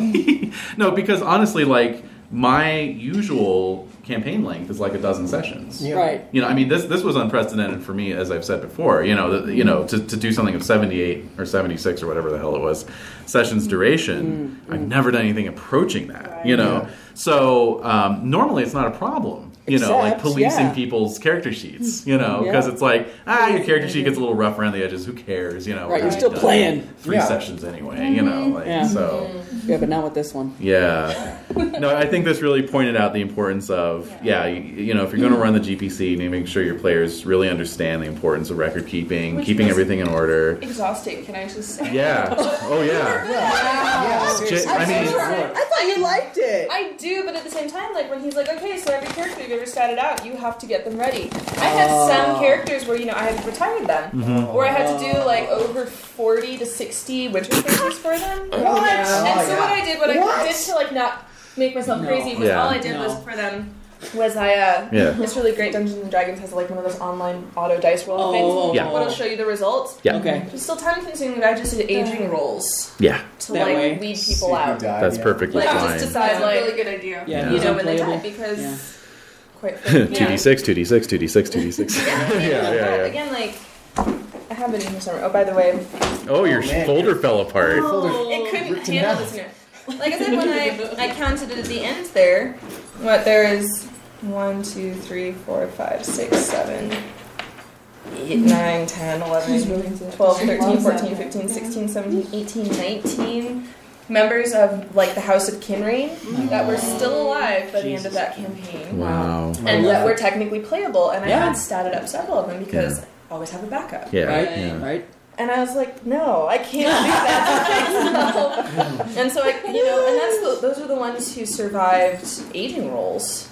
Speaker 5: no, because honestly, like my usual campaign length is like a dozen sessions.
Speaker 7: Yeah.
Speaker 4: Right.
Speaker 5: You know, I mean, this this was unprecedented for me, as I've said before. You know, the, you know, to, to do something of seventy eight or seventy six or whatever the hell it was, sessions
Speaker 4: Mm-hmm.
Speaker 5: duration. I've never done anything approaching that. You know, so um, normally it's not a problem. you know, like
Speaker 4: Except,
Speaker 5: policing
Speaker 4: yeah. Mm-hmm.
Speaker 5: people's character sheets, you know,
Speaker 4: Yeah.
Speaker 5: because it's like, ah, your character sheet gets a little rough around the edges. Who cares, you know?
Speaker 4: Right,
Speaker 5: we're
Speaker 4: you're still
Speaker 5: done
Speaker 4: playing. Mm-hmm.
Speaker 5: Three
Speaker 7: Yeah.
Speaker 5: sessions anyway, you know, like,
Speaker 4: Yeah.
Speaker 5: so.
Speaker 4: Yeah, but not with this one.
Speaker 5: Yeah. No, I think this really pointed out the importance of, yeah, you, you know, if you're going to run the GPC, you need to make sure your players really understand the importance of record keeping,
Speaker 6: Which
Speaker 5: keeping
Speaker 6: was-
Speaker 5: everything in order.
Speaker 6: Exhausting, can I just say?
Speaker 5: Yeah. Oh, yeah.
Speaker 7: Yeah,
Speaker 5: J-
Speaker 7: seriously.
Speaker 5: I mean,
Speaker 4: I thought you liked it.
Speaker 6: I do, but at the same time, like when he's like, okay, so every character you've ever started out, you have to get them ready. I had some
Speaker 5: Oh.
Speaker 6: characters where you know I had retired them,
Speaker 5: Mm-hmm.
Speaker 6: or I had to do like over forty to sixty winter fixtures for them. What? And so what I did, what, I did to like not make myself
Speaker 4: Oh, No.
Speaker 6: crazy, was
Speaker 5: Yeah.
Speaker 6: all I did
Speaker 4: No.
Speaker 6: was for them was I uh,
Speaker 5: Yeah.
Speaker 6: It's really great. Dungeons and Dragons has like one of those online auto dice roll
Speaker 4: Oh.
Speaker 6: things.
Speaker 5: Yeah.
Speaker 6: What'll show you the results.
Speaker 5: yeah.
Speaker 4: Okay.
Speaker 6: It's still time consuming, but I just did aging rolls
Speaker 5: Yeah.
Speaker 6: to
Speaker 4: That
Speaker 6: like
Speaker 4: way.
Speaker 6: weed
Speaker 7: See
Speaker 6: people
Speaker 7: who
Speaker 6: out.
Speaker 7: died,
Speaker 5: That's
Speaker 7: yeah.
Speaker 5: perfectly
Speaker 6: Like just
Speaker 5: fine.
Speaker 6: decide like
Speaker 8: really good idea.
Speaker 4: Yeah,
Speaker 5: Yeah.
Speaker 4: he's
Speaker 6: know when they die
Speaker 4: unplayable.
Speaker 6: because
Speaker 4: Yeah.
Speaker 6: quite frankly,
Speaker 5: 2d6, 2d6, 2d6, 2d6.
Speaker 6: yeah,
Speaker 5: Yeah, yeah, yeah.
Speaker 6: Again, like I have it in here somewhere. Oh, by the way,
Speaker 5: Oh, your
Speaker 7: Oh, man.
Speaker 5: folder fell
Speaker 9: Oh.
Speaker 5: apart.
Speaker 6: it couldn't
Speaker 7: ripped in
Speaker 6: handle
Speaker 7: half.
Speaker 6: this. new- Like I said, when I I counted it at the end there, what there is one, two, three, four, five, six, seven, eight, nine, ten, eleven, twelve, thirteen, fourteen, fifteen, sixteen, seventeen, eighteen, nineteen. Members of like the House of Kinrain that were still alive by the end of that campaign.
Speaker 5: Wow.
Speaker 6: and that were technically playable. And I
Speaker 4: Yeah.
Speaker 6: had statted up several of them because
Speaker 5: Yeah.
Speaker 6: I always have a backup.
Speaker 5: Yeah.
Speaker 4: Right?
Speaker 5: yeah.
Speaker 4: Right?
Speaker 6: And I was like, no, I can't do that. to myself. and so I, you know, and that's the, those are the ones who survived aging roles.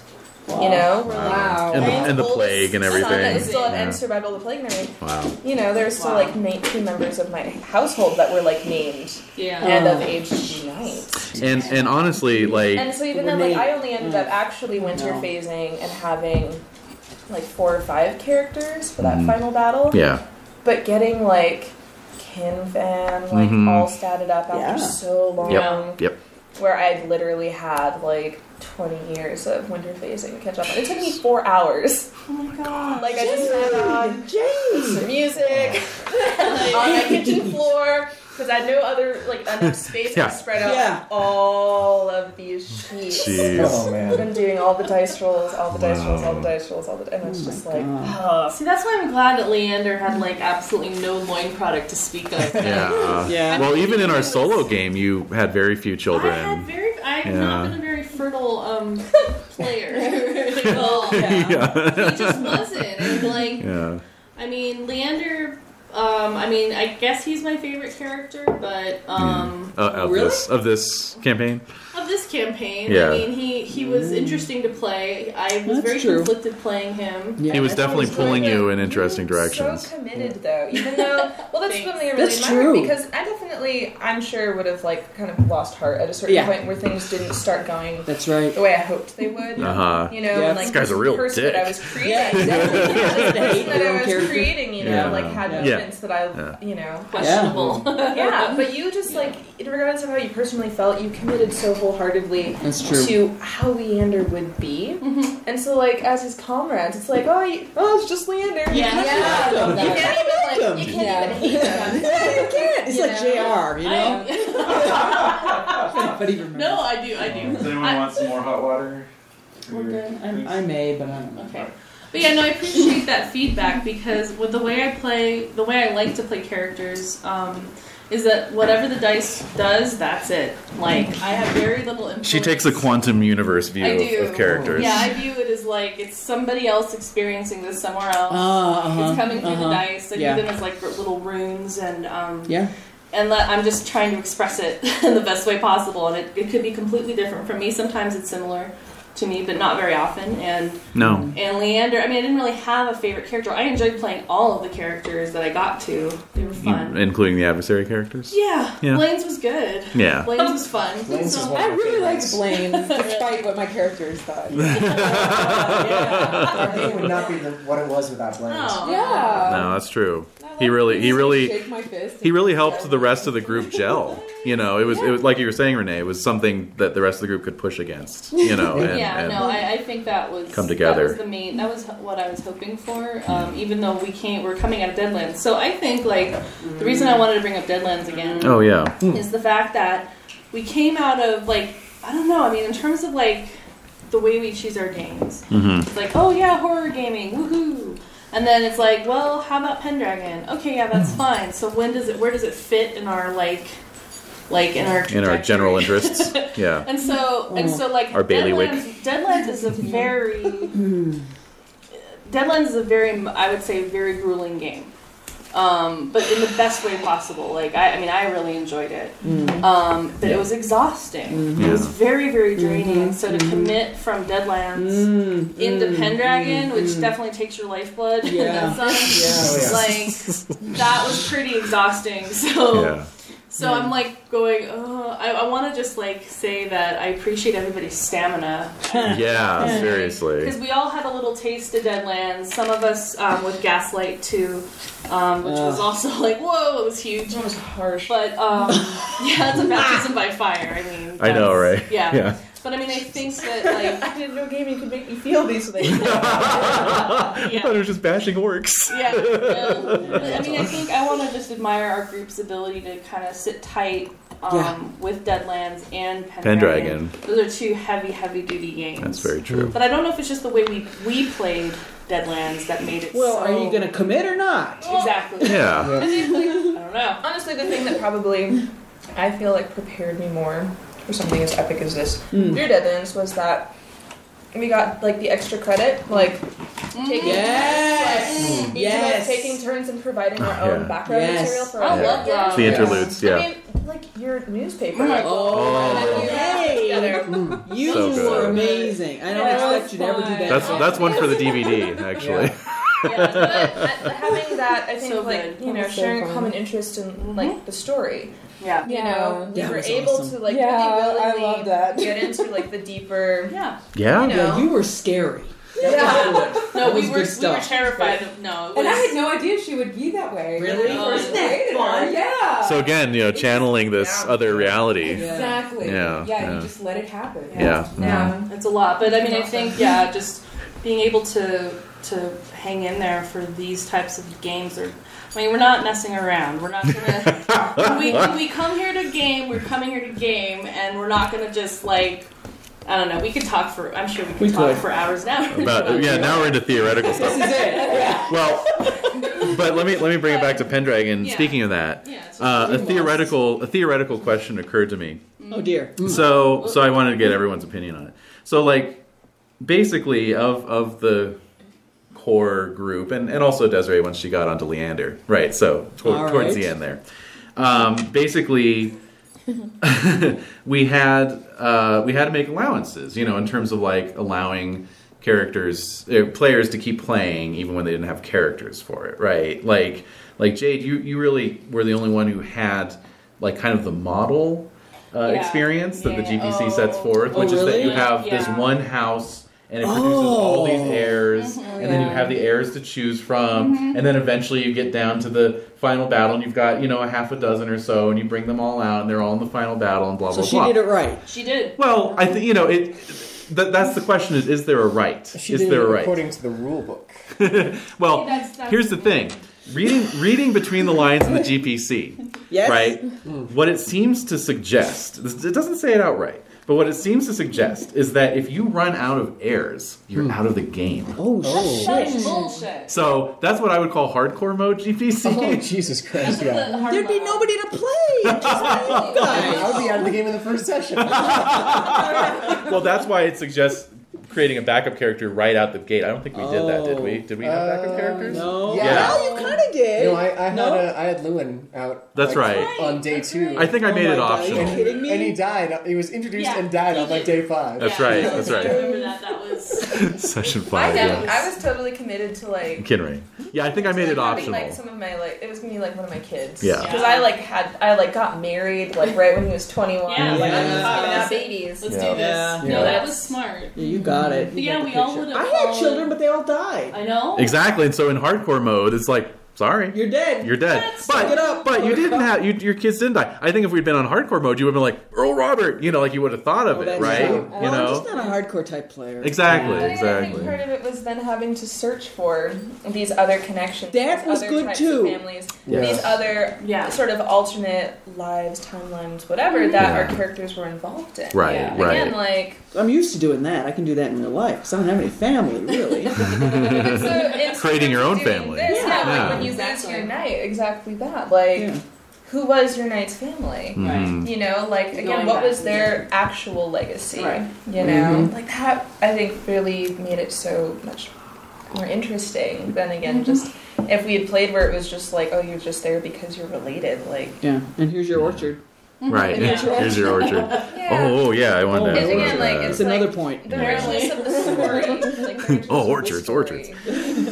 Speaker 6: You know, were like-
Speaker 8: Wow.
Speaker 5: And the,
Speaker 6: my
Speaker 5: and the
Speaker 6: oldest
Speaker 5: plague and
Speaker 6: son that is
Speaker 5: everything.
Speaker 6: still
Speaker 5: Yeah.
Speaker 6: and survived all the plague and everything.
Speaker 5: Wow.
Speaker 6: You know, there were still like 19 members of my household that were like named
Speaker 3: Yeah.
Speaker 6: and
Speaker 4: Oh.
Speaker 6: of age night.
Speaker 5: And and honestly,
Speaker 6: And
Speaker 5: like,
Speaker 6: so even
Speaker 4: Were
Speaker 6: then, like
Speaker 4: named. Mm.
Speaker 6: I only ended up actually winter
Speaker 4: No.
Speaker 6: phasing and having like four or five characters for
Speaker 5: Mm.
Speaker 6: that final battle.
Speaker 5: yeah.
Speaker 6: But getting like Kin Fan like
Speaker 5: Mhm.
Speaker 6: all statted up after
Speaker 4: Yeah.
Speaker 6: so long,
Speaker 5: Yep. Yep.
Speaker 6: where I'd literally had like 20 years of winter phasing to catch up on. It took me four hours. Oh my god! Like I just had on some music on my kitchen floor. Because I had no other like enough space
Speaker 5: Yeah.
Speaker 6: to spread out
Speaker 4: Yeah.
Speaker 6: all of these sheets.
Speaker 5: Jeez.
Speaker 7: Oh
Speaker 6: I've
Speaker 7: man.
Speaker 6: been doing all the dice rolls, all the dice rolls, all the
Speaker 5: Wow.
Speaker 6: dice rolls, all the, and it's just like,
Speaker 3: See, that's why I'm glad that Leander had like absolutely no loin product to speak of.
Speaker 5: Yeah.
Speaker 4: Yeah.
Speaker 5: Well, even in our solo game, you had very few
Speaker 3: I had
Speaker 5: children.
Speaker 3: very. I've
Speaker 5: Yeah.
Speaker 3: not been a very fertile um, player. well,
Speaker 5: yeah.
Speaker 3: he just wasn't. And, like,
Speaker 5: Yeah.
Speaker 3: I mean, Leander. Um, I mean, I guess he's my favorite character, but um,
Speaker 5: Uh, of
Speaker 4: Really?
Speaker 5: this of this campaign.
Speaker 3: of this campaign,
Speaker 5: Yeah.
Speaker 3: I mean, he he was interesting to play. I was
Speaker 4: Mm. That's
Speaker 3: very
Speaker 4: true.
Speaker 3: conflicted playing him.
Speaker 5: He was
Speaker 4: Yeah.
Speaker 5: definitely
Speaker 6: It's really
Speaker 5: pulling you
Speaker 6: good.
Speaker 5: in interesting
Speaker 6: You're
Speaker 5: directions.
Speaker 6: So committed though, even though well, that's something I really
Speaker 4: That's
Speaker 6: admire
Speaker 4: true.
Speaker 6: because I definitely, I'm sure, would have like kind of lost heart at a certain
Speaker 4: Yeah.
Speaker 6: point where things didn't start going
Speaker 4: That's right.
Speaker 6: the way I hoped they would.
Speaker 5: Uh huh.
Speaker 6: You know,
Speaker 4: Yeah.
Speaker 6: and, like
Speaker 4: This
Speaker 5: guy's a real
Speaker 6: the person
Speaker 5: dick.
Speaker 6: that I was creating,
Speaker 4: Yeah, exactly. Just to hate
Speaker 6: the person that
Speaker 4: your
Speaker 6: I
Speaker 4: own
Speaker 6: was
Speaker 4: character.
Speaker 6: creating, you know,
Speaker 5: Yeah.
Speaker 6: like had
Speaker 4: Yeah.
Speaker 6: moments that I,
Speaker 5: Yeah.
Speaker 6: you know,
Speaker 3: Questionable.
Speaker 6: yeah. But you just like, regardless of how you personally felt, you committed so wholeheartedly
Speaker 4: That's true.
Speaker 6: to how Leander would be. And so, like, as his comrades, it's like, oh, you, oh it's just Leander.
Speaker 3: Yeah.
Speaker 4: I love
Speaker 6: You
Speaker 4: that.
Speaker 6: can't even, like, you can't
Speaker 4: Yeah.
Speaker 6: even hate him.
Speaker 4: Yeah, you can't. It's
Speaker 8: You
Speaker 4: like JR, you know?
Speaker 3: I,
Speaker 4: but he remembers.
Speaker 3: no, I do, I do.
Speaker 9: Does anyone
Speaker 3: I-
Speaker 9: want some more hot water?
Speaker 4: We're good. I'm- I, may, but I don't know.
Speaker 3: Okay. But yeah, no, I appreciate that feedback because with the way I play, the way I like to play characters, um, is that whatever the dice does, that's it. Like I have very little influence.
Speaker 5: She takes a quantum universe view
Speaker 3: I
Speaker 5: of-
Speaker 3: do.
Speaker 5: of characters.
Speaker 3: Yeah, I view it as like it's somebody else experiencing this somewhere else.
Speaker 4: Ah, uh-huh,
Speaker 3: It's coming through
Speaker 4: uh-huh.
Speaker 3: the dice. I
Speaker 4: Yeah.
Speaker 3: view them as like little runes, and um,
Speaker 4: Yeah.
Speaker 3: and let, I'm just trying to express it in the best way possible. And it, it could be completely different from me. Sometimes it's similar to me, but not very often. And
Speaker 5: No.
Speaker 3: and Leander, I mean, I didn't really have a favorite character. I enjoyed playing all of the characters that I got to. They
Speaker 5: You-
Speaker 3: were fun.
Speaker 5: including the adversary characters.
Speaker 3: Yeah,
Speaker 5: Mm, Yeah.
Speaker 3: Blaine's was good.
Speaker 5: Yeah.
Speaker 3: Blaine's was fun.
Speaker 7: Lane's is
Speaker 3: So-
Speaker 7: one
Speaker 4: I
Speaker 7: of my
Speaker 4: really like
Speaker 7: favorites.
Speaker 4: Blaine, despite what my characters thought.
Speaker 7: Our game would not be the, what it was without Blaine.
Speaker 3: Oh.
Speaker 8: um,
Speaker 4: Yeah.
Speaker 5: No, that's true. He really, he really,
Speaker 4: Shake my fist.
Speaker 5: he really helped the rest of the group gel. You know, it was, it was like you were saying, Renee, it was something that the rest of the group could push against. You know, and,
Speaker 3: yeah,
Speaker 5: and
Speaker 3: no, I, I think that was
Speaker 5: Come together. Mm.
Speaker 3: That was the main. That was what I was hoping for. Um, even though we can't, we're coming out of Deadlands. So I think like the reason I wanted to bring up Deadlands again
Speaker 5: oh yeah,
Speaker 3: is the fact that we came out of like I don't know. I mean, in terms of like the way we choose our games.
Speaker 9: Mm-hmm.
Speaker 3: It's like, oh yeah, horror gaming, woohoo! And then it's like, well, how about Pendragon? Okay, yeah, that's
Speaker 9: Hmm.
Speaker 3: fine. So when does it? Where does it fit in our like, like in our
Speaker 9: In our general
Speaker 3: trajectory?
Speaker 9: interests. Yeah.
Speaker 3: And so and so like
Speaker 9: Our bailiwick.
Speaker 3: Deadlands, Deadlands is a very Deadlands is a very I would say very grueling game. Um, but in the best way possible. Like I, I mean I really enjoyed it. Um, but
Speaker 9: Yeah. Mm-hmm.
Speaker 3: it was exhausting. It
Speaker 9: Yeah.
Speaker 3: was very, very
Speaker 4: Mm-hmm.
Speaker 3: draining. So to commit from Deadlands
Speaker 4: Mm,
Speaker 3: into
Speaker 4: mm,
Speaker 3: Pendragon,
Speaker 4: mm,
Speaker 3: which
Speaker 4: mm.
Speaker 3: definitely takes your lifeblood
Speaker 4: Yeah. oh,
Speaker 3: and then some,
Speaker 4: Yeah.
Speaker 7: yeah.
Speaker 3: like that was pretty exhausting. So
Speaker 9: Yeah.
Speaker 3: so I'm like going, oh, I, I want to just like say that I appreciate everybody's stamina.
Speaker 9: Yeah. Seriously.
Speaker 3: Because we all had a little taste of Deadlands. Some of us um, with Gaslight too, um, which was
Speaker 4: Ugh.
Speaker 3: also like, whoa, it was huge.
Speaker 6: That was harsh.
Speaker 3: But um, yeah, it's a baptism by fire. I mean,
Speaker 9: I know,
Speaker 3: that's-
Speaker 9: right?
Speaker 3: Yeah.
Speaker 9: Yeah.
Speaker 3: But I mean, I think that
Speaker 6: I didn't know gaming could make me feel these things.
Speaker 3: like,
Speaker 9: I thought
Speaker 3: yeah.
Speaker 9: it was just bashing orcs.
Speaker 3: Yeah, no. But, I mean, I think I want to just admire our group's ability to kind of sit tight um,
Speaker 4: Yeah.
Speaker 3: with Deadlands and
Speaker 9: Pendragon.
Speaker 3: Pendragon. Those are two heavy, heavy duty games.
Speaker 9: That's very true.
Speaker 3: But I don't know if it's just the way we we played Deadlands that made it.
Speaker 4: Well,
Speaker 3: so...
Speaker 4: are you gonna commit or not?
Speaker 3: Exactly.
Speaker 9: Yeah.
Speaker 3: I don't know.
Speaker 6: Honestly, the thing that probably I feel like prepared me more for something as epic as this
Speaker 4: Mm.
Speaker 9: Hmm.
Speaker 6: through Dead Ends was that we got like the extra credit, like taking
Speaker 4: Yes.
Speaker 6: like, each
Speaker 4: Yes.
Speaker 6: of us taking turns and providing our
Speaker 9: Oh, yeah.
Speaker 6: own background
Speaker 4: Yes.
Speaker 6: material for
Speaker 3: I
Speaker 6: our
Speaker 9: Yeah.
Speaker 3: love that.
Speaker 9: The interludes. Yeah.
Speaker 6: I mean, like your newspaper.
Speaker 4: Oh,
Speaker 9: Oh.
Speaker 4: yay!
Speaker 7: Hmm.
Speaker 4: You
Speaker 9: So good.
Speaker 4: were amazing. I don't
Speaker 3: Yeah, that
Speaker 4: expect you to ever do that.
Speaker 9: That's that's one for the DVD actually.
Speaker 3: Yeah,
Speaker 6: but
Speaker 3: but-
Speaker 6: uh, having that, I think,
Speaker 3: So
Speaker 6: like
Speaker 3: good.
Speaker 6: you know,
Speaker 8: That's so
Speaker 6: sharing a
Speaker 8: fun.
Speaker 6: common interest in like the story.
Speaker 3: yeah.
Speaker 6: You
Speaker 8: Yeah.
Speaker 6: know, we
Speaker 4: That
Speaker 6: were
Speaker 4: was
Speaker 6: able
Speaker 4: awesome.
Speaker 6: to like
Speaker 8: Yeah,
Speaker 6: really
Speaker 8: I
Speaker 6: willingly
Speaker 8: love that.
Speaker 6: get into like the deeper.
Speaker 3: Yeah.
Speaker 9: Yeah.
Speaker 6: You know.
Speaker 4: yeah, you were scary. That
Speaker 6: Yeah.
Speaker 4: was good.
Speaker 3: No,
Speaker 4: That was
Speaker 3: we
Speaker 4: good
Speaker 3: were we were
Speaker 4: stuff.
Speaker 3: terrified. Of, no, it
Speaker 8: And I
Speaker 3: was-
Speaker 8: had no idea she would be that way.
Speaker 4: Really?
Speaker 8: When we
Speaker 3: Oh,
Speaker 8: first
Speaker 3: isn't that
Speaker 8: dated her.
Speaker 4: fun?
Speaker 8: Yeah.
Speaker 9: So again, you know, channeling this
Speaker 6: Yeah.
Speaker 9: other reality.
Speaker 8: exactly.
Speaker 9: Yeah,
Speaker 8: Yeah.
Speaker 9: yeah.
Speaker 8: You just let it happen.
Speaker 9: Yeah.
Speaker 8: Yeah.
Speaker 3: That's a lot, but I mean, I think yeah, just being able to to hang in there for these types of games are. I mean, we're not messing around. We're not gonna. when we when we come here to game. We're coming here to game, and we're not gonna just like. I don't know. We could talk for. I'm sure we could
Speaker 4: We
Speaker 3: talk
Speaker 4: could.
Speaker 3: for hours and hours.
Speaker 9: But yeah, now we're into theoretical
Speaker 4: This
Speaker 9: stuff.
Speaker 4: is it.
Speaker 9: Well, but let me let me bring it back to Pendragon.
Speaker 3: Yeah.
Speaker 9: Speaking of that,
Speaker 3: Yeah, it's-
Speaker 9: uh, a theoretical a theoretical question occurred to me.
Speaker 4: Oh dear.
Speaker 9: So so I wanted to get everyone's opinion on it. So like basically of of the core group and, and also Desiree once she got onto Leander. Right, so tor-
Speaker 4: All
Speaker 9: towards
Speaker 4: right.
Speaker 9: the end there. Um, basically we had uh, we had to make allowances, you know, in terms of like allowing characters uh, players to keep playing even when they didn't have characters for it, right? Like like Jade, you you really were the only one who had like kind of the model uh,
Speaker 3: Yeah.
Speaker 9: experience that the
Speaker 3: Yeah. Oh.
Speaker 9: GPC sets forth, which is that
Speaker 4: really?
Speaker 9: you have this
Speaker 3: Yeah. Oh.
Speaker 9: one house and it produces all these heirs, and then you have the heirs to choose from, and then eventually you get down to the final battle, and you've got you know a half a dozen or so, and you bring them all out, and they're all in the final battle, and blah
Speaker 4: So
Speaker 9: blah
Speaker 4: she
Speaker 9: blah.
Speaker 4: did it right.
Speaker 3: she did.
Speaker 9: Well, I think you know it. Th- that's the question: is is there a right?
Speaker 7: She
Speaker 9: is
Speaker 7: did
Speaker 9: there
Speaker 7: it
Speaker 9: a right?
Speaker 7: according to the rule book.
Speaker 9: Well,
Speaker 3: See, that's- that's-
Speaker 9: here's the thing: reading reading between the lines in the GPC,
Speaker 4: Yes.
Speaker 9: right? What it seems to suggest, this- it doesn't say it outright, but what it seems to suggest is that if you run out of heirs, you're out of the game.
Speaker 4: Oh,
Speaker 3: That
Speaker 4: shit.
Speaker 3: is bullshit.
Speaker 9: So that's what I would call hardcore mode GPC.
Speaker 7: Oh Jesus Christ! Yeah,
Speaker 4: There'd be nobody to play. Just you guys.
Speaker 7: I would be out of the game in the first session.
Speaker 9: well, that's why it suggests creating a backup character right out the gate. I don't think we did that, did we? Did we have backup
Speaker 7: Oh,
Speaker 9: characters?
Speaker 4: No.
Speaker 7: Yeah.
Speaker 4: Well, you kind of did.
Speaker 7: No, I, I
Speaker 4: No?
Speaker 7: had a, I had Lewin out.
Speaker 9: That's
Speaker 7: like,
Speaker 9: right.
Speaker 7: On day two,
Speaker 9: I think I
Speaker 4: Oh
Speaker 9: made
Speaker 4: my
Speaker 9: it
Speaker 4: God,
Speaker 9: optional.
Speaker 4: you
Speaker 7: and,
Speaker 4: kidding me?
Speaker 7: and he died. He was introduced
Speaker 3: Yeah,
Speaker 7: and died
Speaker 3: he
Speaker 7: on like
Speaker 3: did.
Speaker 7: day five.
Speaker 9: That's right.
Speaker 3: Yeah,
Speaker 9: That's
Speaker 3: I
Speaker 9: right.
Speaker 3: remember that. That was.
Speaker 9: Session
Speaker 6: I
Speaker 9: five.
Speaker 6: know.
Speaker 9: Yeah.
Speaker 6: I was totally committed to like.
Speaker 9: Kinray. Yeah, I think I made it
Speaker 6: having, Like
Speaker 9: optional.
Speaker 6: some of my like, it was gonna be like one of my kids.
Speaker 9: Yeah.
Speaker 6: Because I like had, I like got married like right when he was twenty one.
Speaker 3: Yeah,
Speaker 6: Like, I'm
Speaker 4: yeah.
Speaker 6: just giving out
Speaker 3: Yeah.
Speaker 6: babies.
Speaker 3: Let's
Speaker 9: Yeah.
Speaker 3: do this.
Speaker 4: Yeah.
Speaker 3: No,
Speaker 7: Yeah.
Speaker 3: that was smart.
Speaker 4: Yeah, you got it. You
Speaker 3: Yeah,
Speaker 4: got the
Speaker 3: we all
Speaker 4: picture.
Speaker 3: would've
Speaker 4: I had
Speaker 3: all-
Speaker 4: children, but they all died.
Speaker 3: I know.
Speaker 9: Exactly. And so in hardcore mode, it's like
Speaker 5: Sorry.
Speaker 4: You're dead.
Speaker 5: You're dead. but
Speaker 4: suck it up,
Speaker 5: but you didn't have you, your kids didn't die. I think if we'd been on hardcore mode, you would have been like Earl Robert. You know, like you would have thought of
Speaker 4: Well,
Speaker 5: it,
Speaker 4: that's
Speaker 5: right?
Speaker 4: true.
Speaker 5: You
Speaker 4: Well, Oh, I'm
Speaker 5: know,
Speaker 4: just not a hardcore type player.
Speaker 5: exactly,
Speaker 6: But I think
Speaker 5: exactly.
Speaker 6: part of it was then having to search for these other connections,
Speaker 4: That
Speaker 6: these
Speaker 4: was
Speaker 6: other
Speaker 4: good
Speaker 6: types
Speaker 4: too.
Speaker 6: of families,
Speaker 7: Yeah.
Speaker 6: these other
Speaker 3: Yeah.
Speaker 6: sort of alternate lives, timelines, whatever that
Speaker 5: Mm-hmm. Yeah.
Speaker 6: our characters were involved in.
Speaker 5: Right,
Speaker 3: Yeah.
Speaker 5: right.
Speaker 6: Again, like
Speaker 4: I'm used to doing that. I can do that in real life because I don't have any family, really.
Speaker 6: so it's
Speaker 5: Creating your own
Speaker 6: doing
Speaker 5: family.
Speaker 6: This, yeah,
Speaker 5: Yeah.
Speaker 6: like when you
Speaker 3: Exactly.
Speaker 6: lose your knight, exactly that. Like,
Speaker 4: Yeah.
Speaker 6: who was your knight's family?
Speaker 5: Mhm.
Speaker 6: You know, like again,
Speaker 3: Going
Speaker 6: what
Speaker 3: back
Speaker 6: was
Speaker 3: to
Speaker 6: their actual legacy?
Speaker 3: Right.
Speaker 6: You know,
Speaker 5: Mm-hmm.
Speaker 6: like that. I think really made it so much more interesting than again
Speaker 3: Mm-hmm.
Speaker 6: just if we had played where it was just like, oh, you're just there because you're related. Like,
Speaker 4: yeah. And here's your orchard.
Speaker 5: Right.
Speaker 3: Yeah.
Speaker 5: Here's your orchard.
Speaker 6: yeah.
Speaker 5: Oh, oh, yeah, I wanted to.
Speaker 6: And
Speaker 5: I wanted
Speaker 6: again,
Speaker 5: to-
Speaker 6: like,
Speaker 4: It's
Speaker 6: It's like-
Speaker 4: another point.
Speaker 6: The
Speaker 5: Yeah.
Speaker 6: richness of the story. like, the richness
Speaker 5: Oh,
Speaker 6: of the
Speaker 5: orchards,
Speaker 6: story.
Speaker 5: orchards.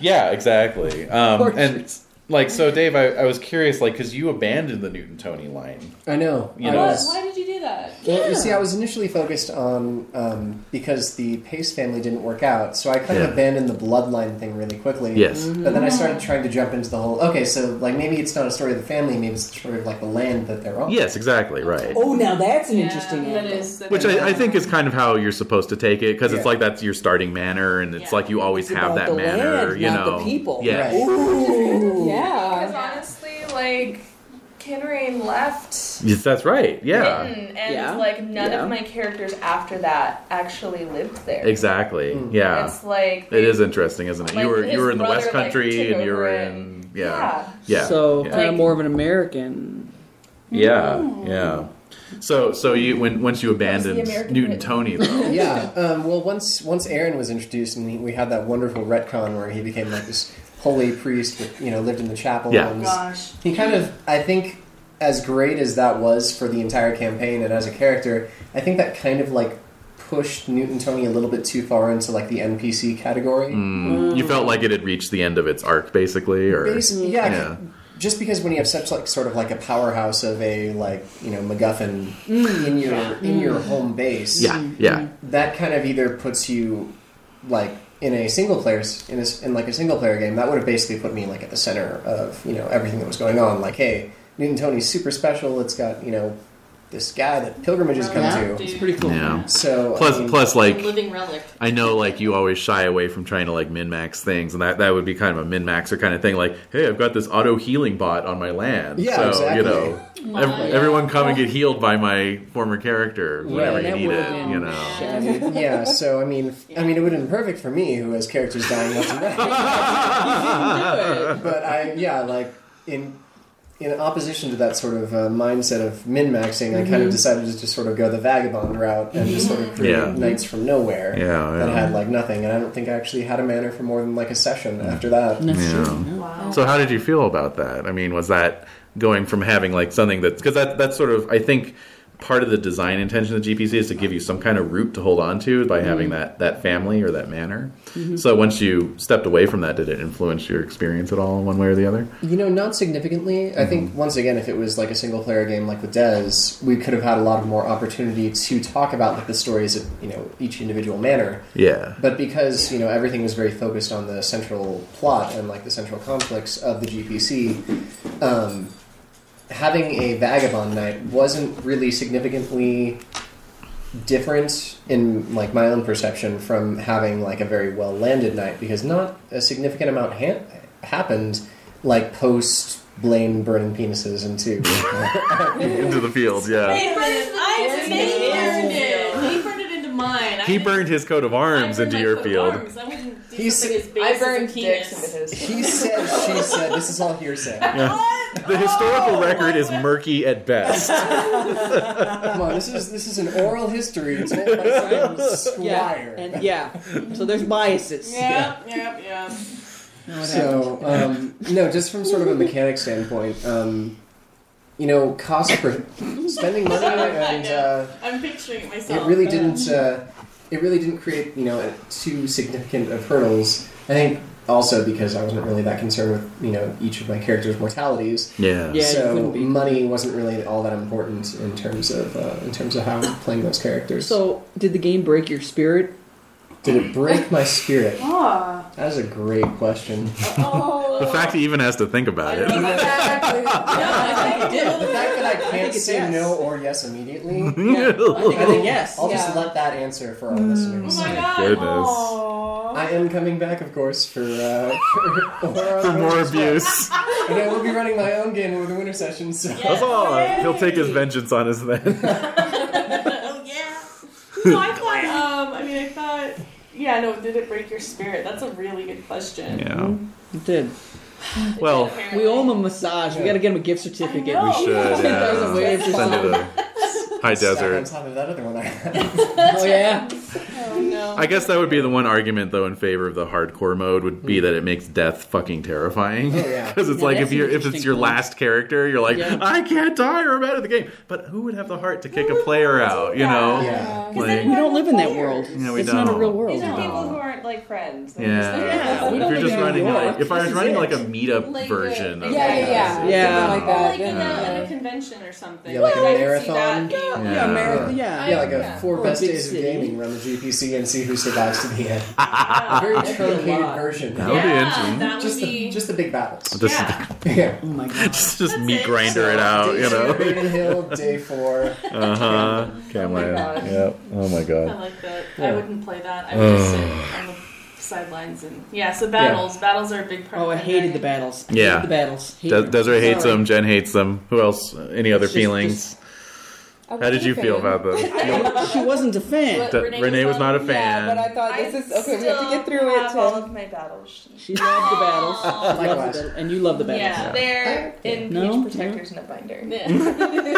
Speaker 5: Yeah, exactly. Um, and
Speaker 4: Orchards.
Speaker 5: like, so Dave, I, I was curious, like, because you abandoned the Newton Tony line.
Speaker 7: I know.
Speaker 5: You
Speaker 7: I
Speaker 5: know.
Speaker 3: What?
Speaker 7: was-
Speaker 3: Why did you do that?
Speaker 7: Well, you see, I was initially focused on um, because the Pace family didn't work out, so I kind
Speaker 5: Yeah.
Speaker 7: of abandoned the bloodline thing really quickly.
Speaker 5: Yes.
Speaker 7: But then I started trying to jump into the whole. Okay, so like maybe it's not a story of the family, maybe it's a story of like the land that they're on.
Speaker 5: Yes, exactly. Right.
Speaker 4: Oh, now that's an
Speaker 3: Yeah,
Speaker 4: interesting
Speaker 3: That
Speaker 4: angle.
Speaker 3: is.
Speaker 5: Which I, I think is kind of how you're supposed to take it, because it's
Speaker 7: Yeah.
Speaker 5: like that's your starting manner, and it's
Speaker 3: Yeah.
Speaker 5: like you always
Speaker 4: It's
Speaker 5: have
Speaker 4: about
Speaker 5: that
Speaker 4: the
Speaker 5: manner,
Speaker 4: land,
Speaker 5: you
Speaker 4: not
Speaker 5: know.
Speaker 4: the people.
Speaker 5: Yes.
Speaker 7: Right.
Speaker 4: Ooh.
Speaker 6: Because
Speaker 3: Yeah.
Speaker 6: honestly, like, Kinrain left.
Speaker 5: Yes, that's right. Yeah.
Speaker 6: Britain, and
Speaker 4: Yeah.
Speaker 6: like none
Speaker 4: Yeah.
Speaker 6: of my characters after that actually lived there.
Speaker 5: Exactly.
Speaker 7: Mm.
Speaker 5: Yeah.
Speaker 6: It's like
Speaker 5: it is interesting, isn't it?
Speaker 6: Like,
Speaker 5: you were
Speaker 6: his
Speaker 5: you were in the
Speaker 6: brother,
Speaker 5: West
Speaker 6: like,
Speaker 5: Country,
Speaker 6: took
Speaker 5: and you were
Speaker 6: over
Speaker 5: in
Speaker 6: Yeah.
Speaker 5: yeah yeah
Speaker 4: So
Speaker 5: yeah
Speaker 4: kind of more of an American.
Speaker 5: yeah. yeah. So so you when once you
Speaker 6: was Mm. the
Speaker 5: abandoned
Speaker 6: American
Speaker 5: Newton
Speaker 6: Britain.
Speaker 5: Tony though.
Speaker 7: yeah. Um, well, once once Aaron was introduced, and he, we had that wonderful retcon where he became like this holy priest, but you know lived in the chapel.
Speaker 5: Yeah.
Speaker 7: And was,
Speaker 3: Gosh.
Speaker 7: He kind of, I think, as great as that was for the entire campaign and as a character, I think that kind of like pushed Newton Tony a little bit too far into like the NPC category.
Speaker 5: Mm. You felt like it had reached the end of its arc, basically, or
Speaker 7: Bas- yeah,
Speaker 5: yeah.
Speaker 7: just because when you have such like sort of like a powerhouse of a like you know MacGuffin in your in your home base,
Speaker 5: yeah, yeah,
Speaker 7: that kind of either puts you like in a single player's in a, s- in like a single player game that would have basically put me like at the center of you know everything that was going on like hey newton tony's super special it's got you know this guy that pilgrimages come
Speaker 4: Yeah.
Speaker 7: to
Speaker 4: It's pretty cool.
Speaker 5: yeah.
Speaker 7: so I
Speaker 5: Plus,
Speaker 7: mean,
Speaker 5: plus,
Speaker 3: A
Speaker 5: like
Speaker 3: living relic.
Speaker 5: I know, like you always shy away from trying to like min max things, and that that would be kind of a min maxer kind of thing. Like, hey, I've got this auto healing bot on my land,
Speaker 7: Yeah,
Speaker 5: so you
Speaker 7: exactly.
Speaker 5: know,
Speaker 3: Wow.
Speaker 5: ev- everyone come and get healed by my former character whenever
Speaker 7: Right.
Speaker 5: you
Speaker 4: That
Speaker 5: need
Speaker 4: would've
Speaker 5: it,
Speaker 4: been
Speaker 5: you know.
Speaker 4: shabby.
Speaker 7: yeah so i mean f- i mean it would have been perfect for me who has characters dying left and right but i yeah like in in opposition to that sort of uh, mindset of min-maxing i
Speaker 5: Mm-hmm.
Speaker 7: kind of decided to just sort of go the vagabond route and just sort of create
Speaker 5: Yeah.
Speaker 7: knights from nowhere
Speaker 5: Yeah,
Speaker 7: that
Speaker 5: yeah.
Speaker 7: had like nothing, and I don't think I actually had a manor for more than like a session
Speaker 5: Mm.
Speaker 7: after that.
Speaker 4: That's
Speaker 5: Yeah.
Speaker 4: true. No.
Speaker 5: So how did you feel about that? I mean, was that going from having like something that's because that that's sort of I think part of the design intention of GPC is to give you some kind of root to hold on to
Speaker 3: Mm-hmm.
Speaker 5: by having that that family or that manner. So once you stepped away from that, did it influence your experience at all, in one way or the other?
Speaker 7: You know, not significantly. I think once again, if it was like a single player game like with Dez, we could have had a lot more opportunity to talk about like the stories of you know each individual manor.
Speaker 5: Yeah.
Speaker 7: But because you know everything was very focused on the central plot and like the central conflicts of the GPC, um, having a vagabond night wasn't really significantly different in like my own perception from having like a very well landed night because not a significant amount ha- happened like post blame burning penises into
Speaker 5: Into the fields, yeah.
Speaker 3: They burned it. I they burned it. He burned it into mine. I
Speaker 5: He
Speaker 3: didn't-
Speaker 5: burned his coat of
Speaker 3: I
Speaker 5: arms
Speaker 3: burned
Speaker 5: into
Speaker 3: my
Speaker 5: your
Speaker 3: foot
Speaker 5: field.
Speaker 3: arms. I wouldn't do
Speaker 7: He's-
Speaker 3: something as big
Speaker 6: I
Speaker 3: as a
Speaker 6: burned
Speaker 3: penis.
Speaker 6: dicks into his.
Speaker 7: he said she said this is all hearsay
Speaker 5: The historical record is murky at best.
Speaker 7: come on this is this is an oral history told by some
Speaker 4: Yeah.
Speaker 7: squire
Speaker 4: And yeah. So there's biases.
Speaker 3: Yep, yep, yep.
Speaker 4: No, it
Speaker 7: So um, no, just from sort of a mechanic standpoint, um, you know, cost per spending money and uh,
Speaker 3: I'm picturing it myself.
Speaker 7: it really didn't. Uh, it really didn't create you know a- too significant of hurdles. I think also because I wasn't really that concerned with you know each of my characters' mortalities.
Speaker 5: Yeah.
Speaker 4: Yeah. you
Speaker 7: so
Speaker 4: couldn't be.
Speaker 7: money wasn't really all that important in terms of uh, in terms of how I'm playing those characters.
Speaker 4: So did the game break your spirit?
Speaker 7: Did it break my spirit?
Speaker 3: Ah.
Speaker 7: That is a great question.
Speaker 3: Oh.
Speaker 5: The fact he even has to think about it.
Speaker 7: The fact that I can't
Speaker 4: it's
Speaker 7: say
Speaker 4: yes.
Speaker 7: no or yes immediately, Oh
Speaker 4: I think yes.
Speaker 7: I'll just let that answer for our listeners.
Speaker 3: Mm.
Speaker 5: Goodness.
Speaker 3: Oh
Speaker 7: I am coming back, of course, for uh, for, for,
Speaker 5: For more abuse.
Speaker 7: And I will be running my own game over the winter session. So
Speaker 5: That's all. He'll take his vengeance on us then.
Speaker 3: oh yeah. So I thought. Um, I mean, I thought. Yeah, no. Did it break your spirit? That's a really good question.
Speaker 5: yeah.
Speaker 4: You did.
Speaker 3: It did,
Speaker 5: Well,
Speaker 4: We
Speaker 3: apparently.
Speaker 4: owe him a massage. We got to get him a gift certificate.
Speaker 3: I
Speaker 5: We
Speaker 3: know.
Speaker 5: should.
Speaker 4: Oh, There's a
Speaker 5: Yeah.
Speaker 4: way to
Speaker 5: Send it a high
Speaker 7: on
Speaker 5: desert.
Speaker 7: top of that other one, I
Speaker 4: Oh yeah.
Speaker 3: Oh no.
Speaker 5: I guess that would be the one argument, though, in favor of the hardcore mode would be that it makes death fucking terrifying.
Speaker 7: yeah.
Speaker 5: Because it's
Speaker 4: Yeah,
Speaker 5: like
Speaker 4: that's
Speaker 5: if you're
Speaker 4: an
Speaker 5: if it's
Speaker 4: interesting
Speaker 5: your
Speaker 4: point.
Speaker 5: last character, you're like,
Speaker 4: Yeah.
Speaker 5: I can't die or I'm out of the game. But who would have the heart to kick a player out? You know,
Speaker 7: Yeah.
Speaker 5: like
Speaker 4: We don't live in that world.
Speaker 5: Yeah, we
Speaker 4: it's not a
Speaker 5: don't.
Speaker 4: real world.
Speaker 8: These are
Speaker 5: Oh, No.
Speaker 8: people who aren't like friends. They're just
Speaker 5: yeah.
Speaker 8: like-
Speaker 4: we don't
Speaker 5: If you're
Speaker 4: live
Speaker 5: just
Speaker 4: in New
Speaker 5: running
Speaker 4: York.
Speaker 5: like if I was
Speaker 4: This
Speaker 5: running
Speaker 4: is
Speaker 5: like a
Speaker 4: it.
Speaker 5: meetup
Speaker 3: Like,
Speaker 5: version,
Speaker 3: uh,
Speaker 5: of
Speaker 3: yeah,
Speaker 5: that,
Speaker 8: yeah,
Speaker 5: it's-
Speaker 4: yeah.
Speaker 5: it's-
Speaker 4: Something
Speaker 8: like that.
Speaker 3: Like in a, in a convention or something.
Speaker 7: Yeah, like
Speaker 3: I
Speaker 7: a
Speaker 3: could see that
Speaker 7: marathon.
Speaker 3: being-
Speaker 4: Yeah, America. Yeah.
Speaker 7: Yeah, like a
Speaker 8: Yeah.
Speaker 7: four
Speaker 4: Or a
Speaker 7: best
Speaker 4: big
Speaker 7: days of
Speaker 4: city.
Speaker 7: gaming, run the GPC and see who survives to the end. A very
Speaker 4: a
Speaker 7: truncated
Speaker 4: lot.
Speaker 7: version.
Speaker 5: That would be
Speaker 3: Yeah,
Speaker 5: interesting.
Speaker 3: That would
Speaker 7: Just
Speaker 3: be.
Speaker 7: the, just the big battles.
Speaker 5: Just,
Speaker 3: yeah.
Speaker 7: Yeah.
Speaker 4: Oh my god.
Speaker 5: just, just
Speaker 3: That's
Speaker 5: meat
Speaker 3: it.
Speaker 5: grinder it out, you
Speaker 7: Day two,
Speaker 5: know.
Speaker 7: Raven Hill, day four.
Speaker 5: Uh huh.
Speaker 8: God.
Speaker 5: Yep. Oh my
Speaker 3: I
Speaker 5: god.
Speaker 3: like that. I
Speaker 4: Yeah.
Speaker 3: wouldn't play that. I would just sit on the sidelines and yeah. So battles, battles are a big part.
Speaker 4: Oh, I
Speaker 3: of my
Speaker 4: hated
Speaker 3: night.
Speaker 4: the battles. I
Speaker 5: Yeah.
Speaker 4: hated the battles. Hated
Speaker 5: De-
Speaker 4: them.
Speaker 5: Desiree hates
Speaker 4: Sorry.
Speaker 5: them. Jen hates them. Who else? Any other
Speaker 4: It's just-
Speaker 5: feelings? How did you feel about them?
Speaker 4: just- she wasn't a fan.
Speaker 5: De-
Speaker 3: Renee
Speaker 5: Renee,
Speaker 3: was
Speaker 5: was
Speaker 3: not-
Speaker 5: not a
Speaker 8: Yeah, but I
Speaker 5: fan.
Speaker 8: thought Oh, this is okay. We have to get
Speaker 6: I
Speaker 8: through it.
Speaker 6: have all
Speaker 8: To,
Speaker 6: of my battles.
Speaker 4: She loved the battles. She loved the
Speaker 7: Likewise.
Speaker 4: battle- and you love the battles.
Speaker 3: Yeah.
Speaker 6: They're in
Speaker 4: No, no.
Speaker 6: page protectors in a binder.
Speaker 3: Because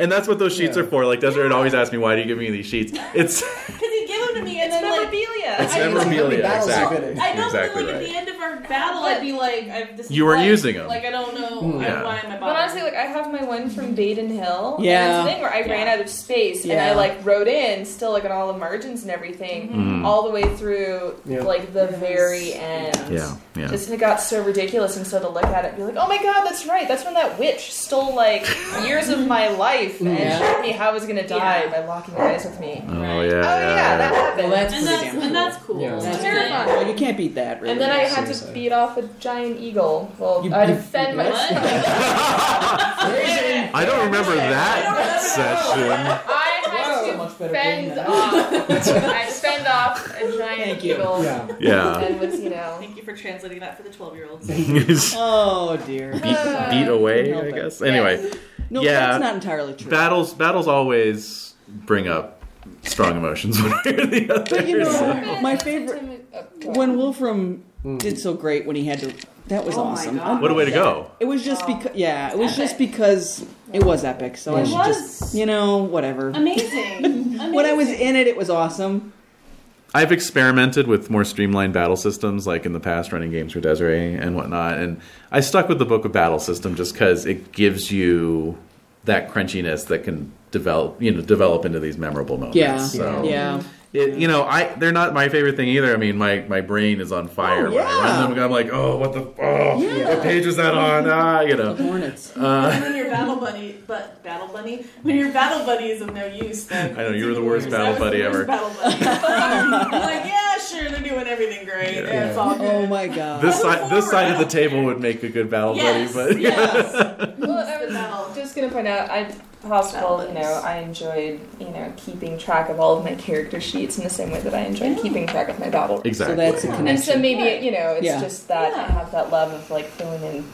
Speaker 5: And that's what those sheets
Speaker 7: Yeah.
Speaker 5: are for. Like Desiree would always asked me, "Why do you give me these sheets?" It's
Speaker 3: he gave them to me and
Speaker 6: It's
Speaker 3: then like
Speaker 6: memorabilia.
Speaker 5: it's
Speaker 3: I-
Speaker 5: memorabilia.
Speaker 7: Battles are
Speaker 5: Exactly.
Speaker 7: good.
Speaker 3: I know,
Speaker 5: exactly
Speaker 3: but like at
Speaker 5: right.
Speaker 3: the end of our battle, I'd be like, I've, this is
Speaker 5: You were
Speaker 3: blank.
Speaker 5: using 'em.
Speaker 3: Like I don't know
Speaker 7: Hmm.
Speaker 3: I-
Speaker 5: Yeah.
Speaker 3: why I'm about.
Speaker 6: But honestly, like I have my one from Baden Hill.
Speaker 4: Yeah.
Speaker 6: And it's a thing where I ran
Speaker 3: Yeah.
Speaker 6: out of space and
Speaker 4: Yeah.
Speaker 6: I like wrote in still like on all the margins and everything
Speaker 4: Mm-hmm.
Speaker 5: Mhm.
Speaker 6: all the way through
Speaker 7: Yeah.
Speaker 6: like the very end.
Speaker 5: Yeah. Yeah.
Speaker 6: Just it got so ridiculous and so to look at it and be like, Oh my god, that's right, that's when that witch stole like years of my life and
Speaker 4: Yeah.
Speaker 6: showed me how I was gonna die
Speaker 3: Yeah.
Speaker 6: by locking eyes with me.
Speaker 5: Oh yeah.
Speaker 3: Right.
Speaker 6: Oh yeah, that happened.
Speaker 4: Well, that's pretty
Speaker 3: and that's
Speaker 4: damn cool.
Speaker 3: and that's cool.
Speaker 7: Yeah.
Speaker 3: That's
Speaker 6: Terrifying.
Speaker 3: good.
Speaker 4: Well, you can't beat that, really.
Speaker 6: and then I had
Speaker 7: Seriously.
Speaker 6: to beat off a giant eagle. Well,
Speaker 4: You
Speaker 6: I
Speaker 4: beat-
Speaker 6: defend
Speaker 4: you
Speaker 6: myself.
Speaker 5: I don't remember that session.
Speaker 6: I had
Speaker 4: Wow.
Speaker 6: to
Speaker 4: Much better game
Speaker 6: fend
Speaker 4: than
Speaker 6: off. I fend off a giant
Speaker 4: Thank you.
Speaker 3: Oh,
Speaker 6: eagle.
Speaker 7: Yeah.
Speaker 5: Yeah.
Speaker 6: And was, you know.
Speaker 3: Thank you for translating that for the twelve-year-olds.
Speaker 5: beat,
Speaker 4: Oh dear.
Speaker 5: beat away, I guess. Anyway,
Speaker 4: No,
Speaker 5: Yeah.
Speaker 4: that's not entirely true.
Speaker 5: battles battles always bring up strong emotions one way or the other.
Speaker 4: But you
Speaker 5: so-
Speaker 4: know, my favorite when Wolfram did so great when he had to. That was
Speaker 3: Oh my
Speaker 4: awesome.
Speaker 3: God.
Speaker 5: what a way to go.
Speaker 4: It was just because, yeah, it was just
Speaker 3: epic.
Speaker 4: because it was epic. So I
Speaker 7: It
Speaker 4: should
Speaker 3: was.
Speaker 4: just, you know, whatever.
Speaker 3: Amazing. Amazing.
Speaker 4: When I was in it, it was awesome.
Speaker 5: I've experimented with more streamlined battle systems, like in the past, running games for Desiree and whatnot. And I stuck with the Book of Battle system just because it gives you that crunchiness that can develop, you know, develop into these memorable moments.
Speaker 4: Yeah,
Speaker 5: So
Speaker 4: yeah.
Speaker 5: It, you know, I they're not my favorite thing either. I mean, my my brain is on fire
Speaker 4: Oh,
Speaker 5: when I
Speaker 4: yeah.
Speaker 5: run them. I'm like, oh, what the, oh, what page was that on? Ah, you
Speaker 4: The
Speaker 5: know.
Speaker 4: Hornets.
Speaker 3: And when your battle bunny, but battle bunny, when your battle buddy is of no use, then
Speaker 5: I know,
Speaker 3: it's
Speaker 5: you were the
Speaker 3: even
Speaker 5: worst
Speaker 3: worse.
Speaker 5: battle
Speaker 3: I was the
Speaker 5: buddy
Speaker 3: worst
Speaker 5: ever.
Speaker 3: battle buddy. I'm like, yeah, sure, they're doing everything great. Yeah. it's all good.
Speaker 4: Oh my god.
Speaker 5: This side this side of the table would make a good battle
Speaker 3: yes,
Speaker 5: buddy, but
Speaker 3: yes.
Speaker 6: Well, I was just gonna point out, I hospital. You know, I enjoyed you know keeping track of all of my character sheets in the same way that I enjoyed keeping track of my battle.
Speaker 4: so
Speaker 5: exactly.
Speaker 4: that's a
Speaker 6: And so
Speaker 4: connection.
Speaker 6: maybe you know it's
Speaker 4: Yeah.
Speaker 6: just that I
Speaker 3: Yeah.
Speaker 6: have that love of like filling in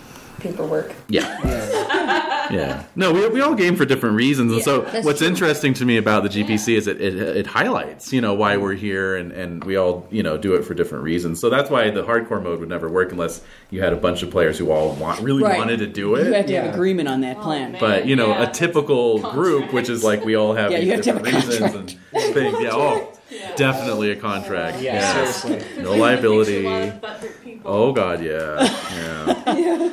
Speaker 6: paperwork.
Speaker 5: yeah.
Speaker 7: Yeah.
Speaker 5: yeah. No, we, we all game for different reasons. And so what's interesting to me about the GPC is it, it, it highlights, you know, why we're here and, and we all, you know, do it for different reasons. So that's why the hardcore mode would never work unless you had a bunch of players who all want, really
Speaker 4: Right.
Speaker 5: wanted to do
Speaker 4: You have
Speaker 5: it.
Speaker 4: to
Speaker 7: Yeah.
Speaker 4: have agreement on that plan.
Speaker 3: Oh, man.
Speaker 5: But, you know,
Speaker 3: Yeah.
Speaker 5: a typical group, which is like we all have
Speaker 4: Yeah, you
Speaker 5: these
Speaker 4: have to have
Speaker 5: different
Speaker 4: a
Speaker 5: reasons and things. Yeah, oh, definitely a contract.
Speaker 7: Yeah,
Speaker 5: Yeah.
Speaker 7: seriously.
Speaker 5: No liability.
Speaker 3: Picture a lot of butthurt people.
Speaker 5: Oh, God, yeah. Yeah.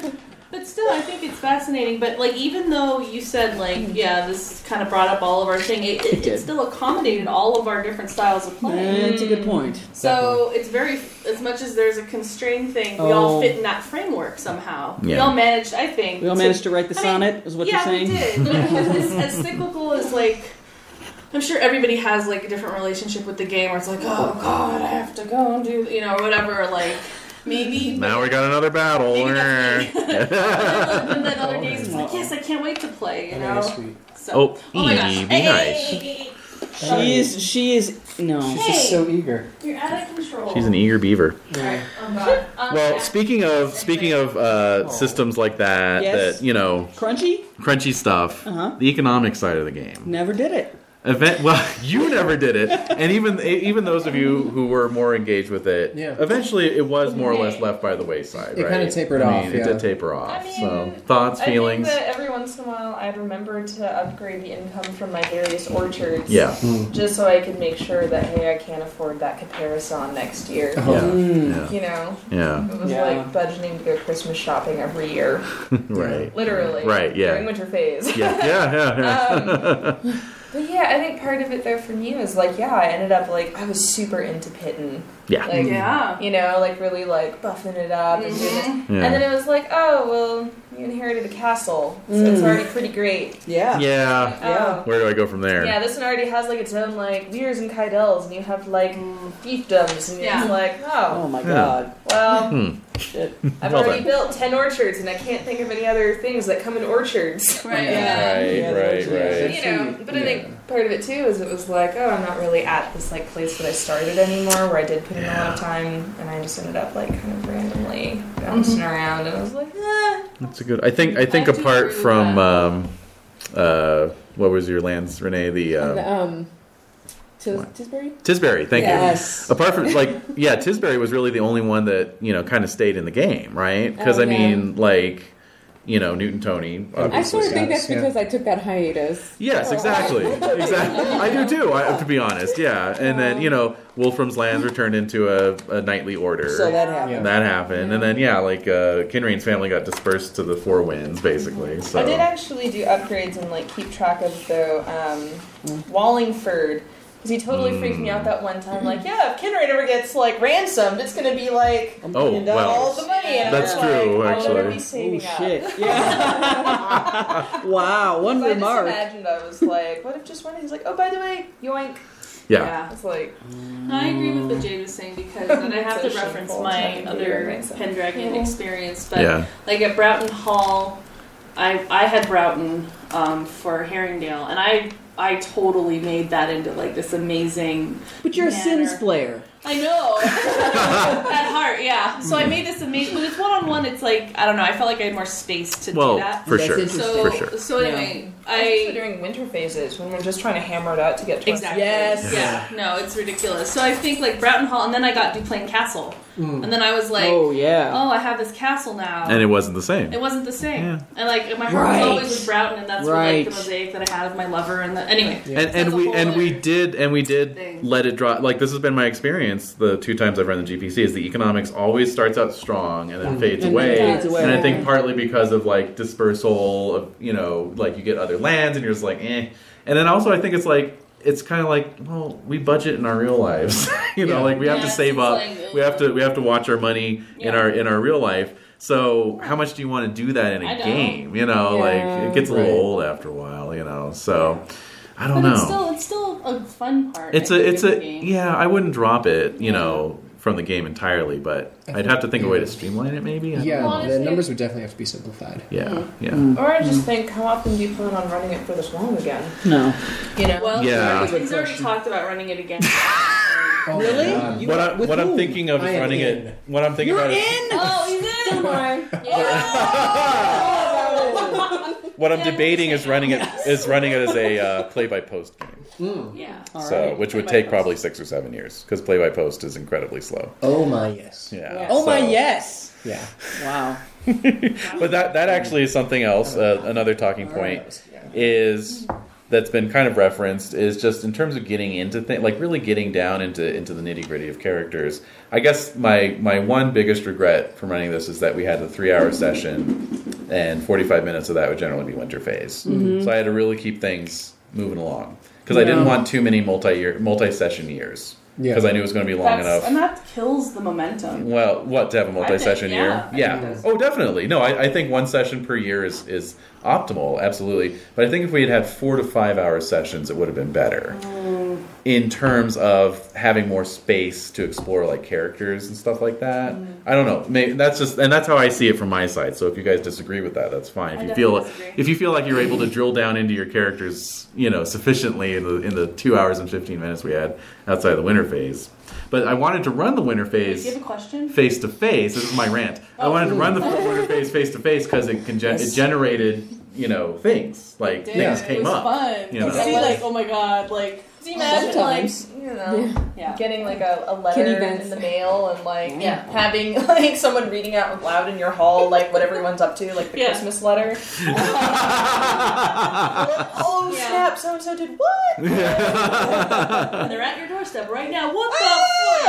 Speaker 3: But still, I think it's fascinating. But like, even though you said like, yeah, this kind of brought up all of our thing, it, it,
Speaker 4: It did.
Speaker 3: still accommodated all of our different styles of play.
Speaker 4: That's a good point.
Speaker 3: So it's very as much as there's a constrained thing, we all
Speaker 4: Oh.
Speaker 3: fit in that framework somehow. We
Speaker 5: Yeah.
Speaker 3: all managed, I think.
Speaker 4: We all managed to write the
Speaker 3: I mean,
Speaker 4: sonnet, is what
Speaker 3: yeah,
Speaker 4: you're saying.
Speaker 3: we did. Because as, as cyclical as like, I'm sure everybody has like a different relationship with the game, where it's like, oh god, I have to go and do you know or whatever. Like, Maybe.
Speaker 9: Now we got another battle.
Speaker 3: Maybe that's and then other days, it's like,
Speaker 4: Oh.
Speaker 3: yes, I can't wait to play. You
Speaker 7: Very
Speaker 3: know.
Speaker 7: sweet.
Speaker 3: So,
Speaker 9: oh,
Speaker 3: oh my gosh.
Speaker 9: Edie, be nice.
Speaker 4: She is. She is. No.
Speaker 7: She's just so eager.
Speaker 3: You're out of control.
Speaker 9: She's an eager beaver.
Speaker 8: Alright, oh god.
Speaker 3: Um,
Speaker 9: Well, speaking of speaking of uh, systems like that,
Speaker 4: Yes.
Speaker 9: that you know,
Speaker 4: Crunchy
Speaker 9: crunchy stuff.
Speaker 4: Uh-huh.
Speaker 9: The economic side of the game.
Speaker 4: never did it.
Speaker 9: Event. Well, you never did it, and even e, even those of you who were more engaged with it,
Speaker 7: Yeah.
Speaker 9: eventually it was more or less left by the wayside.
Speaker 7: It
Speaker 9: right?
Speaker 7: kinda tapered
Speaker 9: I
Speaker 7: off,
Speaker 9: mean,
Speaker 7: yeah.
Speaker 9: It did taper off.
Speaker 6: I
Speaker 9: so
Speaker 6: mean,
Speaker 9: thoughts,
Speaker 6: I
Speaker 9: feelings.
Speaker 6: think that every once in a while I'd remember to upgrade the income from my various orchards.
Speaker 9: Yeah.
Speaker 7: Hmm.
Speaker 6: Just so I could make sure that, hey, I can't afford that Caparison next year.
Speaker 9: Oh, Yeah.
Speaker 6: You know?
Speaker 9: Yeah.
Speaker 6: It was
Speaker 4: Yeah.
Speaker 6: like budgeting to go Christmas shopping every year.
Speaker 9: Yeah. Right.
Speaker 6: Literally.
Speaker 9: Right, yeah.
Speaker 6: During winter phase. Um,
Speaker 9: Yeah. Yeah. Yeah. yeah.
Speaker 6: But yeah, I think part of it though for me was like, yeah, I ended up like, I was super into Pitten.
Speaker 9: Yeah.
Speaker 6: Like,
Speaker 3: yeah. Mm-hmm.
Speaker 6: you know, like really like buffing it up
Speaker 9: mm.
Speaker 6: and doing this.
Speaker 9: Mm-hmm. Yeah.
Speaker 6: And then it was like, oh, well, you inherited a castle, so it's already pretty great.
Speaker 4: Yeah.
Speaker 9: Mm. yeah.
Speaker 4: Yeah.
Speaker 6: Oh.
Speaker 9: Where do I go from there?
Speaker 6: Yeah, this one already has like its own like weirs and kydels, and you have like fiefdoms, and
Speaker 3: Yeah.
Speaker 6: you're like,
Speaker 4: Oh
Speaker 6: oh,
Speaker 4: my
Speaker 9: Yeah.
Speaker 4: God.
Speaker 6: well,
Speaker 9: Hmm.
Speaker 4: Shit.
Speaker 6: I've
Speaker 9: Well
Speaker 6: already
Speaker 9: done.
Speaker 6: built ten orchards, and I can't think of any other things that come in orchards.
Speaker 3: Right.
Speaker 4: Yeah.
Speaker 3: Yeah.
Speaker 9: Right.
Speaker 4: Yeah,
Speaker 9: right.
Speaker 4: yeah.
Speaker 9: Right.
Speaker 6: You know, but I think part of it too is it was like, oh, I'm not really at this like place that I started anymore, where I did put in a lot of time, and I just ended up like kind of randomly bouncing around, and I was like, eh.
Speaker 9: That's a good. I think. I think
Speaker 3: I do agree
Speaker 9: apart
Speaker 3: with
Speaker 9: from
Speaker 3: that.
Speaker 9: um, uh, what was your lands, Renee? The
Speaker 8: And
Speaker 9: um,
Speaker 8: the, um, Tis-
Speaker 9: What?
Speaker 8: Tisbury?
Speaker 9: Tisbury. Thank
Speaker 4: Yes.
Speaker 9: you. Apart from like, yeah, Tisbury was really the only one that you know kind of stayed in the game, right? Because
Speaker 8: Oh,
Speaker 9: I mean, like, you know, Newton Tony.
Speaker 8: I
Speaker 9: Obviously.
Speaker 8: sort of think that's
Speaker 7: Oh, Yeah.
Speaker 8: because I took that hiatus.
Speaker 9: Yes, exactly, exactly. I do too. I, to be honest, yeah. And then you know, Wolfram's lands were turned into a, a knightly order.
Speaker 4: So that happened.
Speaker 9: and that happened, and then yeah, like uh, Kinrain's family got dispersed to the four winds, basically. So
Speaker 6: I did actually do upgrades and like keep track of the um, Wallingford because he totally freaked me
Speaker 9: Mm.
Speaker 6: out that one time. Like, yeah, if Kinraid ever gets like ransomed, it's gonna be like
Speaker 9: oh
Speaker 6: all
Speaker 9: well,
Speaker 6: the money. And
Speaker 9: That's
Speaker 6: I was
Speaker 9: true,
Speaker 6: Like, I'll
Speaker 9: actually.
Speaker 6: never be
Speaker 4: Oh
Speaker 6: saving up.
Speaker 4: shit. Yeah. wow. One
Speaker 6: So I just
Speaker 4: remark.
Speaker 6: imagined I was like, what if just one? He's like, oh, by the way, yoink.
Speaker 9: yeah.
Speaker 6: I was like,
Speaker 3: No, I agree with what Jade was saying because and I have to
Speaker 6: It's a
Speaker 3: reference
Speaker 6: shameful
Speaker 3: my
Speaker 6: time to be a
Speaker 3: other
Speaker 6: ransom.
Speaker 3: Pendragon experience, but
Speaker 9: Yeah.
Speaker 3: like at Broughton Hall, I I had Broughton um, for Herringdale, and I I totally made that into like this amazing.
Speaker 4: But you're a
Speaker 3: Matter.
Speaker 4: Sims player.
Speaker 3: I know at heart, yeah. So I made this amazing, but it's one on one. It's like I don't know. I felt like I had more space to
Speaker 9: Well,
Speaker 3: do that.
Speaker 9: for
Speaker 4: That's
Speaker 9: sure,
Speaker 4: interesting.
Speaker 3: so
Speaker 9: for sure.
Speaker 3: so anyway,
Speaker 6: especially
Speaker 3: I
Speaker 6: during winter phases when we're just trying to hammer it out to get to
Speaker 3: Exactly.
Speaker 4: Yes.
Speaker 3: Yeah. No, it's ridiculous. So I think like Broughton Hall, and then I got Duplain Castle, and then I was like,
Speaker 4: oh
Speaker 3: oh,
Speaker 4: yeah.
Speaker 3: I have this castle now.
Speaker 9: and it wasn't the same.
Speaker 3: it wasn't the same.
Speaker 9: Yeah.
Speaker 3: And like my heart
Speaker 4: Right.
Speaker 3: was always with Broughton, and that's where like
Speaker 4: Right.
Speaker 3: the mosaic that I had of my lover and the anyway.
Speaker 9: and
Speaker 3: That's
Speaker 9: and
Speaker 3: a
Speaker 9: we
Speaker 3: whole
Speaker 9: and we
Speaker 3: other
Speaker 9: did and we did
Speaker 3: thing.
Speaker 9: let it drop. Like this has been my experience. The two times I've run the GPC is the economics always starts out strong and then fades
Speaker 4: Mm. And then
Speaker 9: away.
Speaker 4: fades away.
Speaker 9: And I think partly because of like dispersal of you know like you get other lands and you're just like eh. And then also I think it's like it's kind of like well we budget in our real lives. you know
Speaker 7: Yeah.
Speaker 9: like we have to
Speaker 3: Yes,
Speaker 9: save
Speaker 3: it's
Speaker 9: up.
Speaker 3: like-
Speaker 9: we have to we have to watch our money in
Speaker 3: Yeah.
Speaker 9: our in our real life. So how much do you want to do that in
Speaker 3: I
Speaker 9: a
Speaker 3: know.
Speaker 9: game? You know
Speaker 8: Yeah.
Speaker 9: like it gets a little
Speaker 7: Right.
Speaker 9: old after a while. You know so. I don't
Speaker 3: But
Speaker 9: know
Speaker 3: it's still it's still a fun part.
Speaker 9: it's a
Speaker 3: I think,
Speaker 9: it's
Speaker 3: of the
Speaker 9: a
Speaker 3: game.
Speaker 9: yeah i wouldn't drop it you know from the game entirely but i'd have to think of a way to streamline it maybe I don't
Speaker 7: Yeah,
Speaker 9: know.
Speaker 7: the numbers would definitely have to be simplified.
Speaker 9: yeah yeah
Speaker 6: Or I
Speaker 4: Mm.
Speaker 6: just think, how often do you plan on running it for this long again?
Speaker 4: No.
Speaker 6: You know?
Speaker 3: Well,
Speaker 9: Yeah.
Speaker 3: he's already- he's already talked about running it again.
Speaker 7: Oh my
Speaker 4: Really?
Speaker 7: God.
Speaker 4: You-
Speaker 9: what, I,
Speaker 4: with
Speaker 9: what i'm
Speaker 4: whom?
Speaker 9: thinking of is
Speaker 7: I am
Speaker 9: running
Speaker 7: in.
Speaker 9: it what i'm thinking
Speaker 4: You're
Speaker 9: about
Speaker 4: in.
Speaker 9: is
Speaker 3: oh, he's in.
Speaker 9: what i'm
Speaker 3: Yeah, I
Speaker 9: debating is running
Speaker 3: understand.
Speaker 9: it is running it as a uh, play by post game
Speaker 3: Yeah.
Speaker 4: All
Speaker 9: so
Speaker 4: right.
Speaker 9: which would
Speaker 3: Play by
Speaker 9: take probably six or seven years because play by post is incredibly slow
Speaker 7: Oh my yes.
Speaker 9: yeah
Speaker 4: Oh my
Speaker 9: so-
Speaker 4: yes.
Speaker 7: Yeah.
Speaker 4: Wow.
Speaker 9: but that that actually is something else uh, another talking point is that's been kind of referenced is just in terms of getting into things like really getting down into into the nitty gritty of characters i guess my my one biggest regret from running this is that we had a three hour session and 45 minutes of that would generally be winter phase so i had to really keep things moving along because i didn't
Speaker 4: Yeah.
Speaker 9: want too many multi-year multi-session years
Speaker 7: Yeah.
Speaker 9: because i knew it was going to be long
Speaker 3: That's,
Speaker 9: enough
Speaker 3: and that kills the momentum.
Speaker 9: well, what to have a multi-session
Speaker 3: think,
Speaker 9: year?
Speaker 3: yeah.
Speaker 9: Yeah. Oh, definitely. No, I, I think one session per year is is
Speaker 3: Mm.
Speaker 9: optimal. Absolutely. But I think if we had had four to five hour sessions, it would have been better.
Speaker 5: in terms of having more space to explore like characters and stuff like that.
Speaker 3: Mm.
Speaker 5: I don't know. Maybe that's just and that's how I see it from my side. So if you guys disagree with that, that's fine. If
Speaker 3: I
Speaker 5: you feel
Speaker 3: definitely disagree.
Speaker 5: if you feel like you're able to drill down into your characters, you know, sufficiently in the in the 2 hours and 15 minutes we had outside the winter phase. But I wanted to run the winter phase
Speaker 3: Do you have a question?
Speaker 5: face to face. This is my rant. I
Speaker 3: Oh,
Speaker 5: wanted to run the Winter Phase face to face because it conge- it generated you know things like
Speaker 3: It
Speaker 5: things
Speaker 7: did.
Speaker 5: came
Speaker 3: it was
Speaker 5: up.
Speaker 3: fun.
Speaker 5: you know.
Speaker 3: You see, like, oh my god, like,
Speaker 6: Do you imagine
Speaker 4: Sometimes.
Speaker 6: like you know
Speaker 3: yeah.
Speaker 6: getting like a, a
Speaker 8: Kenny
Speaker 6: letter
Speaker 8: Vance.
Speaker 6: in the mail and like
Speaker 3: Yeah.
Speaker 6: having like someone reading out loud in your hall like what everyone's up to like the
Speaker 3: Yeah.
Speaker 6: Christmas letter. oh
Speaker 3: Yeah.
Speaker 6: snap! So and so did what?
Speaker 3: And they're at your doorstep right now. What the
Speaker 4: Ah!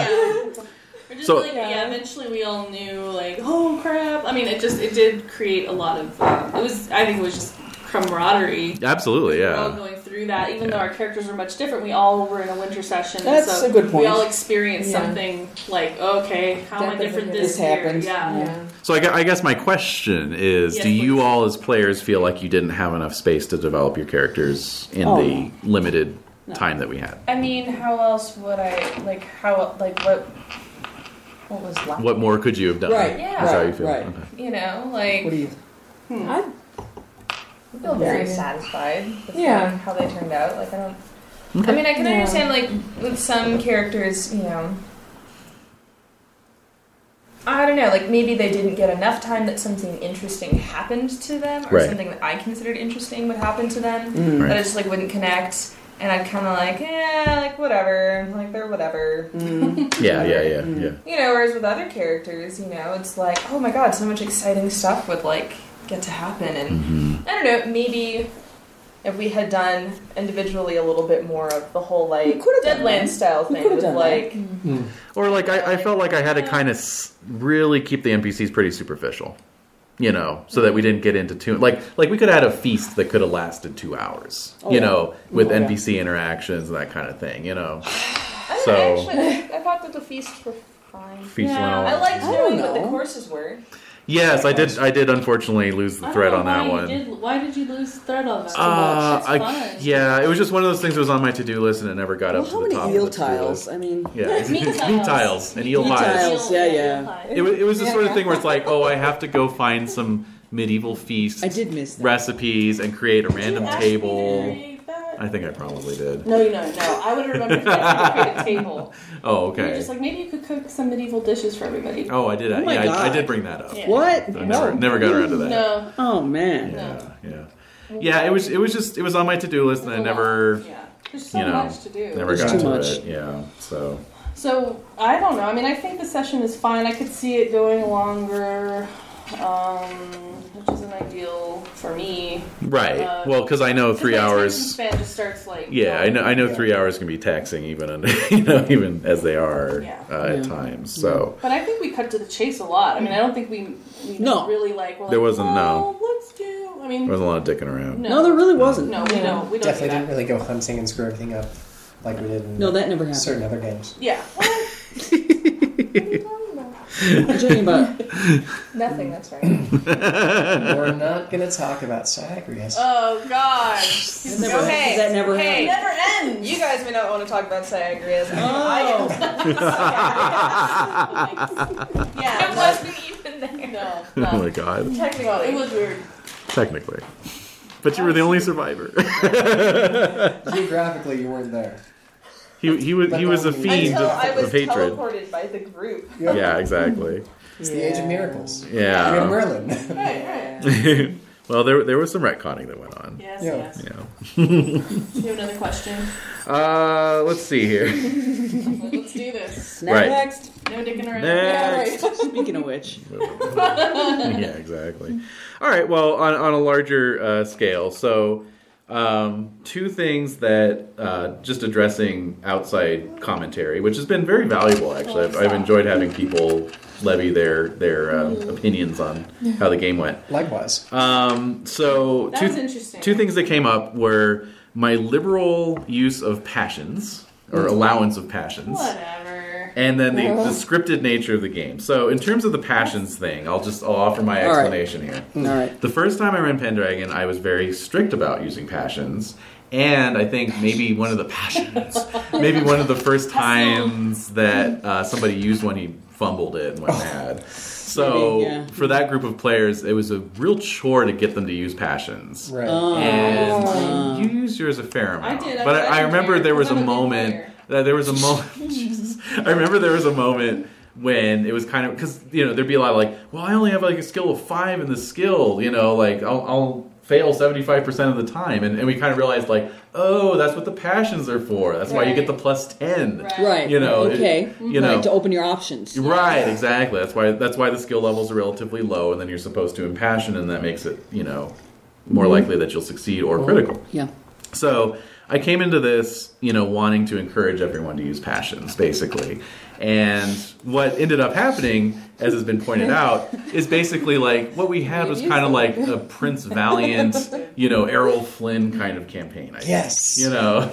Speaker 3: fuck? We're just
Speaker 5: So-
Speaker 3: like, yeah, eventually we all knew, like, oh crap. I mean, it just, it did create a lot of, um, it was, I think it was just camaraderie.
Speaker 5: Absolutely,
Speaker 3: We're all
Speaker 5: yeah.
Speaker 3: going through that, even though our characters were much different, we all were in a winter session.
Speaker 4: That's
Speaker 3: so
Speaker 4: a good
Speaker 3: We
Speaker 4: point.
Speaker 3: all experienced
Speaker 8: Yeah.
Speaker 3: something like, okay, how am I
Speaker 8: Definitely
Speaker 3: different
Speaker 8: this
Speaker 3: this, year?
Speaker 4: happened.
Speaker 3: Yeah.
Speaker 8: Yeah.
Speaker 5: So I, gue- I guess my question is:
Speaker 3: Yes,
Speaker 5: Do you
Speaker 3: please.
Speaker 5: all, as players, feel like you didn't have enough space to develop your characters in
Speaker 4: Oh,
Speaker 5: the
Speaker 4: no.
Speaker 5: limited time that we had?
Speaker 6: I mean, how else would I like how like what what was left?
Speaker 5: What more could you have done?
Speaker 4: Right,
Speaker 6: Yeah.
Speaker 5: That's how you
Speaker 4: right,
Speaker 5: feel.
Speaker 4: right.
Speaker 5: Okay.
Speaker 6: You know, like
Speaker 4: What do you?
Speaker 3: Hmm.
Speaker 8: I,
Speaker 6: I feel very
Speaker 8: Yeah.
Speaker 6: satisfied with
Speaker 8: Yeah.
Speaker 6: like, how they turned out. Like I don't. I mean, I can
Speaker 8: Yeah.
Speaker 6: understand like with some characters, you know. I don't know, like maybe they didn't get enough time that something interesting happened to them, or
Speaker 5: Right.
Speaker 6: something that I considered interesting would happen to them.
Speaker 4: Mm.
Speaker 6: That I
Speaker 5: Right.
Speaker 6: just like wouldn't connect, and I'd kind of like, eh, like whatever, like they're whatever.
Speaker 4: Mm.
Speaker 5: Yeah, yeah, yeah, yeah.
Speaker 6: You know, whereas with other characters, you know, it's like, oh my god, so much exciting stuff would like get to happen, and
Speaker 5: Mm-hmm.
Speaker 6: I don't know, maybe if we had done individually a little bit more of the whole
Speaker 4: We
Speaker 6: like
Speaker 4: could've done
Speaker 6: Deadland
Speaker 4: that.
Speaker 6: style
Speaker 4: We
Speaker 6: thing
Speaker 4: could've
Speaker 6: with
Speaker 4: done
Speaker 6: like
Speaker 3: Mm.
Speaker 7: Mm-hmm.
Speaker 5: Or like I, I felt like I had to kind of s- really keep the NPCs pretty superficial, you know, so that we didn't get into too like like we could have had a feast that could have lasted two hours,
Speaker 4: Oh,
Speaker 5: you
Speaker 4: yeah.
Speaker 5: know, with
Speaker 4: Oh, yeah.
Speaker 5: NPC interactions and that kind of thing, you know.
Speaker 6: I don't
Speaker 5: So-
Speaker 6: know, actually I thought that the feasts were fine.
Speaker 5: Feast went
Speaker 3: Yeah.
Speaker 5: all-
Speaker 6: I liked
Speaker 4: I
Speaker 6: knowing
Speaker 4: don't
Speaker 6: what the
Speaker 4: know.
Speaker 6: courses were.
Speaker 5: yes, I did. I did unfortunately lose
Speaker 3: I
Speaker 5: the
Speaker 3: don't
Speaker 5: thread
Speaker 3: know
Speaker 5: on that
Speaker 3: why
Speaker 5: one.
Speaker 3: You did, why did you lose the thread on that?
Speaker 5: Uh,
Speaker 3: It's
Speaker 5: I,
Speaker 3: fun.
Speaker 5: yeah, it was just one of those things that was on my to do list and it never got
Speaker 4: Well,
Speaker 5: up
Speaker 4: how
Speaker 5: to
Speaker 4: many
Speaker 5: the top.
Speaker 4: eel
Speaker 5: of the to-do
Speaker 4: tiles?
Speaker 5: list.
Speaker 4: I mean,
Speaker 5: Yeah, it's
Speaker 3: Meat tiles.
Speaker 5: tiles and eel
Speaker 4: Meat
Speaker 5: pies.
Speaker 4: tiles, yeah, yeah.
Speaker 3: eel pies.
Speaker 5: It was, it was the sort of thing where it's like, oh, I have to go find some medieval feast
Speaker 4: I did miss that.
Speaker 5: recipes and create a
Speaker 3: Did you
Speaker 5: random
Speaker 3: ask me to
Speaker 5: table.
Speaker 3: create that?
Speaker 5: I think I probably did.
Speaker 3: No, no, no. I would remember if I could create a table.
Speaker 5: Oh,
Speaker 3: You're
Speaker 5: okay.
Speaker 3: just like, maybe you could cook some medieval dishes for everybody.
Speaker 5: Oh, I did.
Speaker 4: Oh my
Speaker 5: yeah, I, I
Speaker 4: God.
Speaker 5: did bring that up.
Speaker 3: Yeah.
Speaker 4: What?
Speaker 5: I never, never got around to that.
Speaker 3: No.
Speaker 4: Oh man.
Speaker 5: Yeah, yeah, yeah. It was, it was just, it was on my to do list, and I never,
Speaker 3: Yeah. There's so
Speaker 5: you know,
Speaker 3: much to do.
Speaker 5: never
Speaker 4: There's
Speaker 5: got
Speaker 4: too
Speaker 5: to
Speaker 4: much.
Speaker 5: it. Yeah. So
Speaker 3: So, I don't know. I mean, I think the session is fine. I could see it going longer, um, which isn't ideal for me.
Speaker 5: right.
Speaker 3: Uh,
Speaker 5: well, because I know
Speaker 3: 'Cause
Speaker 5: three
Speaker 3: my attention
Speaker 5: hours.
Speaker 3: span just starts like.
Speaker 5: Yeah, I know. I know three hours can be taxing, even under, you know, even as they are
Speaker 3: Yeah. Mm-hmm.
Speaker 5: uh, at
Speaker 4: Yeah.
Speaker 5: times. So
Speaker 3: But I think we cut to the chase a lot. I mean, I don't think we, we
Speaker 4: No.
Speaker 3: really like. We're
Speaker 5: There
Speaker 3: like,
Speaker 5: wasn't, no.
Speaker 3: "Oh, Let's do. I mean,
Speaker 5: there wasn't a lot of dicking around.
Speaker 4: No, there really wasn't.
Speaker 3: No, we don't. We don't
Speaker 7: Definitely
Speaker 3: do
Speaker 7: didn't
Speaker 3: that.
Speaker 7: really go hunting and screw everything up like we did in
Speaker 4: No, that never happened.
Speaker 7: certain other games.
Speaker 3: Yeah.
Speaker 4: I'm joking about.
Speaker 6: Nothing, that's right.
Speaker 7: We're not going to talk about Sagrius.
Speaker 3: Oh God.
Speaker 4: That never, that never
Speaker 6: Hey,
Speaker 4: happened.
Speaker 6: never ends. You guys may not want to talk about Sagrius.
Speaker 4: Oh.
Speaker 6: I
Speaker 3: yeah.
Speaker 6: wasn't even
Speaker 3: but-
Speaker 6: there.
Speaker 3: No.
Speaker 5: Oh
Speaker 3: no.
Speaker 5: my god.
Speaker 3: Technically, it was weird.
Speaker 5: Technically. But you were the only survivor.
Speaker 7: Geographically, you weren't there.
Speaker 5: he, he was he was a fiend
Speaker 6: Until
Speaker 5: of,
Speaker 6: I was
Speaker 5: of hatred.
Speaker 6: teleported by the group.
Speaker 7: Yep.
Speaker 5: Yeah, exactly.
Speaker 7: It's the Age of Miracles. You're in
Speaker 5: Yeah.
Speaker 7: Merlin.
Speaker 3: Right. Right.
Speaker 5: well, there there was some retconning that went on.
Speaker 3: Yes.
Speaker 7: Yeah.
Speaker 3: Yes.
Speaker 5: Yeah.
Speaker 3: Do you have another question?
Speaker 5: Uh, let's see here.
Speaker 3: Like, Let's do this.
Speaker 4: Snap
Speaker 5: Right.
Speaker 4: Next.
Speaker 3: No dicking around.
Speaker 5: Next.
Speaker 4: Speaking of which,
Speaker 5: yeah, exactly. All right. Well, on, on a larger uh, scale, so um, two things that uh, just addressing outside commentary, which has been very valuable. Actually, I've, I've enjoyed having people levy their their um, opinions on how the game went.
Speaker 7: Likewise.
Speaker 9: Uh,
Speaker 5: Um, so
Speaker 3: That
Speaker 5: two,
Speaker 3: was interesting.
Speaker 5: two things that came up were my liberal use of passions or allowance of passions.
Speaker 3: Mm-hmm. Whatever.
Speaker 6: sure.
Speaker 5: and then the, the scripted nature of the game. So, in terms of the passions thing, I'll just I'll offer my
Speaker 4: All right.
Speaker 5: explanation here.
Speaker 4: All right.
Speaker 5: The first time I ran Pendragon, I was very strict about using passions, and I think maybe one of the passions, maybe one of the first times that uh, somebody used one, he fumbled it and went mad. So,
Speaker 4: Maybe, yeah.
Speaker 5: for that group of players, it was a real chore to get them to use passions.
Speaker 7: Right.
Speaker 4: um, Uh,
Speaker 5: And you used yours a fair amount.
Speaker 3: did. Oh. I
Speaker 5: but
Speaker 3: was
Speaker 5: I, I remember
Speaker 3: legendary
Speaker 5: there was a
Speaker 3: because I'm a good
Speaker 5: moment.
Speaker 3: player.
Speaker 5: That there was a moment. Jesus. I remember there was a moment when it was kind of because you know there'd be a lot of like, well, I only have like a skill of five in the skill. You know, like I'll. I'll fail 75% of the time and, and we kind of realized like oh that's what the passions are for that's why you get the plus 10
Speaker 4: Right.
Speaker 5: you know it-
Speaker 4: Okay.
Speaker 5: you know
Speaker 4: Right, to open your options.
Speaker 5: Right, exactly. That's why that's why the skill levels are relatively low, and then you're supposed to impassion, and that makes it you know more
Speaker 3: Mm-hmm.
Speaker 5: likely that you'll succeed or critical.
Speaker 4: Yeah.
Speaker 5: So I came into this you know wanting to encourage everyone to use passions, basically, and what ended up happening, as has been pointed out, is basically like what we had was kind of like a Prince Valiant, you know, Errol Flynn kind of campaign. I think.
Speaker 7: Yes.
Speaker 5: You know,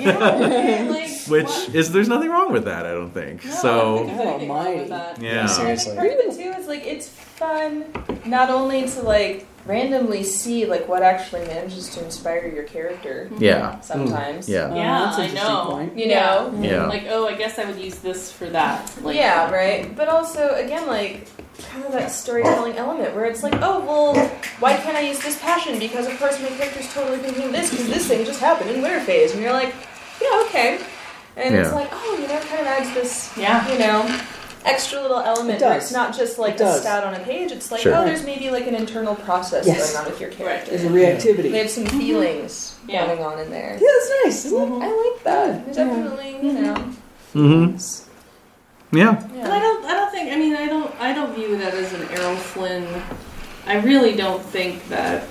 Speaker 3: like,
Speaker 5: which
Speaker 3: what?
Speaker 5: is there's nothing wrong with that, I don't think.
Speaker 3: I
Speaker 5: so
Speaker 3: don't think there's anything wrong with that.
Speaker 5: yeah.
Speaker 7: Seriously.
Speaker 6: Part of it too is like it's fun not only to like randomly see like what actually manages to inspire your character
Speaker 5: Yeah.
Speaker 6: sometimes.
Speaker 4: Uh,
Speaker 5: Yeah.
Speaker 3: Yeah,
Speaker 4: Oh, that's an
Speaker 3: I
Speaker 4: interesting
Speaker 3: know.
Speaker 4: point.
Speaker 6: You know?
Speaker 5: Yeah.
Speaker 3: Like, oh, I guess I would use this for that. Like,
Speaker 6: yeah, right. But also again like kind of that storytelling element where it's like, oh well, why can't I use this passion? Because of course my character's totally thinking this because this thing just happened in winter phase and you're like, Yeah, okay. And it's
Speaker 5: Yeah.
Speaker 6: like, oh, you know, kind of adds this
Speaker 3: Yeah.
Speaker 6: you know, extra little element
Speaker 4: It
Speaker 6: where
Speaker 4: does.
Speaker 6: it's not just like
Speaker 4: It does.
Speaker 6: a stat on a page. It's like,
Speaker 5: Sure.
Speaker 6: oh, there's maybe like an internal process
Speaker 4: Yes.
Speaker 6: going on with your character.
Speaker 4: There's a reactivity.
Speaker 6: They have some feelings
Speaker 3: Yeah.
Speaker 6: going on in there.
Speaker 4: Yeah, that's nice, isn't it?
Speaker 6: I like that. Definitely, you know.
Speaker 5: Mm-hmm. Yeah.
Speaker 3: But I don't. I don't think. I mean, I don't. I don't view that as an Errol Flynn. I really don't think that.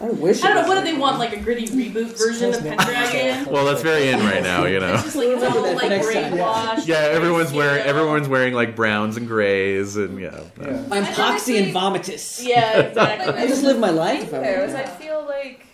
Speaker 4: I wish.
Speaker 3: I don't know.
Speaker 4: it was
Speaker 3: What do
Speaker 4: like
Speaker 3: they want? Like a gritty reboot version of Pendragon?
Speaker 5: Well, that's very in right now, you know.
Speaker 3: It's just like it's all
Speaker 4: that for
Speaker 3: like
Speaker 4: next time.
Speaker 3: brainwashed.
Speaker 5: Yeah, everyone's wearing
Speaker 3: Yeah.
Speaker 5: everyone's wearing like browns and grays and yeah.
Speaker 7: Yeah.
Speaker 4: that. I'm
Speaker 6: I
Speaker 4: poxy and
Speaker 6: honestly-
Speaker 4: vomitus.
Speaker 3: Yeah, exactly.
Speaker 4: I just live my life.
Speaker 6: Think
Speaker 4: If I
Speaker 6: there was,
Speaker 4: want.
Speaker 6: I feel like,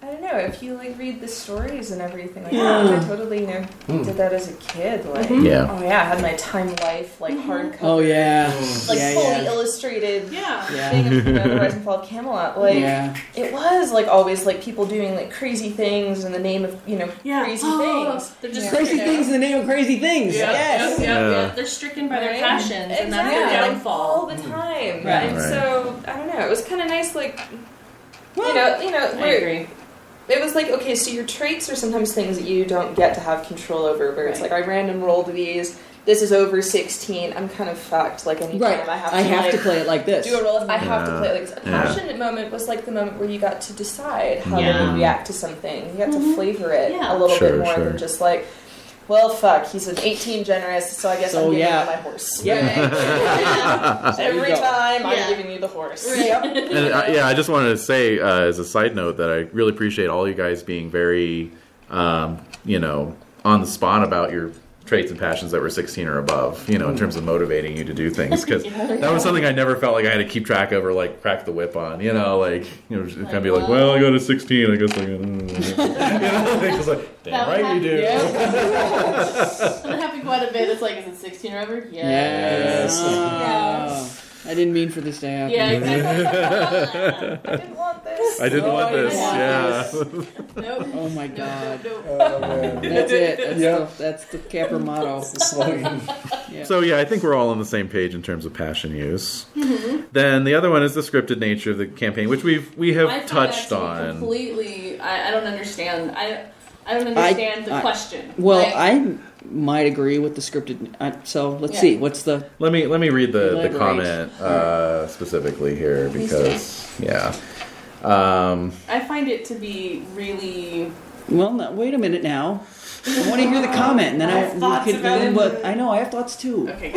Speaker 6: I don't know, if you like read the stories and everything like
Speaker 4: Yeah. Mm-hmm.
Speaker 6: that, I totally you know,
Speaker 4: Hmm.
Speaker 6: did that as a kid. Like,
Speaker 5: Yeah.
Speaker 6: oh yeah, I had my time life like hardcover,
Speaker 4: Oh yeah.
Speaker 5: Mm.
Speaker 6: like
Speaker 4: yeah,
Speaker 6: fully
Speaker 4: yeah.
Speaker 6: illustrated.
Speaker 3: yeah.
Speaker 4: Yeah.
Speaker 6: Thing of you know, the Rise and Fall of Camelot, like
Speaker 4: yeah.
Speaker 6: it was like always like people doing like crazy things in the name of you know
Speaker 3: Yeah.
Speaker 6: crazy
Speaker 3: Oh,
Speaker 6: things.
Speaker 3: They're just
Speaker 4: Crazy things in the name of crazy things.
Speaker 3: Yeah.
Speaker 4: Yes.
Speaker 3: Yeah. Yeah.
Speaker 5: Yeah.
Speaker 3: They're stricken by their
Speaker 6: Right?
Speaker 3: passions, and that's
Speaker 6: Exactly,
Speaker 3: their
Speaker 6: like,
Speaker 3: downfall.
Speaker 6: all the
Speaker 4: Hmm.
Speaker 6: time.
Speaker 3: Right.
Speaker 6: And
Speaker 5: Right.
Speaker 6: so I don't know. It was kind of nice, like you know, you know,
Speaker 3: I
Speaker 6: where
Speaker 3: agree.
Speaker 6: it was like okay, so your traits are sometimes things that you don't get to have control over. Where it's
Speaker 3: Right.
Speaker 6: like I random rolled these. This is over sixteen. I'm kind of fucked. Like anytime
Speaker 4: Right.
Speaker 6: I have to,
Speaker 4: I have
Speaker 6: like,
Speaker 4: to play it like this.
Speaker 6: do a roll. I have to
Speaker 5: Yeah.
Speaker 6: play like this.
Speaker 5: Yeah.
Speaker 6: passionate moment was like the moment where you got to decide how they
Speaker 5: Yeah.
Speaker 6: would react to something. You got
Speaker 4: Mm-hmm.
Speaker 6: to flavor it
Speaker 3: Yeah.
Speaker 6: a little
Speaker 5: Sure,
Speaker 6: bit more
Speaker 5: sure.
Speaker 6: than just like, well, fuck, he's an eighteen generous, so I guess
Speaker 4: So,
Speaker 6: I'm giving
Speaker 4: yeah.
Speaker 6: him my horse.
Speaker 4: There you
Speaker 6: Every
Speaker 4: go.
Speaker 6: time
Speaker 3: Yeah.
Speaker 6: I'm giving you the horse.
Speaker 4: Yep.
Speaker 5: And I, yeah, I just wanted to say uh, as a side note that I really appreciate all you guys being very um, you know, on the spot about your traits and passions that were 16 or above, you know, in terms of motivating you to do things cuz that was something I never felt like I had to keep track of or like crack the whip on, you know, like you know, kind of be like, well, I got a 16, I guess I got you know, it's like damn
Speaker 3: That would
Speaker 5: right you do.
Speaker 3: And that happened quite a bit. It's like, is it 16 or over? Yeah.
Speaker 4: Yes. Oh.
Speaker 3: Yes.
Speaker 4: I didn't mean for this to happen.
Speaker 3: Yeah, exactly.
Speaker 6: I didn't want this.
Speaker 5: I didn't
Speaker 4: Oh,
Speaker 5: want
Speaker 4: I
Speaker 5: this.
Speaker 4: want
Speaker 5: Yeah.
Speaker 4: this.
Speaker 3: nope.
Speaker 4: Oh my god.
Speaker 3: Nope, nope, nope.
Speaker 7: Oh, man.
Speaker 4: That's it. That's,
Speaker 7: Yeah.
Speaker 4: the, that's the Capper motto.
Speaker 7: It's the slogan.
Speaker 5: So yeah, I think we're all on the same page in terms of passion use.
Speaker 4: Mm-hmm.
Speaker 5: Then the other one is the scripted nature of the campaign, which we've we have
Speaker 3: I find
Speaker 5: touched
Speaker 3: that to be
Speaker 5: on.
Speaker 3: Completely. I, I don't understand. I I don't
Speaker 4: I-
Speaker 3: understand the
Speaker 4: I-
Speaker 3: question.
Speaker 4: Well,
Speaker 3: Like,
Speaker 4: I might agree with the scripted. I, so let's see. What's the
Speaker 5: Let me let me read the, the
Speaker 4: Elaborate.
Speaker 5: comment uh, specifically here because yeah. Um,
Speaker 3: I find it to be really.
Speaker 4: well? No, wait a minute now. I want to hear the comment, and then
Speaker 3: I
Speaker 4: I,
Speaker 3: have thoughts
Speaker 4: we can,
Speaker 3: about
Speaker 4: then
Speaker 3: it.
Speaker 4: what- I know I have thoughts too.
Speaker 3: Okay.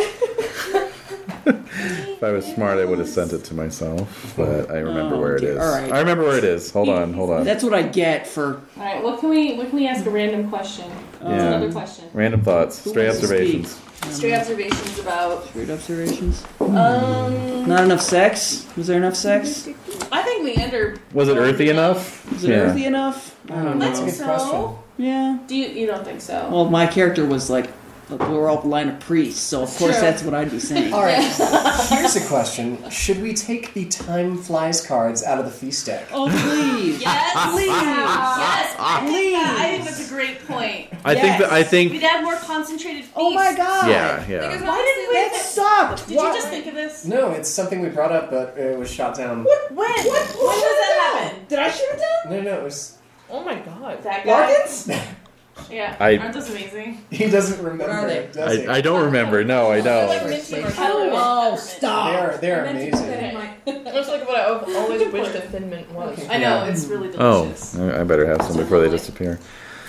Speaker 5: if I was smart, I would have sent it to myself, but I remember
Speaker 4: Oh,
Speaker 5: where it
Speaker 4: dear.
Speaker 5: is.
Speaker 4: All right.
Speaker 5: I remember where it is. Hold on, hold on.
Speaker 4: That's what I get for um,
Speaker 3: All right. What can we What can we ask a random question? What's
Speaker 5: Yeah.
Speaker 3: Another question.
Speaker 5: Random thoughts,
Speaker 4: Who
Speaker 5: stray
Speaker 4: wants to speak?
Speaker 5: observations.
Speaker 3: Straight observations about.
Speaker 4: weird observations.
Speaker 3: Um.
Speaker 4: Not enough sex. Was there enough sex?
Speaker 3: I think Leander.
Speaker 5: Was it earthy enough?
Speaker 4: Was it
Speaker 5: Yeah.
Speaker 4: earthy enough? I don't
Speaker 3: I
Speaker 4: know.
Speaker 3: think
Speaker 7: That's a good
Speaker 3: so.
Speaker 7: question.
Speaker 4: Yeah.
Speaker 3: Do you? You don't think so?
Speaker 4: Well, my character was like Look, we're all line of priests, so of course that's what I'd be saying.
Speaker 7: All right. Here's a question: Should we take the time flies cards out of the feast deck?
Speaker 4: Oh please!
Speaker 3: Yes,
Speaker 4: Please.
Speaker 9: Ah,
Speaker 3: yes. I think, that, I think
Speaker 4: Please.
Speaker 3: that's a great point.
Speaker 9: I think that I
Speaker 3: We'd
Speaker 9: think
Speaker 3: have more concentrated feasts.
Speaker 4: Oh my god!
Speaker 9: yeah, yeah.
Speaker 3: Why didn't we?
Speaker 4: That sucked.
Speaker 3: Did
Speaker 4: Why-
Speaker 3: you just think of this?
Speaker 7: No, it's something we brought up, but it was shot down.
Speaker 3: When? What? When does that happen?
Speaker 8: Did I shoot it down?
Speaker 7: No, no, it was.
Speaker 8: Oh my god.
Speaker 3: That guy.
Speaker 8: Larkins?
Speaker 3: Yeah.
Speaker 9: I-
Speaker 3: Aren't those amazing?
Speaker 7: He doesn't remember.
Speaker 8: are they?
Speaker 7: Does he?
Speaker 9: I, I don't remember. No, I
Speaker 8: Like
Speaker 9: don't.
Speaker 8: minty
Speaker 7: Oh,
Speaker 8: marshmallows.
Speaker 4: Oh
Speaker 7: they
Speaker 4: stop!
Speaker 7: are. They are
Speaker 8: I meant to put that
Speaker 7: amazing.
Speaker 8: in my-
Speaker 6: That's like what I've always wished a thin mint was.
Speaker 3: I know it's really
Speaker 9: Oh,
Speaker 3: delicious.
Speaker 9: I I better have some before they disappear.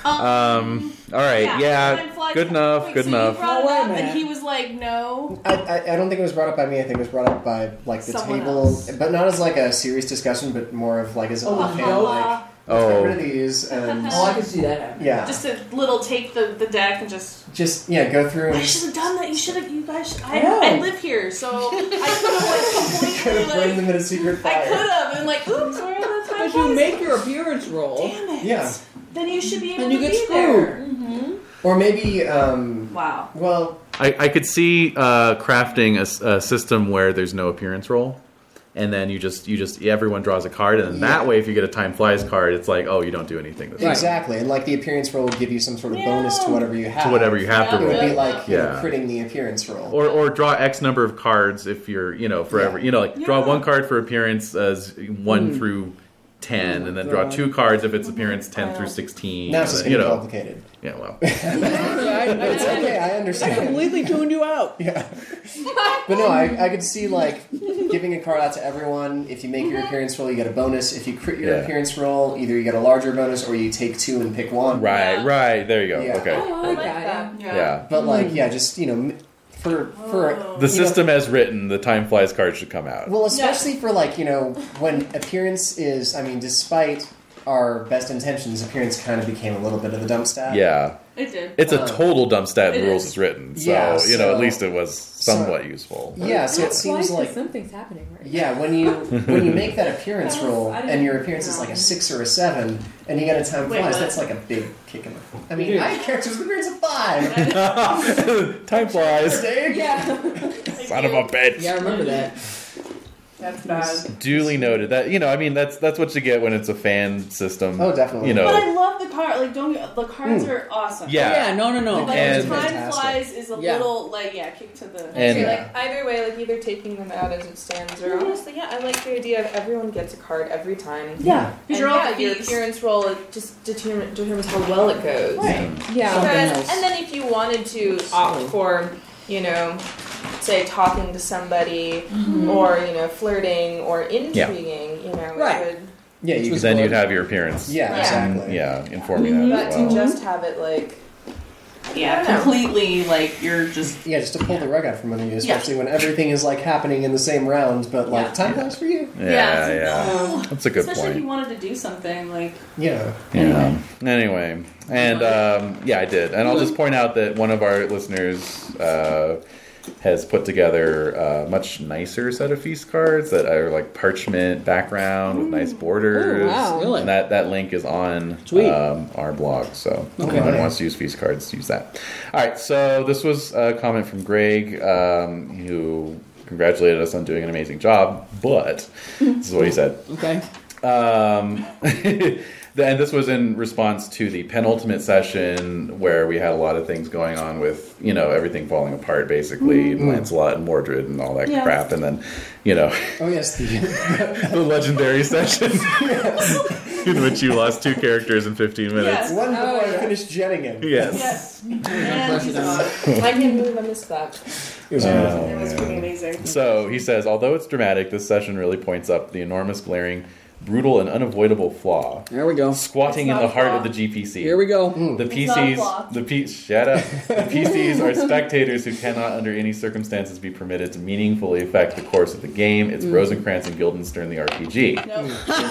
Speaker 9: Um. All right.
Speaker 3: time
Speaker 9: Yeah.
Speaker 3: flies.
Speaker 9: Good enough.
Speaker 3: Wait,
Speaker 9: Good
Speaker 3: so You
Speaker 9: enough.
Speaker 3: brought
Speaker 4: No,
Speaker 3: it
Speaker 4: wait a
Speaker 3: up,
Speaker 4: minute.
Speaker 3: and he was like, "No."
Speaker 7: I, I, I don't think it was brought up by me. I think it was brought up by like the
Speaker 3: Someone
Speaker 7: table,
Speaker 3: else.
Speaker 7: but not as like a serious discussion, but more of like as a
Speaker 4: Oh,
Speaker 7: oh, panel. Like, let's get rid of
Speaker 9: Oh.
Speaker 7: these and
Speaker 8: Oh, I could see that happen.
Speaker 7: yeah, just,
Speaker 3: Just a little take the, the deck and just.
Speaker 7: yeah, go
Speaker 3: I
Speaker 7: through and
Speaker 3: should have done that. You should have. You guys. Should, I,
Speaker 4: I know.
Speaker 3: I live here, so I could have like
Speaker 7: kind of burn
Speaker 3: completely like.
Speaker 7: them in a secret
Speaker 3: I could
Speaker 7: fire.
Speaker 3: have and like, oops, sorry, that's my
Speaker 4: But you
Speaker 3: fault.
Speaker 4: make your appearance roll,
Speaker 3: Damn it.
Speaker 7: Yeah.
Speaker 3: Then you should be able
Speaker 4: and you
Speaker 3: to
Speaker 4: get
Speaker 3: be there.
Speaker 4: screwed.
Speaker 7: Or maybe, um,
Speaker 3: Wow.
Speaker 7: well,
Speaker 9: I, I could see uh, crafting a s- a, system where there's no appearance roll, and then you just you just everyone draws a card, and then that way, if you get a time flies card, it's like oh you don't do anything this
Speaker 4: Right.
Speaker 7: exactly, and like the appearance roll would give you some sort of bonus to whatever you have.
Speaker 9: to whatever you have to
Speaker 7: It would
Speaker 9: roll,
Speaker 7: be like you know,
Speaker 9: Yeah.
Speaker 7: critting the appearance roll.
Speaker 9: or or draw X number of cards if you're you know forever
Speaker 7: Yeah.
Speaker 9: you know like draw
Speaker 3: Yeah.
Speaker 9: one card for appearance as one through ten, and then draw
Speaker 4: God.
Speaker 9: two cards if it's appearance ten through sixteen.
Speaker 7: now
Speaker 9: and
Speaker 7: it's just
Speaker 9: then,
Speaker 7: gonna
Speaker 9: you
Speaker 7: be
Speaker 9: know
Speaker 7: complicated.
Speaker 9: yeah well
Speaker 7: It's okay, I understand.
Speaker 4: completely tuned you out.
Speaker 7: Yeah. but no, I, I could see like giving a card out to everyone. If you make your appearance roll, you get a bonus. If you crit your
Speaker 9: Yeah.
Speaker 7: appearance roll, either you get a larger bonus or you take two and pick one.
Speaker 9: right
Speaker 3: Yeah.
Speaker 9: right there you go
Speaker 7: Yeah.
Speaker 9: okay
Speaker 8: Oh, I like that.
Speaker 9: yeah
Speaker 7: But like, yeah, just you know, m- for for
Speaker 3: Oh.
Speaker 9: the
Speaker 7: you know-
Speaker 9: system as written the time flies card should come out
Speaker 7: well, especially for like you know when appearance is. I mean, despite our best intentions, appearance kind of became a little bit of a dump stat.
Speaker 9: yeah.
Speaker 3: It did.
Speaker 9: It's a
Speaker 7: Uh,
Speaker 9: total dump stat
Speaker 3: it
Speaker 9: in rules
Speaker 3: is.
Speaker 9: as written. So,
Speaker 7: Yeah,
Speaker 9: you know,
Speaker 7: so-
Speaker 9: at least it was somewhat
Speaker 7: so-
Speaker 9: useful.
Speaker 7: Yeah. So it
Speaker 8: That's why,
Speaker 7: seems
Speaker 8: 'cause
Speaker 7: like
Speaker 8: something's happening, right?
Speaker 7: Yeah, when you when you make that appearance
Speaker 8: That was-
Speaker 7: roll
Speaker 8: I didn't-
Speaker 7: and your appearance is like a six or a seven, and you got a time
Speaker 3: Wait,
Speaker 7: flies,
Speaker 3: what?
Speaker 7: that's like a big kick in the. I mean, I had characters with appearance of five.
Speaker 9: Time flies.
Speaker 8: Yeah.
Speaker 9: Son of a bitch.
Speaker 4: Yeah, I remember that.
Speaker 3: That's bad.
Speaker 9: Duly noted. That you know, I mean, that's that's what you get when it's a fan system.
Speaker 7: Oh, definitely.
Speaker 9: You
Speaker 3: But
Speaker 9: know,
Speaker 3: I love the card. Like, don't get- the cards are awesome.
Speaker 9: yeah.
Speaker 4: Yeah, no, no, no.
Speaker 3: Like
Speaker 9: And-
Speaker 3: time
Speaker 7: Fantastic.
Speaker 3: flies is a
Speaker 4: Yeah.
Speaker 3: little like yeah, kick to the.
Speaker 9: And-
Speaker 6: So, like either way, like either taking them out as it stands, or honestly, yeah, I like the idea of everyone gets a card every time.
Speaker 7: Yeah.
Speaker 3: Because
Speaker 6: And
Speaker 3: you're all
Speaker 6: yeah, your
Speaker 3: thieves.
Speaker 6: appearance roll it just determine, determines how well it goes.
Speaker 4: Something
Speaker 6: Whereas-
Speaker 4: else.
Speaker 6: and then if you wanted to opt for, you know, say talking to somebody or you know flirting or intriguing, you know,
Speaker 4: Right.
Speaker 6: it would,
Speaker 7: Yeah, you
Speaker 4: was
Speaker 7: could-
Speaker 9: Then you'd have your appearance.
Speaker 7: Yeah,
Speaker 6: Yeah.
Speaker 7: exactly.
Speaker 9: Yeah, informing that
Speaker 6: but
Speaker 9: as
Speaker 6: to
Speaker 9: well.
Speaker 6: just have it like
Speaker 3: yeah,
Speaker 6: Yeah.
Speaker 3: completely like you're just
Speaker 7: Yeah, just to pull the rug out from under you, especially when everything is like happening in the same round, but like
Speaker 3: Yeah.
Speaker 7: time flies for you.
Speaker 9: Yeah,
Speaker 3: Yeah. Oh.
Speaker 9: yeah.
Speaker 3: No.
Speaker 9: That's a good
Speaker 3: Especially if you
Speaker 9: point.
Speaker 3: wanted to do something like
Speaker 7: Yeah.
Speaker 9: Yeah. Anyway, and um, yeah, I did, and I'll just point out that one of our listeners uh, has put together a much nicer set of feast cards that are like parchment background with nice borders.
Speaker 4: Mm. Oh, wow. Really?
Speaker 9: And that that link is on
Speaker 4: Sweet.
Speaker 9: um, our blog, so if
Speaker 4: Okay.
Speaker 9: anyone wants to use feast cards, use that. All right. So this was a comment from Greg, um, who congratulated us on doing an amazing job, but this is what he said.
Speaker 4: Okay.
Speaker 9: Um, and this was in response to the penultimate session where we had a lot of things going on with, you know, everything falling apart basically, and Lancelot and Mordred and all that
Speaker 3: Yeah.
Speaker 9: crap. And then, you know,
Speaker 7: Oh yes, the
Speaker 9: the legendary session in which you lost two characters in 15 minutes.
Speaker 3: yes,
Speaker 7: one before I finished jetting him.
Speaker 9: Yes.
Speaker 3: yes, and he's on.
Speaker 6: I can't believe I missed that.
Speaker 7: It was
Speaker 9: Oh,
Speaker 3: It was
Speaker 9: man.
Speaker 3: pretty amazing.
Speaker 9: So he says, although it's dramatic, this session really points up the enormous, glaring, brutal, and unavoidable flaw
Speaker 4: There we go.
Speaker 9: squatting in
Speaker 3: It's
Speaker 9: the
Speaker 3: not a
Speaker 9: heart
Speaker 3: flaw.
Speaker 9: of the GPC.
Speaker 4: Here we go.
Speaker 9: The
Speaker 3: It's not a flaw.
Speaker 9: PCs, the P, shut up. The PCs are spectators who cannot, under any circumstances, be permitted to meaningfully affect the course of the game. It's
Speaker 4: Mm.
Speaker 9: Rosencrantz and Guildenstern, the RPG,
Speaker 3: No,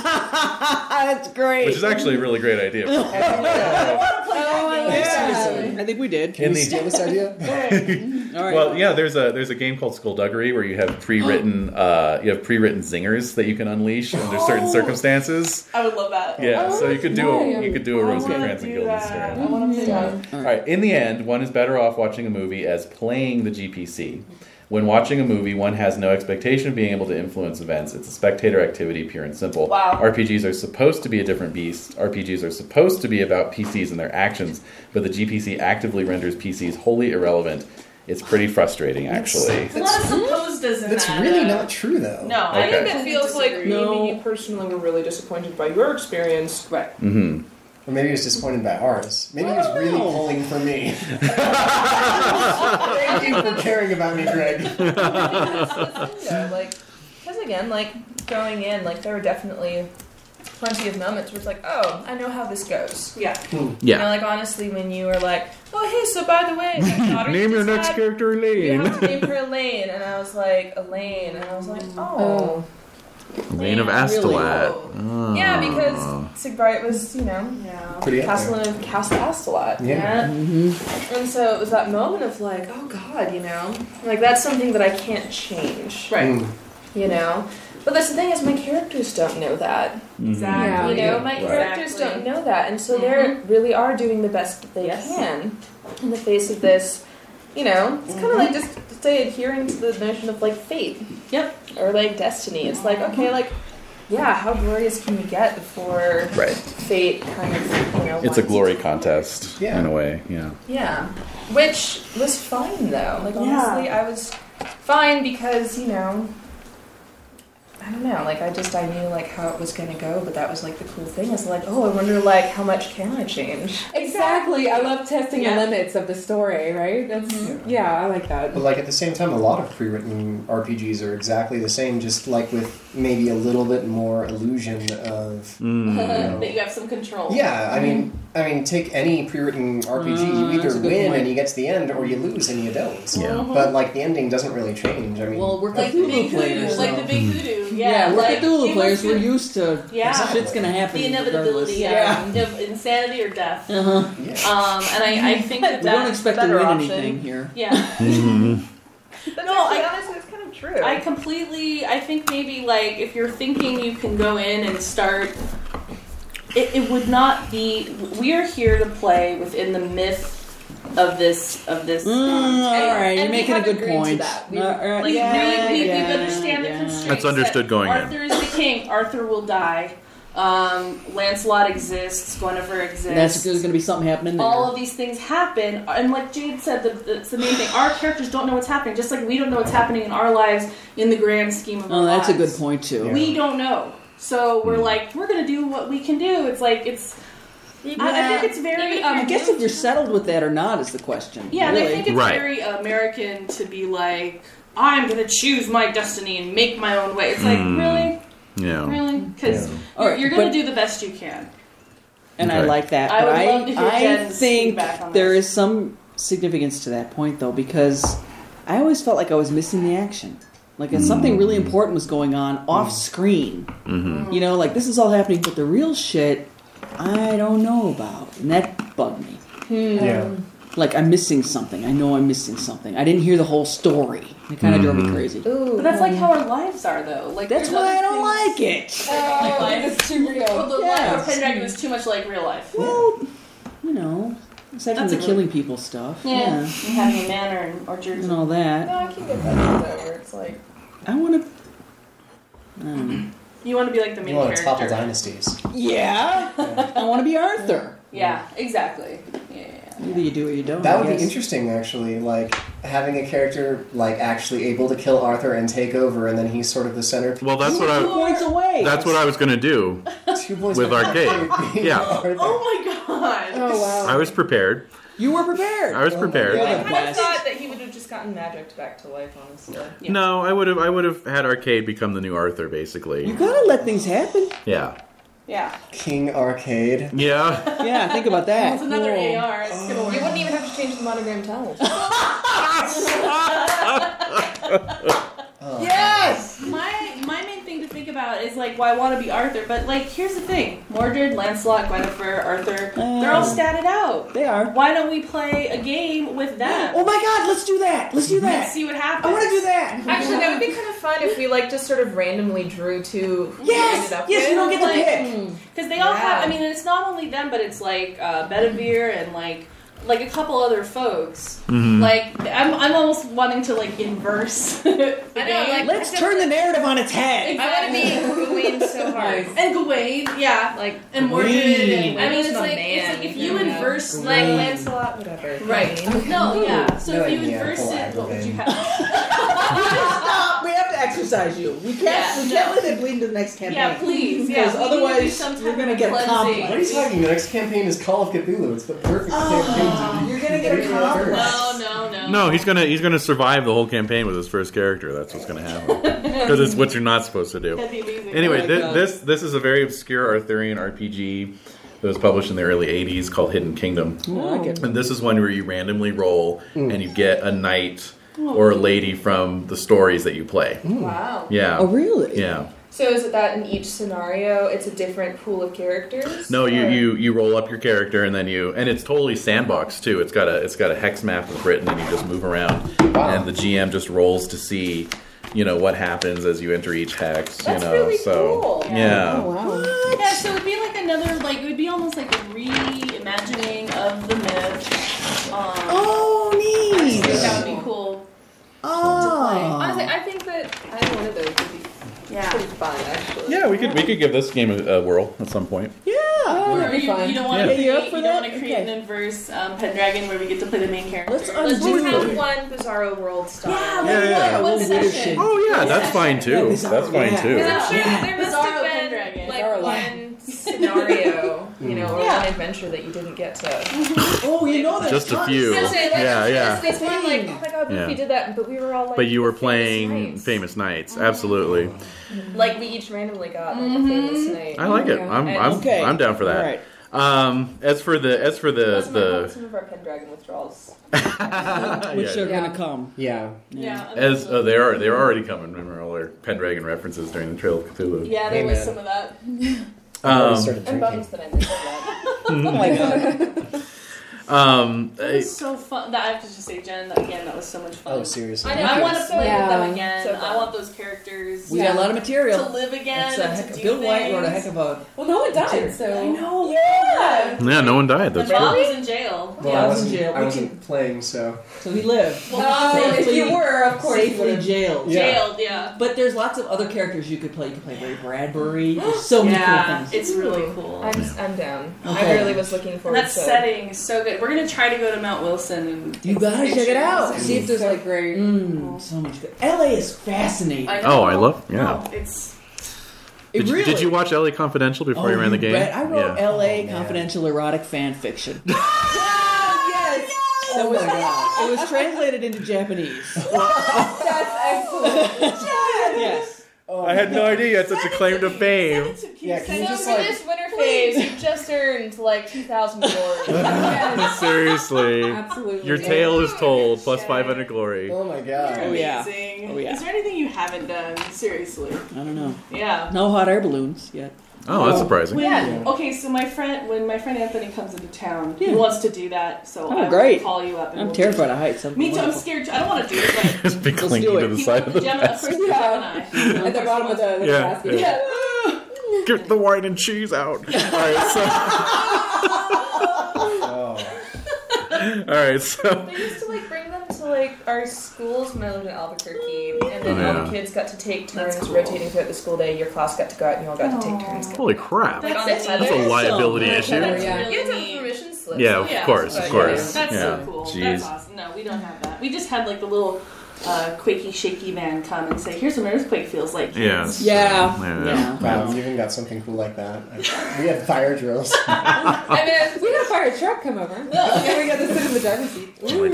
Speaker 3: Ah,
Speaker 4: That's great.
Speaker 9: which is actually a really great idea.
Speaker 4: oh, yeah. I think we did.
Speaker 7: Can
Speaker 9: In
Speaker 7: we
Speaker 9: the-
Speaker 7: steal this idea?
Speaker 9: In
Speaker 4: All right.
Speaker 5: Well, yeah, there's a there's a game called Skullduggery where you have pre-written
Speaker 3: Oh.
Speaker 5: uh, you have pre-written zingers that you can unleash under certain circumstances.
Speaker 3: I would love that. Oh,
Speaker 5: Yeah, so you could do a,
Speaker 8: play.
Speaker 5: you could do a Rosencrantz and Guildenstern. All right. In the end, one is better off watching a movie as playing the GPC. When watching a movie, one has no expectation of being able to influence events. It's a spectator activity, pure and simple.
Speaker 3: Wow.
Speaker 5: RPGs are supposed to be a different beast. RPGs are supposed to be about PCs and their actions, but the GPC actively renders PCs wholly irrelevant. It's pretty frustrating, actually.
Speaker 3: There's a lot of supposedism.
Speaker 7: That's
Speaker 3: in that.
Speaker 7: really not true, though.
Speaker 3: No, I
Speaker 5: Okay.
Speaker 3: think that feels like
Speaker 6: maybe you personally were really disappointed by your experience.
Speaker 3: right.
Speaker 5: Mm-hmm.
Speaker 7: Or maybe he was disappointed by ours. Maybe he was really pulling for me. Thank you for caring about me, Greg.
Speaker 6: Yeah, like, because again, like going in, like there were definitely plenty of moments where it's like, oh, I know how this goes.
Speaker 3: Yeah.
Speaker 7: Hmm.
Speaker 6: You know, like honestly, when you were like, oh hey, so by the way, my daughter
Speaker 5: Name your
Speaker 6: just
Speaker 5: next
Speaker 6: had-
Speaker 5: character,
Speaker 6: You
Speaker 5: Elaine.
Speaker 6: have to name her Elaine, and I was like Elaine, and I was like, oh,
Speaker 5: Elaine of
Speaker 6: Yeah, really.
Speaker 5: Astolat. Ah.
Speaker 6: yeah, because Sigbart was, you know,
Speaker 3: Yeah.
Speaker 7: Pretty up
Speaker 6: Castle
Speaker 7: there.
Speaker 6: of Castle Astolat.
Speaker 7: Yeah.
Speaker 4: Mm-hmm.
Speaker 6: And so it was that moment of like, oh God, you know, like that's something that I can't change,
Speaker 3: Right.
Speaker 7: Mm.
Speaker 6: you know. But that's the thing is, my characters don't know that.
Speaker 4: Mm-hmm.
Speaker 3: Exactly.
Speaker 6: You know, my characters
Speaker 3: Oh, Exactly. Mm-hmm.
Speaker 6: don't know that, and so they really are doing the best that they
Speaker 3: Yes.
Speaker 6: can in the face of this. You know, it's
Speaker 3: Mm-hmm.
Speaker 6: kind of like just say adhering to the notion of like fate.
Speaker 3: Yep. Mm-hmm.
Speaker 6: Or like destiny. It's like okay, like yeah, how glorious can we get before
Speaker 5: Right.
Speaker 6: fate kind of you know?
Speaker 5: It's a
Speaker 6: winds-
Speaker 5: glory contest
Speaker 7: Yeah.
Speaker 5: in a way. Yeah.
Speaker 6: Yeah, which was fine though. Like
Speaker 3: Yeah.
Speaker 6: honestly, I was fine because you know. I don't know. Like I just I knew like how it was gonna go, but that was like the cool thing. Is like, oh, I wonder like how much can I change?
Speaker 8: Exactly. I love testing
Speaker 3: Yeah. Mm-hmm.
Speaker 8: the limits of the story, right? That's yeah, I like that.
Speaker 7: But like at the same time, a lot of pre-written RPGs are exactly the same, just like with maybe a little bit more illusion of.
Speaker 3: that you have some control.
Speaker 7: Yeah, I mean, I mean, take any pre-written RPG.
Speaker 4: Ah,
Speaker 7: you
Speaker 4: that's
Speaker 7: either
Speaker 4: a good
Speaker 7: win
Speaker 4: point.
Speaker 7: and you get to the end, or you lose and you don't.
Speaker 5: Yeah.
Speaker 7: But like the ending doesn't really change. I mean,
Speaker 4: Well, we're
Speaker 3: Like the
Speaker 4: Cthulhu
Speaker 3: big hoodoo.
Speaker 4: players,
Speaker 3: Like
Speaker 4: though. Hmm.
Speaker 3: the big hoodoo.
Speaker 4: yeah,
Speaker 3: Yeah.
Speaker 4: we're
Speaker 3: like,
Speaker 4: Cthulhu
Speaker 3: it
Speaker 4: players.
Speaker 3: was
Speaker 4: We're
Speaker 3: good-
Speaker 4: used to
Speaker 3: Yeah.
Speaker 4: shit's gonna happen.
Speaker 3: The inevitability
Speaker 4: regardless.
Speaker 3: yeah, of insanity or death. Um,
Speaker 4: Uh-huh.
Speaker 7: yeah.
Speaker 3: and I, I think that
Speaker 4: We don't
Speaker 3: that,
Speaker 4: expect to
Speaker 6: better
Speaker 4: win
Speaker 6: option.
Speaker 4: anything here.
Speaker 3: yeah.
Speaker 5: Mm-hmm.
Speaker 6: But
Speaker 3: No,
Speaker 6: actually,
Speaker 3: I-
Speaker 6: honestly, it's kind of true.
Speaker 3: I completely. I think maybe like if you're thinking you can go in and start, it, it would not be. We are here to play within the myth of this of this. um,
Speaker 4: Mm, all right, you're
Speaker 6: we
Speaker 4: making a
Speaker 6: have
Speaker 4: good
Speaker 6: agreed to
Speaker 4: point.
Speaker 6: that. We-
Speaker 4: Uh, uh,
Speaker 3: Like
Speaker 4: yeah,
Speaker 3: we, we,
Speaker 4: yeah,
Speaker 3: we understand the
Speaker 4: yeah.
Speaker 3: constraints.
Speaker 5: That's understood
Speaker 3: that
Speaker 5: going in.
Speaker 3: Arthur is the king. Arthur will die. Um, Lancelot exists. Guinevere exists.
Speaker 4: That's there's gonna be something happening there.
Speaker 3: all of these things happen, and like Jade said, the, that's the main thing. Our characters don't know what's happening, just like we don't know what's happening in our lives in the grand scheme of
Speaker 4: oh,
Speaker 3: our
Speaker 4: that's a good
Speaker 3: lives.
Speaker 4: point too.
Speaker 7: Yeah. Hmm.
Speaker 3: We don't know, so we're like, we're gonna do what we can do. It's like it's. I, I think it's very. Um,
Speaker 4: I guess if you're settled with that or not is the question.
Speaker 3: yeah, and
Speaker 4: really.
Speaker 3: I think it's
Speaker 5: Right.
Speaker 3: very American to be like, I'm gonna choose my destiny and make my own way. It's like
Speaker 5: Hmm. Oh.
Speaker 3: really,
Speaker 5: Yeah.
Speaker 3: really, because
Speaker 7: Yeah.
Speaker 4: All right,
Speaker 3: you're gonna
Speaker 4: but-
Speaker 3: do the best you can.
Speaker 4: and I
Speaker 5: Okay.
Speaker 4: like that.
Speaker 3: I
Speaker 4: But
Speaker 3: would
Speaker 4: I,
Speaker 3: love to hear
Speaker 4: I
Speaker 3: Jen's
Speaker 4: think
Speaker 3: feedback on
Speaker 4: there
Speaker 3: this.
Speaker 4: is some significance to that point though, because I always felt like I was missing the action. Like if something really important was going on off screen.
Speaker 3: Mm-hmm.
Speaker 4: You know, like this is all happening, but the real shit I don't know about, and that bugged me.
Speaker 7: yeah.
Speaker 4: Like I'm missing something. I know I'm missing something. I didn't hear the whole story. It kind of drove me crazy.
Speaker 3: But that's like how our lives are, though. Like
Speaker 4: That's
Speaker 3: there's
Speaker 4: why I
Speaker 3: other
Speaker 4: don't
Speaker 3: things-
Speaker 4: like it.
Speaker 3: Uh,
Speaker 8: it's too
Speaker 3: Well,
Speaker 8: real.
Speaker 3: the
Speaker 4: Yeah.
Speaker 3: life of Pendragon was too much like real life.
Speaker 4: Well, you know, aside from
Speaker 3: That's
Speaker 4: the
Speaker 3: a good-
Speaker 4: killing people stuff,
Speaker 3: Yeah.
Speaker 4: yeah,
Speaker 3: And having a manner and or jersey.
Speaker 4: and all that.
Speaker 6: no, I can get that though, where it's like
Speaker 4: I want to. I don't know.
Speaker 3: You want to be like the main
Speaker 7: You want to
Speaker 3: character.
Speaker 7: topple dynasties?
Speaker 4: Yeah, I want to be Arthur.
Speaker 3: Yeah, exactly. Yeah.
Speaker 4: Either you do or you don't.
Speaker 7: That
Speaker 4: I
Speaker 7: would be
Speaker 4: guess.
Speaker 7: interesting, actually. Like having a character like actually able to kill Arthur and take over, and then he's sort of the center.
Speaker 5: Well, that's what I.
Speaker 4: Two points away.
Speaker 5: That's what I was gonna do.
Speaker 7: Two boys
Speaker 5: With
Speaker 7: like-
Speaker 5: Arcade. Yeah.
Speaker 7: Arthur.
Speaker 3: Oh my god.
Speaker 8: Oh wow.
Speaker 5: I was prepared.
Speaker 4: you were prepared.
Speaker 5: I was prepared.
Speaker 7: Yeah.
Speaker 4: You're
Speaker 6: I
Speaker 4: the
Speaker 6: kind of
Speaker 4: best.
Speaker 6: thought that he would have just gotten magicked back to life, honestly.
Speaker 3: Yeah.
Speaker 5: No, I would have. I would have had Arcade become the new Arthur, basically.
Speaker 4: You gotta let things happen.
Speaker 5: Yeah.
Speaker 3: Yeah.
Speaker 7: King Arcade.
Speaker 5: Yeah.
Speaker 4: Yeah, think about that.
Speaker 3: It's another
Speaker 4: Cool.
Speaker 3: AR. It's gonna
Speaker 6: You
Speaker 3: work.
Speaker 6: wouldn't even have to change the monogram towels.
Speaker 7: Oh.
Speaker 4: Yes.
Speaker 3: My my main thing to think about is like, well, I want to be Arthur, but like, here's the thing: Mordred, Lancelot, Guinevere, Arthur—they're They're
Speaker 4: Um.
Speaker 3: all statted out.
Speaker 4: They are.
Speaker 3: Why don't we play a game with them?
Speaker 4: Oh my god, let's do that. Let's do
Speaker 3: Let's
Speaker 4: that.
Speaker 3: see what happens.
Speaker 4: I want to do that.
Speaker 6: Actually, that would be kind of fun if we like just sort of randomly drew two. who we
Speaker 4: Yes,
Speaker 6: ended up
Speaker 4: yes,
Speaker 6: with.
Speaker 4: you don't get
Speaker 3: Like,
Speaker 4: to pick.
Speaker 3: Because they all have.
Speaker 6: Yeah.
Speaker 3: I mean, it's not only them, but it's like uh, Bedivere and like like a couple other folks. Like I'm, I'm almost wanting to like inverse. the
Speaker 2: I know,
Speaker 3: game.
Speaker 2: like-
Speaker 4: Let's turn the narrative on its head.
Speaker 2: I want to be Gawain so hard.
Speaker 3: and Gawain, yeah, like and Morgan.
Speaker 4: Gawain.
Speaker 3: And, I mean, it's
Speaker 6: It's
Speaker 3: like
Speaker 6: my
Speaker 3: it's like
Speaker 6: man,
Speaker 3: if
Speaker 6: you
Speaker 3: you
Speaker 6: know.
Speaker 3: inverse
Speaker 2: Like
Speaker 3: like
Speaker 2: Lancelot.
Speaker 6: Whatever.
Speaker 3: Right. No, yeah. So
Speaker 7: No,
Speaker 3: if you
Speaker 7: yeah,
Speaker 3: inverse
Speaker 7: full
Speaker 3: it, what would you
Speaker 7: Aquaman.
Speaker 3: have?
Speaker 4: Stop. We have to exercise you. We can't.
Speaker 3: Yeah,
Speaker 4: we
Speaker 3: no.
Speaker 4: can't let it bleed into the next campaign.
Speaker 3: Yeah, please. Yeah.
Speaker 4: Because
Speaker 3: we need to do
Speaker 4: otherwise
Speaker 3: some type
Speaker 4: you're gonna
Speaker 3: of
Speaker 4: get
Speaker 3: cleansing.
Speaker 4: complex.
Speaker 7: What are you talking about? The next campaign is Call of Cthulhu. It's the perfect campaign.
Speaker 4: Ah, You're gonna get a complex.
Speaker 3: No, no, no.
Speaker 5: No, he's gonna he's gonna survive the whole campaign with his first character. That's what's gonna happen because it's what you're not supposed to do.
Speaker 3: That'd be amazing.
Speaker 5: Anyway,
Speaker 4: my
Speaker 5: thi-
Speaker 4: God.
Speaker 5: this this is a very obscure Arthurian RPG that was published in the early '80s called Hidden Kingdom.
Speaker 4: I like it.
Speaker 5: And this is one where you randomly roll
Speaker 4: Mm.
Speaker 5: and you get a knight or a lady from the stories that you play.
Speaker 6: Wow.
Speaker 5: Yeah.
Speaker 4: Oh, really?
Speaker 5: Yeah.
Speaker 6: So is it that in each scenario, it's a different pool of characters?
Speaker 5: No, you,
Speaker 6: Or-
Speaker 5: you you roll up your character and then you and it's totally sandbox too. It's got a it's got a hex map that's written and you just move around and the GM just rolls to see, you know, what happens as you enter each hex,
Speaker 6: That's
Speaker 5: you know.
Speaker 6: really
Speaker 5: so
Speaker 6: cool.
Speaker 5: yeah.
Speaker 3: Yeah, so it'd be like another, like it would be almost like a reimagining of the myth. Um,
Speaker 4: Oh,
Speaker 3: I think
Speaker 4: neat.
Speaker 3: that would be cool.
Speaker 6: Honestly,
Speaker 4: Oh.
Speaker 6: I think that either one of those would be
Speaker 3: Yeah.
Speaker 6: pretty fun, actually.
Speaker 5: Yeah, we could we could give this game a, a whirl at some point.
Speaker 4: Yeah.
Speaker 3: Or you, you don't want to
Speaker 5: Yeah.
Speaker 4: Yeah, you up
Speaker 3: create,
Speaker 4: for
Speaker 3: you don't
Speaker 4: that?
Speaker 3: want to create
Speaker 4: Okay.
Speaker 3: an inverse um, Pendragon where we get to play the main character.
Speaker 4: Let's
Speaker 6: Let's
Speaker 4: undo
Speaker 6: just
Speaker 4: it.
Speaker 6: have one Bizarro World style.
Speaker 3: yeah,
Speaker 5: Yeah,
Speaker 3: yeah,
Speaker 5: yeah.
Speaker 3: One,
Speaker 4: We'll do shit.
Speaker 3: session.
Speaker 5: Oh yeah, that's fine
Speaker 4: Yeah,
Speaker 5: too.
Speaker 4: bizarre,
Speaker 5: that's fine
Speaker 4: yeah.
Speaker 5: too.
Speaker 6: Because I'm sure
Speaker 4: Yeah.
Speaker 6: there must
Speaker 3: Bizarro
Speaker 6: have
Speaker 3: Pendragon.
Speaker 6: been like
Speaker 4: Bizarro
Speaker 6: one scenario, you know, or
Speaker 3: Yeah.
Speaker 6: one adventure that you didn't get to.
Speaker 4: Oh, you know there's
Speaker 5: Just a
Speaker 4: tons.
Speaker 5: few.
Speaker 6: That's it, like,
Speaker 5: Yeah, yeah.
Speaker 6: This one, like, oh my god, we
Speaker 5: Yeah.
Speaker 6: did that, but we were all like.
Speaker 5: But you were
Speaker 6: famous
Speaker 5: playing
Speaker 6: knights.
Speaker 5: famous knights, absolutely.
Speaker 6: Like we each randomly got like a famous night.
Speaker 5: I like it. I'm I'm,
Speaker 4: Okay.
Speaker 5: I'm down for that.
Speaker 4: All right.
Speaker 5: Um, as for the as for the the
Speaker 6: some of our Pendragon withdrawals.
Speaker 4: Which
Speaker 5: Yeah.
Speaker 4: are
Speaker 8: Yeah.
Speaker 4: gonna come.
Speaker 7: Yeah.
Speaker 3: Yeah.
Speaker 5: As oh, they are, they are already coming. Remember all their Pendragon references during the Trail of Cthulhu.
Speaker 3: yeah, there
Speaker 7: Hey,
Speaker 3: was
Speaker 7: man.
Speaker 3: some of that.
Speaker 7: I already
Speaker 5: Um,
Speaker 7: started
Speaker 6: I'm
Speaker 7: drinking.
Speaker 6: bummed that I missed that.
Speaker 4: Oh my god.
Speaker 5: Um,
Speaker 3: That
Speaker 5: I-
Speaker 3: was so fun. That, I have to just say, Jen, that, again, that was so much fun.
Speaker 7: Oh, seriously.
Speaker 6: I know.
Speaker 3: I want to
Speaker 6: Yeah.
Speaker 3: play with them
Speaker 8: Yeah.
Speaker 3: again.
Speaker 6: So
Speaker 3: I want those characters
Speaker 4: We got a lot of
Speaker 3: to
Speaker 4: material.
Speaker 3: live again
Speaker 4: It's a
Speaker 3: and
Speaker 4: heck
Speaker 3: to do
Speaker 4: Bill White
Speaker 3: things.
Speaker 4: wrote a heck of a.
Speaker 8: Well, no one died,
Speaker 3: I
Speaker 8: so
Speaker 3: know.
Speaker 6: Yeah.
Speaker 5: yeah, no one died.
Speaker 3: My
Speaker 5: That's
Speaker 3: mom
Speaker 5: true.
Speaker 3: was in jail.
Speaker 7: Well,
Speaker 4: Yeah, I
Speaker 7: I
Speaker 4: was in
Speaker 7: wasn't,
Speaker 4: jail.
Speaker 7: I
Speaker 4: We
Speaker 7: wasn't playing, so.
Speaker 4: So he lived.
Speaker 3: Well,
Speaker 8: Oh, if
Speaker 4: Safely-
Speaker 8: you were, of course, you
Speaker 4: Safely
Speaker 8: would've-
Speaker 4: jailed.
Speaker 7: Yeah.
Speaker 3: jailed, yeah.
Speaker 4: But there's lots of other characters you could play. You could play Ray Bradbury. There's so many cool
Speaker 3: Yeah,
Speaker 4: things.
Speaker 3: it's really cool.
Speaker 6: I'm, I'm down.
Speaker 4: Okay.
Speaker 6: I really was looking
Speaker 3: And
Speaker 6: forward
Speaker 3: that
Speaker 6: to
Speaker 3: setting is so good. We're gonna try to go to Mount Wilson and
Speaker 4: You gotta check it out.
Speaker 8: See if there's like great.
Speaker 4: Mm, so much good. LA is fascinating.
Speaker 5: Oh, I love- yeah.
Speaker 3: Oh, it's
Speaker 4: It
Speaker 5: Did, you-
Speaker 4: really,
Speaker 5: did you watch Ellie Confidential before you
Speaker 4: Oh,
Speaker 5: ran the game?
Speaker 4: read- I wrote
Speaker 5: yeah.
Speaker 6: Oh,
Speaker 4: LA confidential erotic fan fiction.
Speaker 8: Yes!
Speaker 6: Oh,
Speaker 4: That was, It was translated into Japanese.
Speaker 8: That's excellent.
Speaker 4: yes.
Speaker 5: I had no idea you had such a claim to fame.
Speaker 7: Yeah, can you
Speaker 6: So
Speaker 7: just
Speaker 6: for
Speaker 7: like.
Speaker 6: this winter phase, you just earned like 2,000 dollars.
Speaker 8: Yes,
Speaker 5: Seriously,
Speaker 8: absolutely.
Speaker 5: your tale is told. Plus five hundred glory.
Speaker 7: Oh my
Speaker 4: Oh,
Speaker 7: god.
Speaker 4: yeah.
Speaker 3: amazing.
Speaker 4: Oh, yeah.
Speaker 3: Is there anything you haven't done? Seriously.
Speaker 4: I don't know.
Speaker 3: Yeah.
Speaker 4: No hot air balloons yet.
Speaker 5: Oh, that's surprising.
Speaker 3: When, okay, so my friend, when my friend Anthony comes into town,
Speaker 4: Yeah.
Speaker 3: he wants to do that. So
Speaker 4: Oh,
Speaker 3: I will
Speaker 4: great.
Speaker 3: call you up. And
Speaker 4: I'm
Speaker 3: we'll
Speaker 4: terrified
Speaker 3: do
Speaker 4: of heights.
Speaker 3: it. Me too. I'm scared. too. I don't want to do it. But
Speaker 5: Just be
Speaker 4: Let's do
Speaker 5: clinking to
Speaker 4: it.
Speaker 5: the
Speaker 3: he
Speaker 5: side of
Speaker 3: wants the
Speaker 5: the
Speaker 3: Gemini, of
Speaker 5: desk.
Speaker 3: course, the Gemini.
Speaker 8: At the bottom of the, the
Speaker 5: Yeah,
Speaker 8: basket.
Speaker 5: yeah. Get the wine and cheese out. All right,
Speaker 7: Oh.
Speaker 5: so, all right, so
Speaker 6: they used to like bring them to like our schools when I lived in Albuquerque, and then all
Speaker 5: Oh, Yeah.
Speaker 6: the kids got to take turns
Speaker 3: cool.
Speaker 6: rotating throughout the school day. Your class got to go out, and you all got to take turns.
Speaker 5: holy crap,
Speaker 6: Like on
Speaker 3: That's
Speaker 6: each
Speaker 3: a-
Speaker 6: other.
Speaker 5: that's a liability
Speaker 4: Awesome.
Speaker 5: issue.
Speaker 3: That's
Speaker 8: Yeah.
Speaker 3: really
Speaker 6: You had to
Speaker 3: neat.
Speaker 6: have permission slips. Oh,
Speaker 5: Yeah, of
Speaker 3: Yeah.
Speaker 5: course,
Speaker 6: Yeah.
Speaker 5: of course.
Speaker 3: That's
Speaker 5: yeah.
Speaker 3: so cool. That's
Speaker 5: Jeez.
Speaker 3: awesome. No, we don't have that. We just had like the little uh, quaky shaky van come and say, "Here's what an earthquake feels like."
Speaker 5: Yeah.
Speaker 3: kids."
Speaker 8: Yeah.
Speaker 5: Yeah.
Speaker 4: Yeah.
Speaker 7: Wow, you even got something cool like that. I- we had fire drills.
Speaker 6: I mean, it's-
Speaker 8: We had a fire truck come over. and we got to sit in the driver's seat.
Speaker 5: Oh my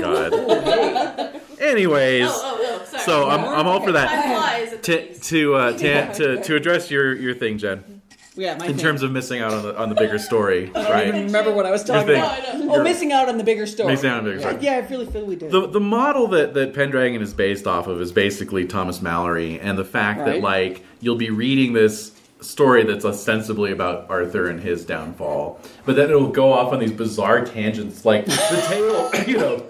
Speaker 5: god. Anyways,
Speaker 3: Oh, oh, oh, sorry.
Speaker 5: so uh, I'm, I'm all for that.
Speaker 3: Time flies at
Speaker 5: To
Speaker 3: the
Speaker 5: to, uh, to to to address your your thing, Jen,
Speaker 4: Yeah, my
Speaker 5: in
Speaker 4: thing.
Speaker 5: terms of missing out on the on the bigger story,
Speaker 4: I don't even
Speaker 5: right?
Speaker 4: remember what I was talking
Speaker 5: thing.
Speaker 4: about.
Speaker 3: I know.
Speaker 4: Oh, missing out on the bigger story.
Speaker 5: Missing out on the bigger story.
Speaker 4: Yeah, I really feel we did.
Speaker 5: The, the model that, that Pendragon is based off of is basically Thomas Mallory, and the fact that
Speaker 4: Right.
Speaker 5: like you'll be reading this
Speaker 9: story that's ostensibly about Arthur and his downfall, but then it'll go off on these bizarre tangents, like the tale, you know,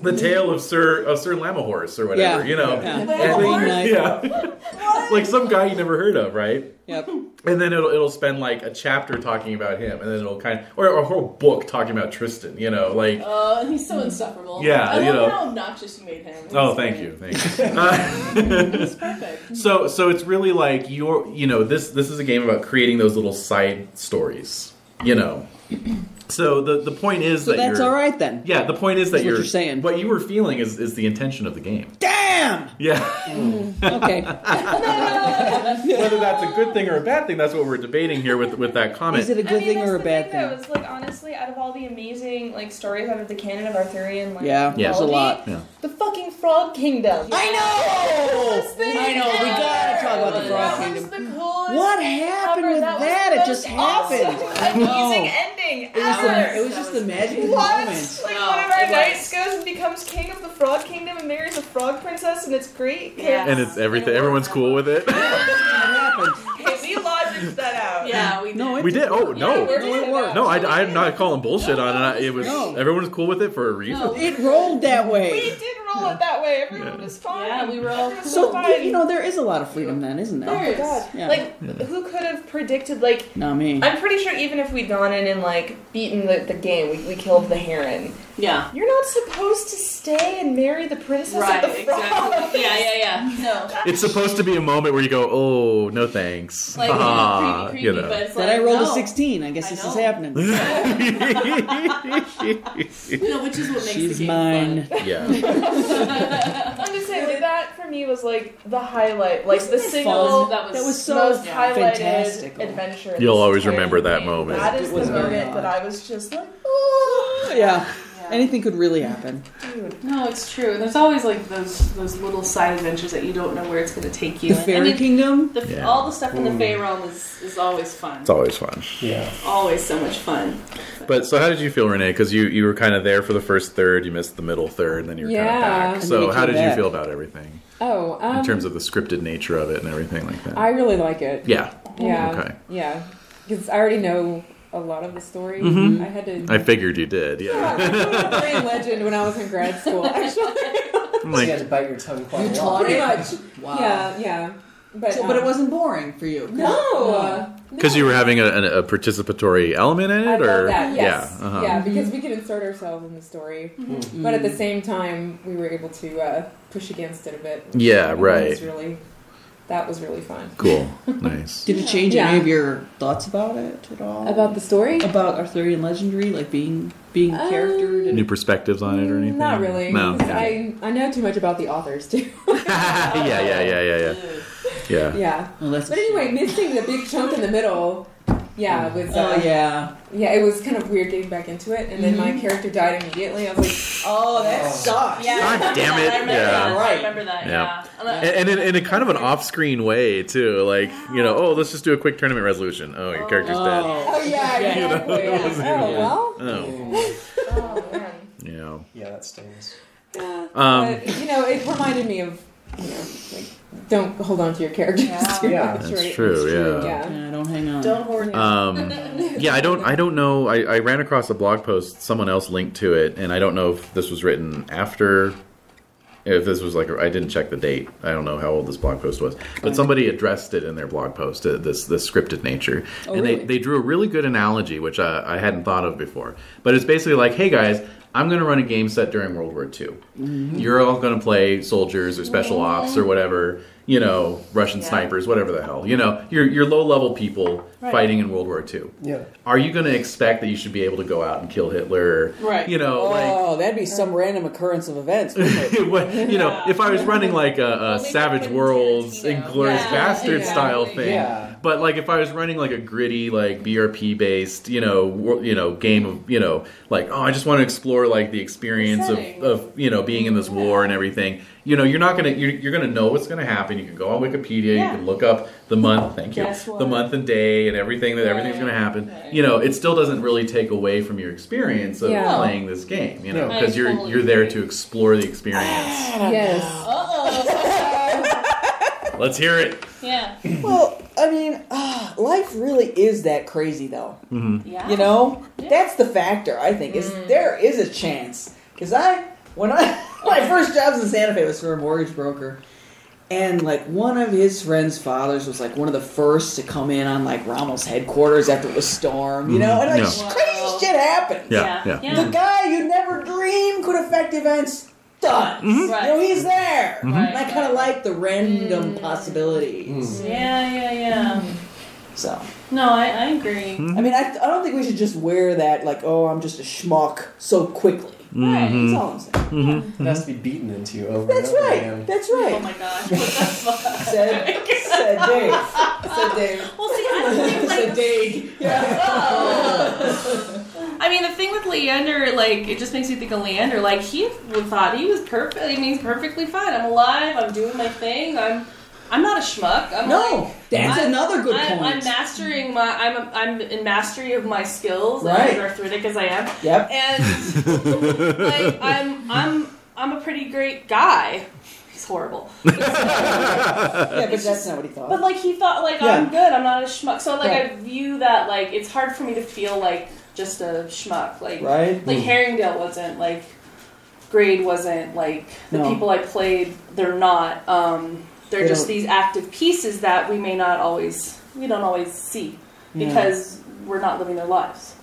Speaker 9: the tale of Sir of Sir Lamahorse or whatever,
Speaker 4: Yeah.
Speaker 9: you know,
Speaker 4: Yeah.
Speaker 9: And-
Speaker 4: Lamahorse?
Speaker 9: yeah, like some guy you never heard of, right?
Speaker 4: Yep.
Speaker 9: And then it'll it'll spend like a chapter talking about him, and then it'll kind of, or a whole book talking about Tristan, you know, like
Speaker 3: Oh, and he's so
Speaker 5: Mm.
Speaker 3: insufferable.
Speaker 9: Yeah,
Speaker 3: I love
Speaker 9: you know.
Speaker 3: how obnoxious you made him.
Speaker 9: Oh,
Speaker 3: It's
Speaker 9: thank
Speaker 3: great.
Speaker 9: you, thank you. Uh,
Speaker 3: It's perfect.
Speaker 9: so, so it's really like you're, you know, this this is a game about creating those little side stories, you know. So the the point is
Speaker 4: So
Speaker 9: that
Speaker 4: that's
Speaker 9: you're,
Speaker 4: all right then.
Speaker 9: Yeah, the point is that
Speaker 4: That's what
Speaker 9: you're,
Speaker 4: you're saying.
Speaker 9: What you were feeling is is the intention of the game.
Speaker 4: Damn.
Speaker 9: Yeah,
Speaker 4: Okay.
Speaker 9: whether that's a good thing or a bad thing, that's what we're debating here with with that comment.
Speaker 4: Is it a good
Speaker 6: I mean,
Speaker 4: thing
Speaker 6: that's
Speaker 4: or a
Speaker 6: the
Speaker 4: bad
Speaker 6: thing, though,
Speaker 4: thing?
Speaker 6: is, like honestly, out of all the amazing like stories out of the canon of Arthurian, like,
Speaker 4: Yeah,
Speaker 9: Yeah.
Speaker 4: there's a lot.
Speaker 6: The fucking Frog Kingdom.
Speaker 4: know.
Speaker 6: thing
Speaker 4: I know. We gotta talk about the Frog
Speaker 6: That was
Speaker 4: Kingdom.
Speaker 6: the coolest.
Speaker 4: What happened
Speaker 6: ever.
Speaker 4: with
Speaker 6: that?
Speaker 4: that? It
Speaker 6: Was the
Speaker 4: just
Speaker 6: most
Speaker 4: happened.
Speaker 6: Awesome, amazing ending.
Speaker 4: It was,
Speaker 6: ever.
Speaker 4: the, it was just the magic of the
Speaker 6: What?
Speaker 4: moment.
Speaker 6: Like
Speaker 3: No,
Speaker 6: one of our
Speaker 3: it
Speaker 6: knights
Speaker 3: was.
Speaker 6: goes and becomes king of the frog kingdom and marries a frog princess, and it's great.
Speaker 3: Yeah.
Speaker 9: And it's everything. Everyone's cool with it.
Speaker 4: It happened.
Speaker 6: Okay, we logic that out.
Speaker 3: Yeah, we
Speaker 4: No, it,
Speaker 9: we did. Oh no,
Speaker 6: we're-
Speaker 4: no, it worked.
Speaker 9: no, I, I'm not calling bullshit on it. I- It was
Speaker 4: No.
Speaker 9: everyone was cool with it for a reason.
Speaker 4: It rolled that
Speaker 6: We
Speaker 4: way.
Speaker 6: did roll it that way. Everyone was fine.
Speaker 3: Yeah, we were all
Speaker 6: Everyone was
Speaker 4: So
Speaker 6: fine.
Speaker 4: you know there is a lot of freedom then, isn't
Speaker 6: Oh
Speaker 4: there?
Speaker 6: my god!
Speaker 4: Yeah.
Speaker 6: Like, who could have predicted? Like,
Speaker 4: Not me.
Speaker 6: I'm pretty sure even if we'd gone in and like beaten the, the game, we, we killed the heron.
Speaker 3: Yeah.
Speaker 6: You're not supposed to stay and marry the princess
Speaker 3: Right,
Speaker 6: of the frog.
Speaker 3: exactly. Yeah, yeah, yeah. No.
Speaker 9: It's supposed to be a moment where you go, "Oh, no thanks."
Speaker 3: Like,
Speaker 9: Ah,
Speaker 3: creepy, creepy,
Speaker 9: you know.
Speaker 3: but it's
Speaker 4: Then
Speaker 3: like,
Speaker 4: I rolled
Speaker 3: no.
Speaker 4: a 16. I guess
Speaker 3: I
Speaker 4: this
Speaker 3: know.
Speaker 4: is happening.
Speaker 3: No, which is what makes
Speaker 4: She's
Speaker 3: the game
Speaker 4: mine.
Speaker 3: fun.
Speaker 9: yeah.
Speaker 6: I'm just saying like, that for me was like the highlight, like the
Speaker 3: Wasn't it
Speaker 6: single
Speaker 3: fun? That was
Speaker 6: that was
Speaker 4: so
Speaker 6: most
Speaker 4: yeah.
Speaker 6: highlighted
Speaker 4: fantastical.
Speaker 6: adventure. in
Speaker 9: You'll
Speaker 6: this
Speaker 9: always
Speaker 6: entire
Speaker 9: remember that
Speaker 6: game.
Speaker 9: moment.
Speaker 6: That is
Speaker 4: It
Speaker 6: the
Speaker 4: was very
Speaker 6: moment
Speaker 4: odd.
Speaker 6: that I was just like, oh,
Speaker 4: Yeah. Anything could really happen.
Speaker 6: dude.
Speaker 3: No, it's true. There's always like those those little side adventures that you don't know where it's going to take you.
Speaker 4: The
Speaker 3: And-
Speaker 4: fairy
Speaker 3: I mean,
Speaker 4: kingdom.
Speaker 3: the,
Speaker 9: Yeah.
Speaker 3: All the stuff in the Fey realm is, is always fun.
Speaker 9: It's always fun.
Speaker 7: Yeah.
Speaker 3: always so much fun.
Speaker 9: But so, how did you feel, Renee? Because you you were kind of there for the first third, you missed the middle third, and then you were
Speaker 8: Yeah.
Speaker 9: kind of back.
Speaker 8: And
Speaker 4: then
Speaker 9: So,
Speaker 4: you
Speaker 9: how
Speaker 4: came
Speaker 9: did you
Speaker 4: back.
Speaker 9: feel about everything
Speaker 8: Oh, um,
Speaker 9: in terms of the scripted nature of it and everything like that?
Speaker 8: I um, really like it.
Speaker 9: yeah,
Speaker 8: Yeah.
Speaker 9: Okay.
Speaker 8: Yeah. Because I already know a lot of the story.
Speaker 9: Mm-hmm.
Speaker 8: I had to.
Speaker 9: I figured you did. Yeah.
Speaker 8: I was legend when I was in grad school, actually.
Speaker 9: I'm
Speaker 7: you had
Speaker 9: like,
Speaker 7: to bite your tongue quite a
Speaker 4: taught
Speaker 7: lot.
Speaker 8: Pretty
Speaker 4: it.
Speaker 8: much.
Speaker 4: Wow.
Speaker 8: Yeah, yeah. But,
Speaker 4: So, but it
Speaker 8: um,
Speaker 4: wasn't boring for you. 'cause-
Speaker 8: No!
Speaker 9: because you were having a, a, a participatory element in it,
Speaker 8: I
Speaker 9: or
Speaker 8: love that. Yes.
Speaker 9: yeah, uh-huh.
Speaker 8: Yeah, because we could insert ourselves in the story, but
Speaker 9: Mm.
Speaker 8: at the same time, we were able to uh, push against it a bit. which
Speaker 9: Yeah,
Speaker 8: I think
Speaker 9: right.
Speaker 8: Was really, that was really fun
Speaker 9: Cool, nice.
Speaker 4: Did it change
Speaker 8: Yeah.
Speaker 4: any of your thoughts about it at all?
Speaker 8: about the story.
Speaker 4: about Arthurian legendary, like being being a
Speaker 8: Um,
Speaker 4: character. Did
Speaker 9: New
Speaker 4: it-
Speaker 9: perspectives on it or anything?
Speaker 8: Not really.
Speaker 9: No.
Speaker 8: 'cause I I know too much about the authors too.
Speaker 9: yeah, yeah, yeah, yeah, yeah, yeah.
Speaker 8: yeah.
Speaker 4: Oh, that's
Speaker 8: But anyway, missing the big chunk in the
Speaker 9: Mm.
Speaker 8: middle. Yeah, was uh,
Speaker 4: Oh yeah.
Speaker 8: yeah, it was kind of weird getting back into it, and then
Speaker 9: Mm-hmm.
Speaker 8: my character died immediately. I was like,
Speaker 4: Oh, that sucks.
Speaker 3: Yeah,
Speaker 9: God
Speaker 3: I remember
Speaker 9: damn
Speaker 3: that.
Speaker 9: it,
Speaker 3: I remember
Speaker 9: yeah.
Speaker 3: that.
Speaker 4: Right.
Speaker 3: I remember that.
Speaker 9: Yeah.
Speaker 3: Yeah. And I-
Speaker 9: And, and in, in a kind of an off-screen way too, like you know, oh, let's just do a quick tournament resolution. Oh, your character's dead.
Speaker 4: Oh.
Speaker 8: oh yeah, exactly.
Speaker 9: it
Speaker 8: yeah.
Speaker 9: wasn't
Speaker 8: Oh
Speaker 9: even-
Speaker 8: well.
Speaker 9: Oh,
Speaker 6: Oh man.
Speaker 9: you know.
Speaker 7: Yeah, that stings.
Speaker 9: Um,
Speaker 8: but, you know, it reminded me of you know, like don't hold on to your characters. too
Speaker 7: Yeah.
Speaker 8: much,
Speaker 9: That's
Speaker 8: right?
Speaker 9: true, yeah.
Speaker 8: yeah.
Speaker 4: Yeah, don't hang on.
Speaker 3: Don't hoard it.
Speaker 9: um, yeah, I don't, I don't know. I, I ran across a blog post. Someone else linked to it, and I don't know if this was written after. If this was like, I didn't check the date. I don't know how old this blog post was, but somebody addressed it in their blog post. Uh, this this scripted nature, and they
Speaker 4: really?
Speaker 9: they drew a really good analogy, which uh, I hadn't thought of before. But it's basically like, hey guys. I'm going to run a game set during World War II. You're all going to play soldiers or special ops or whatever, you know, Russian snipers, whatever the hell. You know, you're, you're low level people fighting in World War II
Speaker 7: Yeah.
Speaker 9: are you going to expect that you should be able to go out and kill Hitler?
Speaker 3: Right.
Speaker 9: You know,
Speaker 4: Oh, that'd be some random occurrence of events. wouldn't it?
Speaker 9: like what, you know, if I was running like a, a Savage Worlds,
Speaker 6: Tarantino.
Speaker 9: Inglorious
Speaker 3: Yeah.
Speaker 9: Bastard
Speaker 8: Yeah.
Speaker 9: style thing,
Speaker 7: Yeah.
Speaker 9: but like if I was running like a gritty, like BRP based, you know, wor- you know, game of, you know, like oh, I just want to explore like the experience of,
Speaker 3: Setting.
Speaker 9: of you know being in this war and everything. You know, you're not gonna you're, you're gonna know what's gonna happen. You can go on Wikipedia,
Speaker 3: Yeah.
Speaker 9: you can look up the month. Thank you,
Speaker 3: Guess what?
Speaker 9: the month and day and everything that everything's
Speaker 3: Right.
Speaker 9: gonna happen.
Speaker 3: Right.
Speaker 9: You know, it still doesn't really take away from your experience of
Speaker 8: Yeah.
Speaker 9: playing this game. You know,
Speaker 7: No.
Speaker 3: I
Speaker 9: because you're
Speaker 3: totally
Speaker 9: you're there
Speaker 3: agree.
Speaker 9: to explore the experience.
Speaker 8: Yes.
Speaker 3: Uh-oh.
Speaker 9: Let's hear it.
Speaker 3: yeah.
Speaker 4: well, uh, I mean, ah, life really is that crazy, though.
Speaker 3: Oh, Yeah. Mm.
Speaker 4: You know, that's the factor. I think is there is a chance because I when I my first jobs in Santa Fe was for a mortgage broker, and like one of his friends' fathers was like one of the first to come in on like Rommel's headquarters after it was storm. You know, and like
Speaker 5: Yeah.
Speaker 4: crazy shit happened.
Speaker 5: Yeah, yeah.
Speaker 3: Yeah.
Speaker 4: The guy you never dreamed could affect events does.
Speaker 3: Mm-hmm.
Speaker 9: Mm-hmm.
Speaker 4: You know,
Speaker 3: Right.
Speaker 4: he's there.
Speaker 3: Right, Mm.
Speaker 4: And I kind of
Speaker 3: right.
Speaker 4: like the random possibilities.
Speaker 3: Mm. Yeah, yeah, yeah.
Speaker 4: So,
Speaker 3: No, I, I agree.
Speaker 4: I mean, I, I don't think we should just wear that, like, oh, I'm just a schmuck so quickly.
Speaker 9: Mm-hmm.
Speaker 5: Mm-hmm.
Speaker 4: That's all I'm saying.
Speaker 7: It has to be beaten into over
Speaker 4: That's
Speaker 7: and over
Speaker 4: right.
Speaker 7: again.
Speaker 4: That's
Speaker 3: Oh
Speaker 4: right.
Speaker 3: my gosh. What the fuck?
Speaker 4: Said, said Dave. Said Dave.
Speaker 3: Well, see, I don't think like
Speaker 4: Said Dave.
Speaker 3: I mean, the thing with Leander, like, it just makes me think of Leander. Like, he would- thought he was perfect. I mean, he's perfectly fine. I'm alive. I'm doing my thing. I'm, I'm not a schmuck. I'm
Speaker 4: No,
Speaker 3: like,
Speaker 4: that's
Speaker 3: I'm-
Speaker 4: another good
Speaker 3: I'm, I'm
Speaker 4: point.
Speaker 3: mastering my. I'm, I'm in mastery of my skills.
Speaker 4: Right.
Speaker 3: As arthritic as I am,
Speaker 4: Yep.
Speaker 3: and like, I'm, I'm, I'm a pretty great guy. He's horrible.
Speaker 4: Yeah, but that's not what he
Speaker 3: But
Speaker 4: thought.
Speaker 3: like he thought, like
Speaker 4: Yeah.
Speaker 3: I'm good, I'm not a schmuck. So like
Speaker 4: Right.
Speaker 3: I view that like it's hard for me to feel like just a schmuck. Like
Speaker 4: Right?
Speaker 3: like Herringdale wasn't like grade wasn't like the
Speaker 4: No.
Speaker 3: people I played. They're not. Um, they're
Speaker 4: They
Speaker 3: just
Speaker 4: don't-
Speaker 3: these active pieces that we may not always we don't always see
Speaker 4: Yeah.
Speaker 3: because we're not living their lives.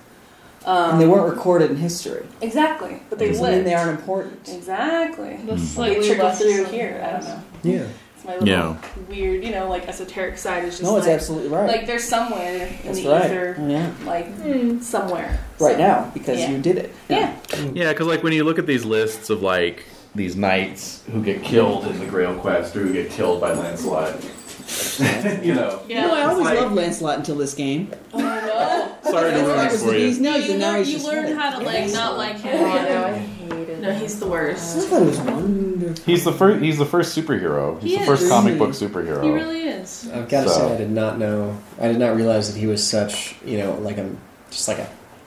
Speaker 3: Um,
Speaker 4: And they weren't recorded in history.
Speaker 3: exactly, but they
Speaker 4: Doesn't mean
Speaker 3: lived.
Speaker 4: they aren't Mm. important.
Speaker 3: exactly.
Speaker 2: That's
Speaker 3: They
Speaker 2: slightly
Speaker 3: trickled
Speaker 2: less
Speaker 3: through
Speaker 2: than-
Speaker 3: here. I don't know.
Speaker 7: Yeah.
Speaker 3: It's my little
Speaker 5: Yeah.
Speaker 3: weird, you know, like esoteric side is just
Speaker 4: No, it's
Speaker 3: like,
Speaker 4: absolutely right.
Speaker 3: like there's somewhere in
Speaker 4: That's
Speaker 3: the
Speaker 4: right.
Speaker 3: ether,
Speaker 4: Oh, Yeah.
Speaker 3: like
Speaker 2: Hmm.
Speaker 3: somewhere.
Speaker 4: Right
Speaker 3: So-
Speaker 4: now, because
Speaker 3: Yeah.
Speaker 4: you did it.
Speaker 3: Yeah.
Speaker 5: Yeah, because like when you look at these lists of like these knights who get killed in the Grail Quest or who get killed by Lancelot, you know.
Speaker 4: You know, I always
Speaker 5: like-
Speaker 4: loved Lancelot until this game.
Speaker 3: Oh no.
Speaker 5: Sorry to ruin it for
Speaker 4: He's
Speaker 5: you.
Speaker 4: nuts,
Speaker 3: you
Speaker 4: and now
Speaker 3: learn,
Speaker 4: he's
Speaker 3: you
Speaker 4: just
Speaker 3: learn
Speaker 4: nuts.
Speaker 3: how to like not like
Speaker 6: Oh,
Speaker 8: I
Speaker 3: him.
Speaker 8: know, I hated
Speaker 3: No, he's the worst.
Speaker 4: I thought it was wonderful.
Speaker 9: He's the first. He's the first superhero. He's
Speaker 3: He
Speaker 9: the
Speaker 3: is.
Speaker 9: first comic
Speaker 4: Really?
Speaker 9: book superhero.
Speaker 3: He really is.
Speaker 7: I've got to
Speaker 9: So-
Speaker 7: say, I did not know. I did not realize that he was such, you know, like a just like a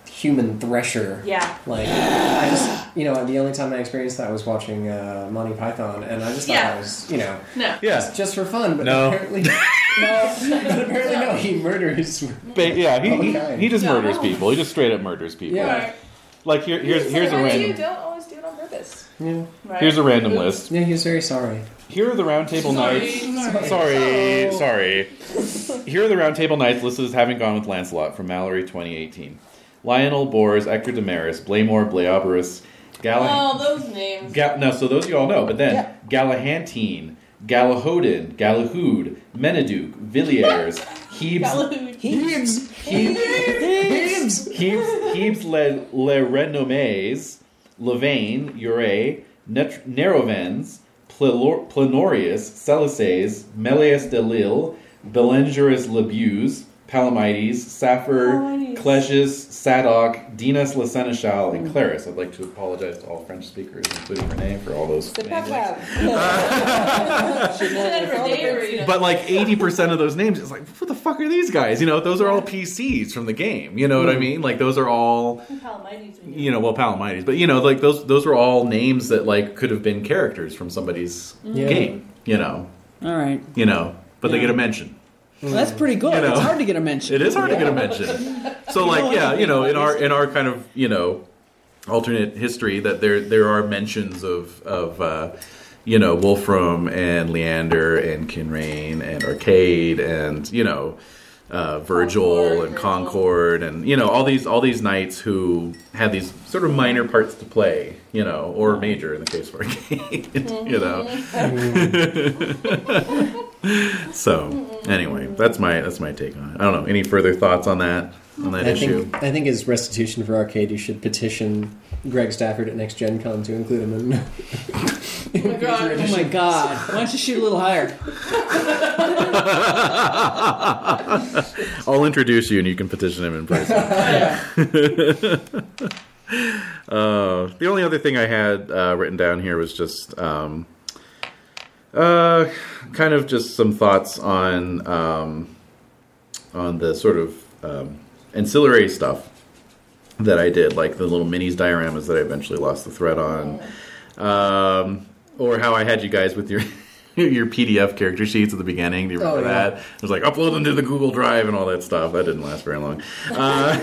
Speaker 7: human thresher.
Speaker 3: Yeah.
Speaker 7: Like I just, you know, the only time I experienced that was watching uh, Monty Python, and I just thought
Speaker 3: Yeah.
Speaker 7: that was, you know,
Speaker 3: No.
Speaker 5: Yeah,
Speaker 7: just for fun. But
Speaker 5: No.
Speaker 7: apparently, no. But apparently, no. He murders.
Speaker 9: Ba- yeah, he,
Speaker 7: Okay.
Speaker 9: he, he just
Speaker 3: Yeah.
Speaker 9: murders people. He just straight up murders people.
Speaker 7: Yeah.
Speaker 3: Right.
Speaker 9: Like here, here's here's a
Speaker 6: You
Speaker 9: random
Speaker 6: don't always do it on purpose.
Speaker 7: Yeah.
Speaker 3: Right.
Speaker 9: here's a random list.
Speaker 7: Yeah. He was very sorry.
Speaker 9: Here are the Roundtable Knights. Sorry, sorry. Here are the Roundtable Knights listed as having gone with Lancelot from Mallory 2018. Lionel, Bors, Ector Damaris, Blamor, Bleoberus, Galahad.
Speaker 3: Oh, those names.
Speaker 9: Ga- no, so those you all know, but then
Speaker 4: Yeah.
Speaker 9: Galahantine, Galahodin, Galahud, Meneduc, Villiers, Hebes,
Speaker 4: He's
Speaker 9: Hebes, Hebes Le, Le Renommés, Levain, Ure, Net- Nerovens, Plenor- Plenorius, Celices, Melius de Lille, Belengerus Lebuse, Palomides, Sappher,
Speaker 3: Palomides.
Speaker 9: Clesius, Sadoc, Dinas Le Seneschal, and Claris. I'd like to apologize to all French speakers, including Renee, for all those. names.
Speaker 5: But like 80% of those names, it's like, what the fuck are these guys? You know, those are all PCs from the game. You know what I mean? Like, those are all, you know, well, Palomides, but you know, like those those were all names that like could have been characters from somebody's
Speaker 7: Yeah.
Speaker 5: game. You know,
Speaker 4: All right.
Speaker 5: you know, but they
Speaker 4: Yeah.
Speaker 5: get a mention.
Speaker 4: Well, that's pretty good.
Speaker 5: You know.
Speaker 4: It's hard to get a mention.
Speaker 5: It is hard to get a mention. So like, yeah, you know, in our in our kind of you know alternate history, that there there are mentions of of. Uh, you know, Wolfram and Leander and Kinrain and Arcade and you know, uh, Virgil
Speaker 3: Concord,
Speaker 5: and
Speaker 3: Virgil.
Speaker 5: Concord and you know all these all these knights who had these sort of minor parts to play, you know, or major in the case of Arcade, you know. so anyway, that's my that's my take on it. I don't know any further thoughts on that on that
Speaker 7: I
Speaker 5: issue.
Speaker 7: think I think as restitution for arcade, you should petition Greg Stafford at Next Gen Con to include him in.
Speaker 3: Oh my god.
Speaker 4: Oh my god. Why don't you shoot a little higher?
Speaker 5: I'll introduce you and you can petition him in person. uh, the only other thing I had uh, written down here was just um, uh, kind of just some thoughts on um, on the sort of um, ancillary stuff that I did, like the little minis dioramas that I eventually lost the thread on, um, or how I had you guys with your your PDF character sheets at the beginning. Do you remember
Speaker 7: Oh, yeah.
Speaker 5: that? It was like upload them to the Google Drive and all that stuff. That didn't last very long. Uh,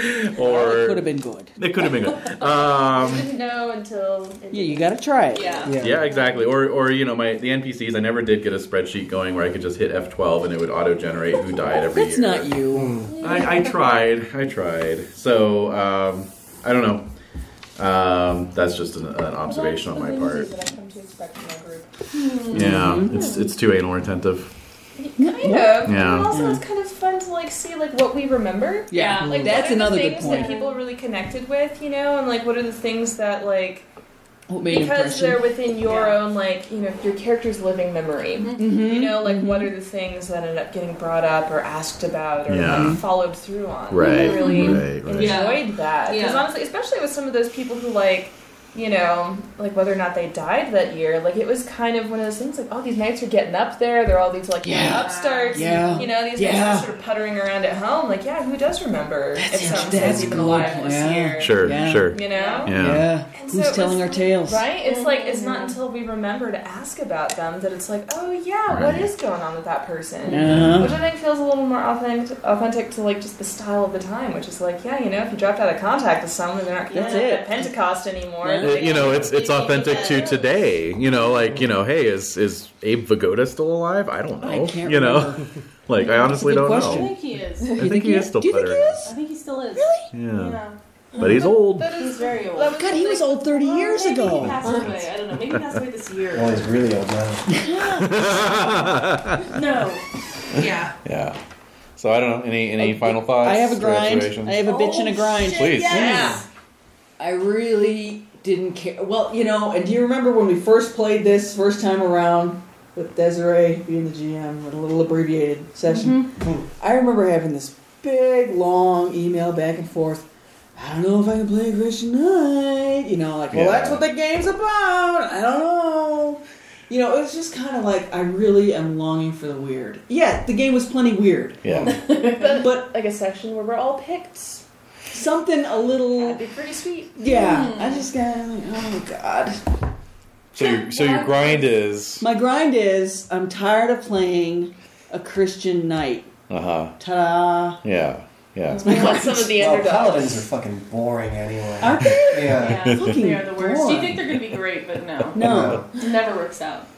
Speaker 4: It
Speaker 5: or
Speaker 4: could have been good.
Speaker 5: it could have been. good.
Speaker 2: I
Speaker 5: Um,
Speaker 2: didn't know until. It
Speaker 4: Yeah, you got to try it.
Speaker 3: Yeah.
Speaker 5: yeah, exactly. Or or you know my the NPCs. I never did get a spreadsheet going where I could just hit F12 and it would auto generate who died every
Speaker 4: That's
Speaker 5: year.
Speaker 4: not you.
Speaker 5: I, I tried. I tried. So um, I don't know. Um, that's just an, an observation on my part.
Speaker 6: That I come to expect from my group.
Speaker 5: Yeah,
Speaker 4: Mm-hmm.
Speaker 5: it's it's too anal retentive.
Speaker 6: Kind of.
Speaker 5: Yeah.
Speaker 6: And also, it's kind of fun to like see like what we remember.
Speaker 4: Yeah.
Speaker 3: Yeah,
Speaker 6: Like what
Speaker 4: That's
Speaker 6: are the
Speaker 4: another good
Speaker 6: things
Speaker 4: point.
Speaker 6: that people really connected with, you know, and like what are the things that like
Speaker 4: What made an
Speaker 6: because they're
Speaker 4: impression? Mm-hmm.
Speaker 6: within your
Speaker 3: Yeah.
Speaker 6: own like you know your character's living memory. You know, like what are the things that ended up getting brought up or asked about or
Speaker 5: Yeah.
Speaker 6: like, followed through on?
Speaker 5: Right,
Speaker 6: I
Speaker 4: Mm-hmm.
Speaker 6: really
Speaker 5: right, right.
Speaker 6: enjoyed that because
Speaker 3: Yeah.
Speaker 6: honestly, especially with some of those people who like. You know, like whether or not they died that year, like it was kind of one of those things. Like, oh, these knights are getting up there. They're all these like young
Speaker 4: Yeah.
Speaker 6: upstarts.
Speaker 4: Yeah.
Speaker 6: You know, these
Speaker 4: Yeah.
Speaker 6: guys are sort of puttering around at home. Like, yeah, who does remember if
Speaker 4: actually-
Speaker 6: someone's
Speaker 4: that's
Speaker 6: even
Speaker 4: good.
Speaker 6: alive this
Speaker 4: Yeah.
Speaker 6: year?
Speaker 5: Sure,
Speaker 4: Yeah.
Speaker 5: sure.
Speaker 6: You know.
Speaker 5: Yeah.
Speaker 4: Yeah.
Speaker 6: And so
Speaker 4: Who's
Speaker 6: it
Speaker 4: telling
Speaker 6: was-
Speaker 4: our tales?
Speaker 6: Right? It's like it's not until we remember to ask about them that it's like, oh yeah, what
Speaker 5: Right.
Speaker 6: is going on with that person?
Speaker 4: Uh-huh.
Speaker 6: Which I think feels a little more authentic, authentic to like just the style of the time, which is like, yeah, you know, if you dropped out of contact with someone, they're not
Speaker 4: That's
Speaker 6: they're not
Speaker 4: it.
Speaker 6: at Pentecost anymore.
Speaker 4: Yeah.
Speaker 5: It- you know, it's it's authentic to today. You know, like you know, hey, is is Abe Vigoda still alive? I don't know.
Speaker 4: I can't
Speaker 5: you know,
Speaker 4: remember.
Speaker 5: like I honestly
Speaker 4: That's a
Speaker 5: don't
Speaker 4: good
Speaker 5: know.
Speaker 3: I
Speaker 4: question.
Speaker 3: think he is.
Speaker 5: I think he is still
Speaker 4: Do you think he
Speaker 5: puttering.
Speaker 4: is?
Speaker 3: I think he still is. Really?
Speaker 5: Yeah.
Speaker 3: Yeah.
Speaker 5: but he's old.
Speaker 6: That
Speaker 3: He's
Speaker 6: is
Speaker 3: very old.
Speaker 6: that
Speaker 4: God, he was
Speaker 6: like-
Speaker 4: old 30 years
Speaker 6: Oh,
Speaker 3: Maybe
Speaker 4: ago.
Speaker 3: He passed away. I don't know. Maybe he passed away this year.
Speaker 7: Well, he's really old now.
Speaker 3: No. Yeah.
Speaker 9: Yeah. So I don't know. Any any final thoughts?
Speaker 4: I have a grind.
Speaker 9: Congratulations.
Speaker 4: I have a bitch and a grind.
Speaker 9: Please.
Speaker 4: Oh, I really didn't care. Well, you know, and do you remember when we first played this first time around with Desiree being the GM with a little abbreviated session? I remember having this big long email back and forth. I don't know if I can play Grinch tonight. You know, like, well,
Speaker 9: Yeah.
Speaker 4: that's what the game's about. I don't know. You know, it was just kind of like I really am longing for the weird. Yeah, the game was plenty weird,
Speaker 9: Yeah.
Speaker 4: but
Speaker 6: like a section where we're all picked.
Speaker 4: something a little
Speaker 6: That'd be pretty sweet.
Speaker 4: yeah, I just got like, oh god.
Speaker 9: So your so your grind is
Speaker 4: My grind is I'm tired of playing a Christian knight.
Speaker 9: uh huh.
Speaker 4: Ta-da!
Speaker 9: Yeah. Yeah.
Speaker 6: We want some of the
Speaker 7: Well,
Speaker 6: underdogs.
Speaker 7: paladins are fucking boring anyway.
Speaker 4: Aren't they?
Speaker 7: Yeah.
Speaker 3: Yeah.
Speaker 4: Fucking
Speaker 3: They are the worst.
Speaker 4: boy.
Speaker 3: You think they're going to be great, but no.
Speaker 4: No.
Speaker 3: It never works out.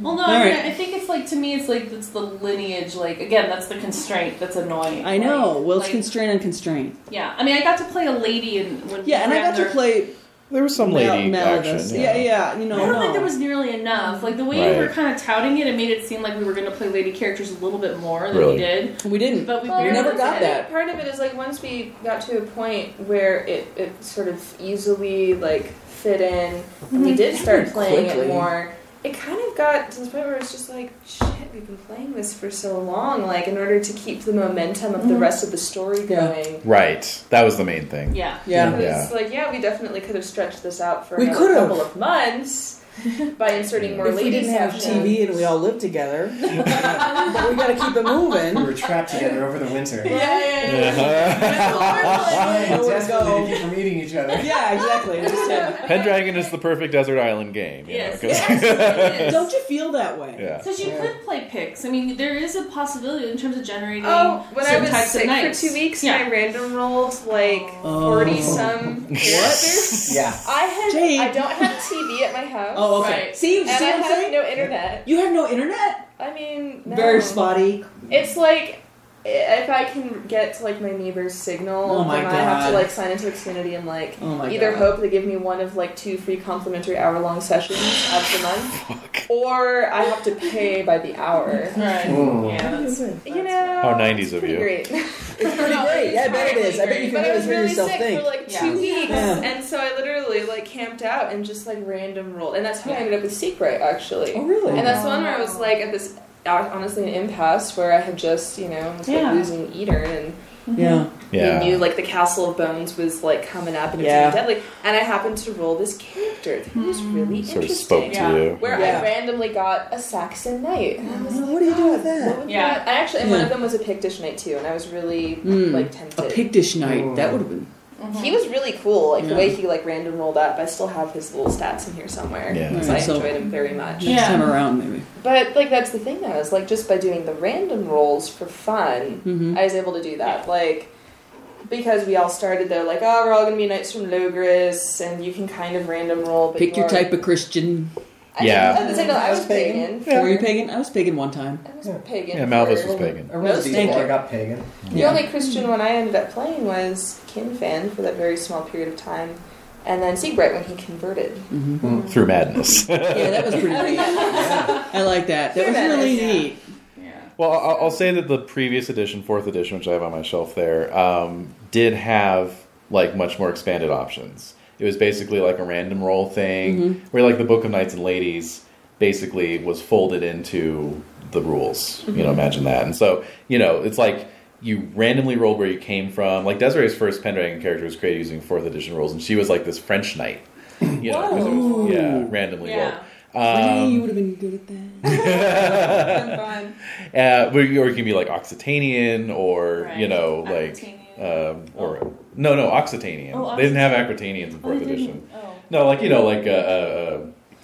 Speaker 3: Well, no,
Speaker 4: All
Speaker 3: I, mean,
Speaker 4: right.
Speaker 3: I think it's like to me, it's like it's the lineage. Like again, that's the constraint that's annoying.
Speaker 4: I know.
Speaker 3: Like-
Speaker 4: Well, it's
Speaker 3: like,
Speaker 4: constraint on constraint.
Speaker 3: Yeah, I mean, I got to play a lady in when
Speaker 4: Yeah, and I got to
Speaker 3: Ragnar-
Speaker 4: play
Speaker 9: There was some
Speaker 4: Mal-
Speaker 9: lady
Speaker 4: Malthus.
Speaker 9: action.
Speaker 4: Yeah. yeah, You know,
Speaker 3: I don't
Speaker 4: no.
Speaker 3: think there was nearly enough. Like the way you
Speaker 9: Right.
Speaker 3: were kind of touting it, it made it seem like we were going to play lady characters a little bit more than
Speaker 9: Really?
Speaker 3: we did.
Speaker 4: we didn't.
Speaker 3: But we
Speaker 6: Well,
Speaker 4: We
Speaker 3: barely
Speaker 4: never
Speaker 6: I
Speaker 4: got
Speaker 6: think
Speaker 3: did.
Speaker 4: that.
Speaker 6: Part of it is like once we got to a point where it, it sort of easily like fit in, and we did start playing
Speaker 4: Mm-hmm. Quickly.
Speaker 6: it more. It kind of got to this point where it's just like, shit, we've been playing this for so long. Like, in order to keep the momentum of the rest of the story
Speaker 4: Mm-hmm. Yeah.
Speaker 6: going,
Speaker 9: Right. That was the main thing.
Speaker 3: Yeah.
Speaker 4: yeah.
Speaker 6: it
Speaker 9: Yeah.
Speaker 6: was like, yeah, we definitely could have stretched this out for
Speaker 4: We
Speaker 6: another
Speaker 4: could've.
Speaker 6: couple of months by inserting more
Speaker 4: If we
Speaker 6: lady
Speaker 4: didn't have
Speaker 6: sections.
Speaker 4: TV and we all lived together, but we got to keep it
Speaker 7: We
Speaker 4: moving.
Speaker 7: were trapped together over the winter.
Speaker 6: Yeah, yeah, yeah.
Speaker 9: Uh-huh.
Speaker 7: Trying
Speaker 4: Nowhere to
Speaker 7: desperately
Speaker 4: go.
Speaker 7: to keep from eating each other.
Speaker 4: Yeah, exactly. I just had-
Speaker 9: Pendragon is the perfect desert island game. You
Speaker 3: Yes.
Speaker 9: Know, 'cause-
Speaker 3: yes, it is.
Speaker 4: Don't you feel that way?
Speaker 9: yeah.
Speaker 3: Because you
Speaker 7: Yeah.
Speaker 3: could play picks. I mean, there is a possibility in terms of generating.
Speaker 6: Oh, when I
Speaker 3: certain
Speaker 6: was
Speaker 3: types of
Speaker 6: sick for
Speaker 3: knives.
Speaker 6: two weeks,
Speaker 3: Yeah.
Speaker 6: and I random rolled like
Speaker 4: Oh.
Speaker 6: forty some characters.
Speaker 7: Yeah.
Speaker 6: I had
Speaker 4: Jade.
Speaker 6: I don't have TV at my house.
Speaker 4: Oh, okay.
Speaker 3: Right.
Speaker 4: See,
Speaker 6: And
Speaker 4: see what
Speaker 6: I
Speaker 4: I'm
Speaker 6: have
Speaker 4: saying?
Speaker 6: no internet.
Speaker 4: You have no internet?
Speaker 6: I mean, no.
Speaker 4: Very spotty.
Speaker 6: It's like if I can get to like my neighbor's signal,
Speaker 4: Oh my
Speaker 6: then I have to
Speaker 4: God.
Speaker 6: like sign into Xfinity and like
Speaker 4: Oh my
Speaker 6: either
Speaker 4: God.
Speaker 6: hope they give me one of like two free complimentary hour long sessions out of the month,
Speaker 9: Fuck.
Speaker 6: or I have to pay by the hour.
Speaker 3: Right.
Speaker 9: Hmm.
Speaker 7: Mm.
Speaker 3: Yeah. that's-
Speaker 6: You know,
Speaker 9: How 90s
Speaker 6: it's
Speaker 9: of
Speaker 6: pretty
Speaker 9: you.
Speaker 6: Great.
Speaker 4: It's pretty great. Yeah, I bet it is. I bet you can
Speaker 6: But I
Speaker 4: really
Speaker 6: was
Speaker 4: hear
Speaker 6: really
Speaker 4: yourself
Speaker 6: sick
Speaker 4: think.
Speaker 6: for like
Speaker 3: Yeah.
Speaker 6: two weeks,
Speaker 4: Yeah.
Speaker 6: and so I literally like camped out and just like random rolled, and that's how I ended up with Secret actually.
Speaker 4: Oh, really?
Speaker 6: And that's the one where I was
Speaker 4: Oh.
Speaker 6: like at this uh, honestly an impasse where I had just you know was like
Speaker 3: Yeah.
Speaker 6: losing Eater, and
Speaker 4: yeah.
Speaker 9: Yeah.
Speaker 6: we knew like the Castle of Bones was like coming up and it
Speaker 4: Yeah. Hmm.
Speaker 6: was gonna be deadly, and I happened to roll this character that was really
Speaker 9: sort of
Speaker 6: interesting.
Speaker 9: spoke
Speaker 3: Yeah.
Speaker 9: to you.
Speaker 6: Where
Speaker 4: Yeah.
Speaker 6: I randomly got a Saxon knight. And I was like,
Speaker 4: What do you do
Speaker 6: what
Speaker 4: with that?
Speaker 6: would
Speaker 3: Yeah.
Speaker 9: Hmm.
Speaker 6: that- And actually, and one
Speaker 4: Yeah.
Speaker 6: of them was a Pictish knight too, and I was really
Speaker 4: Mm.
Speaker 6: like
Speaker 4: A
Speaker 6: tempted.
Speaker 4: Pictish night.
Speaker 7: Oh.
Speaker 4: That would have been
Speaker 3: Mm-hmm.
Speaker 6: He was really cool. Like the way he like random rolled up. I still have his little stats in here somewhere.
Speaker 9: Yeah.
Speaker 6: Because I
Speaker 4: Alright, so-
Speaker 6: enjoyed him very much.
Speaker 4: Next time around, maybe.
Speaker 6: But like that's the thing though, is like just by doing the random rolls for fun,
Speaker 4: Mm-hmm.
Speaker 6: I was able to do that. Like because we all started there, like oh, we're all gonna be knights from Logris, and you can kind of random roll. But
Speaker 4: Pick
Speaker 6: you
Speaker 4: your
Speaker 6: are-
Speaker 4: type of Christian.
Speaker 6: I,
Speaker 9: Yeah.
Speaker 6: I, was, I, I was
Speaker 7: Pagan.
Speaker 6: pagan.
Speaker 4: Were you
Speaker 6: for-
Speaker 4: pagan? I was pagan one time.
Speaker 6: I was
Speaker 7: Yeah.
Speaker 6: pagan.
Speaker 9: Yeah, Malthus
Speaker 6: for-
Speaker 9: was pagan.
Speaker 7: Around
Speaker 6: Most
Speaker 7: these
Speaker 6: people.
Speaker 7: people, I got pagan.
Speaker 6: The only Christian one I ended up playing was Kinfan for that very small period of time, and then Siegbright when he converted.
Speaker 4: Mm-hmm.
Speaker 9: Through madness.
Speaker 4: Yeah, that was pretty neat. I like that. That was
Speaker 6: That is,
Speaker 4: really
Speaker 6: yeah.
Speaker 4: neat.
Speaker 9: Well, I'll, I'll say that the previous edition, fourth edition, which I have on my shelf there, um, did have like much more expanded options. It was basically like a random roll thing, where like the Book of Knights and Ladies basically was folded into the rules. You know, imagine that. And so, you know, it's like you randomly rolled where you came from. Like Desiree's first Pendragon character was created using fourth edition rules, and she was like this French knight. You know, 'cause it was- yeah, randomly
Speaker 3: Yeah.
Speaker 9: rolled. Um,
Speaker 4: you would have been good at that.
Speaker 8: fun.
Speaker 9: uh, or you or you can be like Occitanian, or
Speaker 3: Right.
Speaker 9: you know, like um, or no, no, Occitanian.
Speaker 3: Oh,
Speaker 9: They didn't have Aquitanians in fourth edition.
Speaker 3: Oh.
Speaker 9: No, like you know, like uh, uh,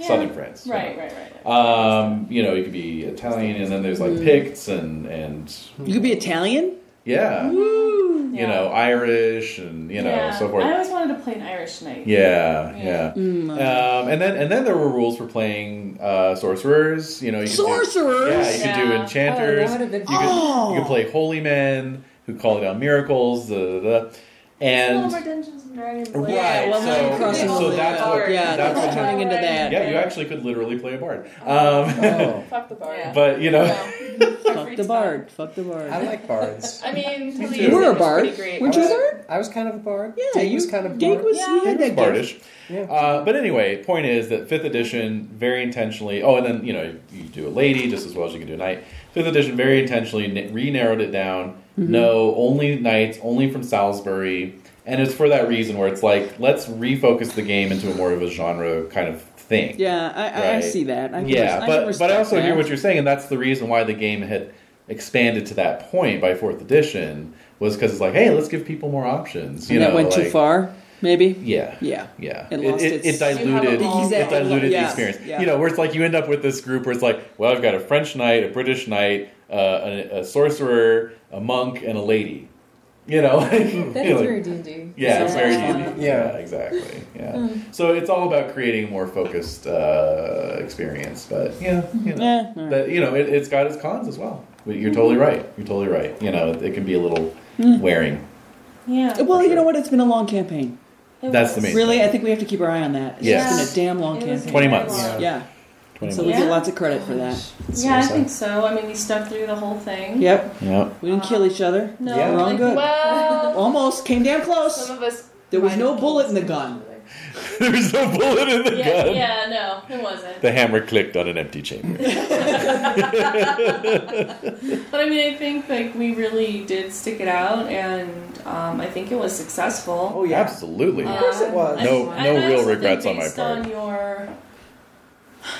Speaker 9: uh, southern France. you
Speaker 3: Right,
Speaker 9: know.
Speaker 3: right, right. right.
Speaker 9: Um, you know, you could be Italian, and then there's like Picts and and
Speaker 4: You could be Italian?
Speaker 9: yeah, you
Speaker 3: Yeah.
Speaker 9: know, Irish and you know,
Speaker 3: yeah.
Speaker 9: so forth.
Speaker 3: I always wanted to play an Irish knight.
Speaker 9: Yeah,
Speaker 3: Yeah.
Speaker 9: yeah.
Speaker 4: Mm, uh,
Speaker 9: Um, and then and then there were rules for playing uh, sorcerers. You know, you could do-
Speaker 4: Sorcerers?
Speaker 9: yeah, you could do
Speaker 3: Yeah.
Speaker 9: enchanters.
Speaker 8: Oh, that would've been
Speaker 9: you,
Speaker 8: fun.
Speaker 9: could, you
Speaker 8: Oh.
Speaker 9: could play holy men who call down miracles. Da, da, da.
Speaker 2: A little
Speaker 8: Oh
Speaker 9: And
Speaker 2: more Dungeons and Dragons.
Speaker 9: Right.
Speaker 4: Yeah, well, now
Speaker 9: so-
Speaker 4: you're crossing
Speaker 9: so
Speaker 4: over
Speaker 9: that's
Speaker 4: that.
Speaker 9: what-
Speaker 4: yeah,
Speaker 9: that's
Speaker 4: that's
Speaker 9: what-
Speaker 4: turning into that.
Speaker 9: yeah, you actually could literally play a bard. Um,
Speaker 7: Oh,
Speaker 2: Fuck the bar.
Speaker 8: Yeah.
Speaker 9: but uh, you know,
Speaker 4: Fuck the bard. Fuck the
Speaker 7: I
Speaker 4: bard.
Speaker 7: like bards.
Speaker 2: I mean,
Speaker 9: Me
Speaker 2: Taliesin
Speaker 9: too.
Speaker 4: We're a
Speaker 2: was
Speaker 4: bard.
Speaker 2: pretty great.
Speaker 7: I
Speaker 4: Weren't you a
Speaker 7: was-
Speaker 4: bard?
Speaker 7: I was kind of a bard.
Speaker 4: Yeah,
Speaker 7: Jake
Speaker 4: you
Speaker 7: was kind of a
Speaker 4: Jake
Speaker 7: bard.
Speaker 4: was,
Speaker 2: Yeah.
Speaker 4: he had that gift.
Speaker 9: bardish.
Speaker 7: Yeah.
Speaker 9: Uh, but anyway, point is that fifth edition very intentionally. Oh, and then you know you do a lady just as well as you can do a knight. Fifth edition very intentionally re narrowed it down.
Speaker 4: Mm-hmm.
Speaker 9: No, only knights, only from Salisbury, and it's for that reason where it's like let's refocus the game into a more of a genre kind of thing.
Speaker 4: Yeah, I, I, I
Speaker 9: Right.
Speaker 4: see that. I can res-
Speaker 9: yeah,
Speaker 4: I can
Speaker 9: but but I
Speaker 4: respect
Speaker 9: also hear
Speaker 4: that.
Speaker 9: what you're saying, and that's the reason why the game had expanded to that point by fourth edition was because it's like, hey, let's give people more options. You
Speaker 4: And
Speaker 9: know,
Speaker 4: that went too
Speaker 9: like-
Speaker 4: far, maybe?
Speaker 9: Yeah.
Speaker 4: Yeah.
Speaker 9: Yeah,
Speaker 4: It
Speaker 9: it,
Speaker 4: lost
Speaker 9: it,
Speaker 4: its-
Speaker 9: it diluted.
Speaker 4: You have a long-
Speaker 9: It diluted
Speaker 4: Yeah.
Speaker 9: the experience.
Speaker 4: Yeah.
Speaker 9: You know, where it's like you end up with this group where it's like, well, I've got a French knight, a British knight, uh, a, a sorcerer, a monk, and a lady. You know,
Speaker 8: That
Speaker 9: You
Speaker 8: is
Speaker 9: know,
Speaker 8: very D&D.
Speaker 9: yeah, it's very
Speaker 4: Yeah.
Speaker 9: easy.
Speaker 7: Yeah.
Speaker 9: exactly. Yeah, so it's all about creating a more focused uh, experience. But yeah, you know,
Speaker 4: Yeah, Eh, all right.
Speaker 9: but you know, it, it's got its cons as well. But You're totally right. You're totally right. You know, it, it can be a little
Speaker 4: Hmm.
Speaker 9: wearing.
Speaker 3: Yeah.
Speaker 4: Well, you
Speaker 9: sure.
Speaker 4: know what? It's been a long campaign.
Speaker 3: It
Speaker 9: That's the
Speaker 3: was.
Speaker 9: main.
Speaker 4: Really, I
Speaker 9: thing.
Speaker 4: think we have to keep our eye on that. It's
Speaker 9: Yes.
Speaker 4: just been a damn long
Speaker 3: It was
Speaker 4: campaign.
Speaker 9: 20
Speaker 3: very
Speaker 9: months.
Speaker 3: long.
Speaker 4: Yeah.
Speaker 9: 20
Speaker 4: So we get
Speaker 3: Yeah.
Speaker 4: lots of credit for that.
Speaker 3: Yeah, I think so. I mean, we stuck through the whole thing.
Speaker 4: Yep.
Speaker 9: Yeah.
Speaker 4: We
Speaker 3: Uh-huh.
Speaker 4: didn't kill each other.
Speaker 3: No,
Speaker 7: Yeah.
Speaker 4: We're all
Speaker 3: like,
Speaker 4: good.
Speaker 6: Well,
Speaker 4: Almost came damn close.
Speaker 6: some of us.
Speaker 4: There was no bullet in the gun.
Speaker 9: There's no bullet in the
Speaker 3: Yeah,
Speaker 9: gun.
Speaker 3: yeah, no, it wasn't.
Speaker 9: The hammer clicked on an empty chamber.
Speaker 3: But I mean, I think like we really did stick it out, and um, I think it was successful. Um,
Speaker 7: Oh yeah.
Speaker 9: Absolutely.
Speaker 3: Of
Speaker 7: course it was.
Speaker 9: No- no real regrets on my
Speaker 3: based
Speaker 9: part.
Speaker 3: On your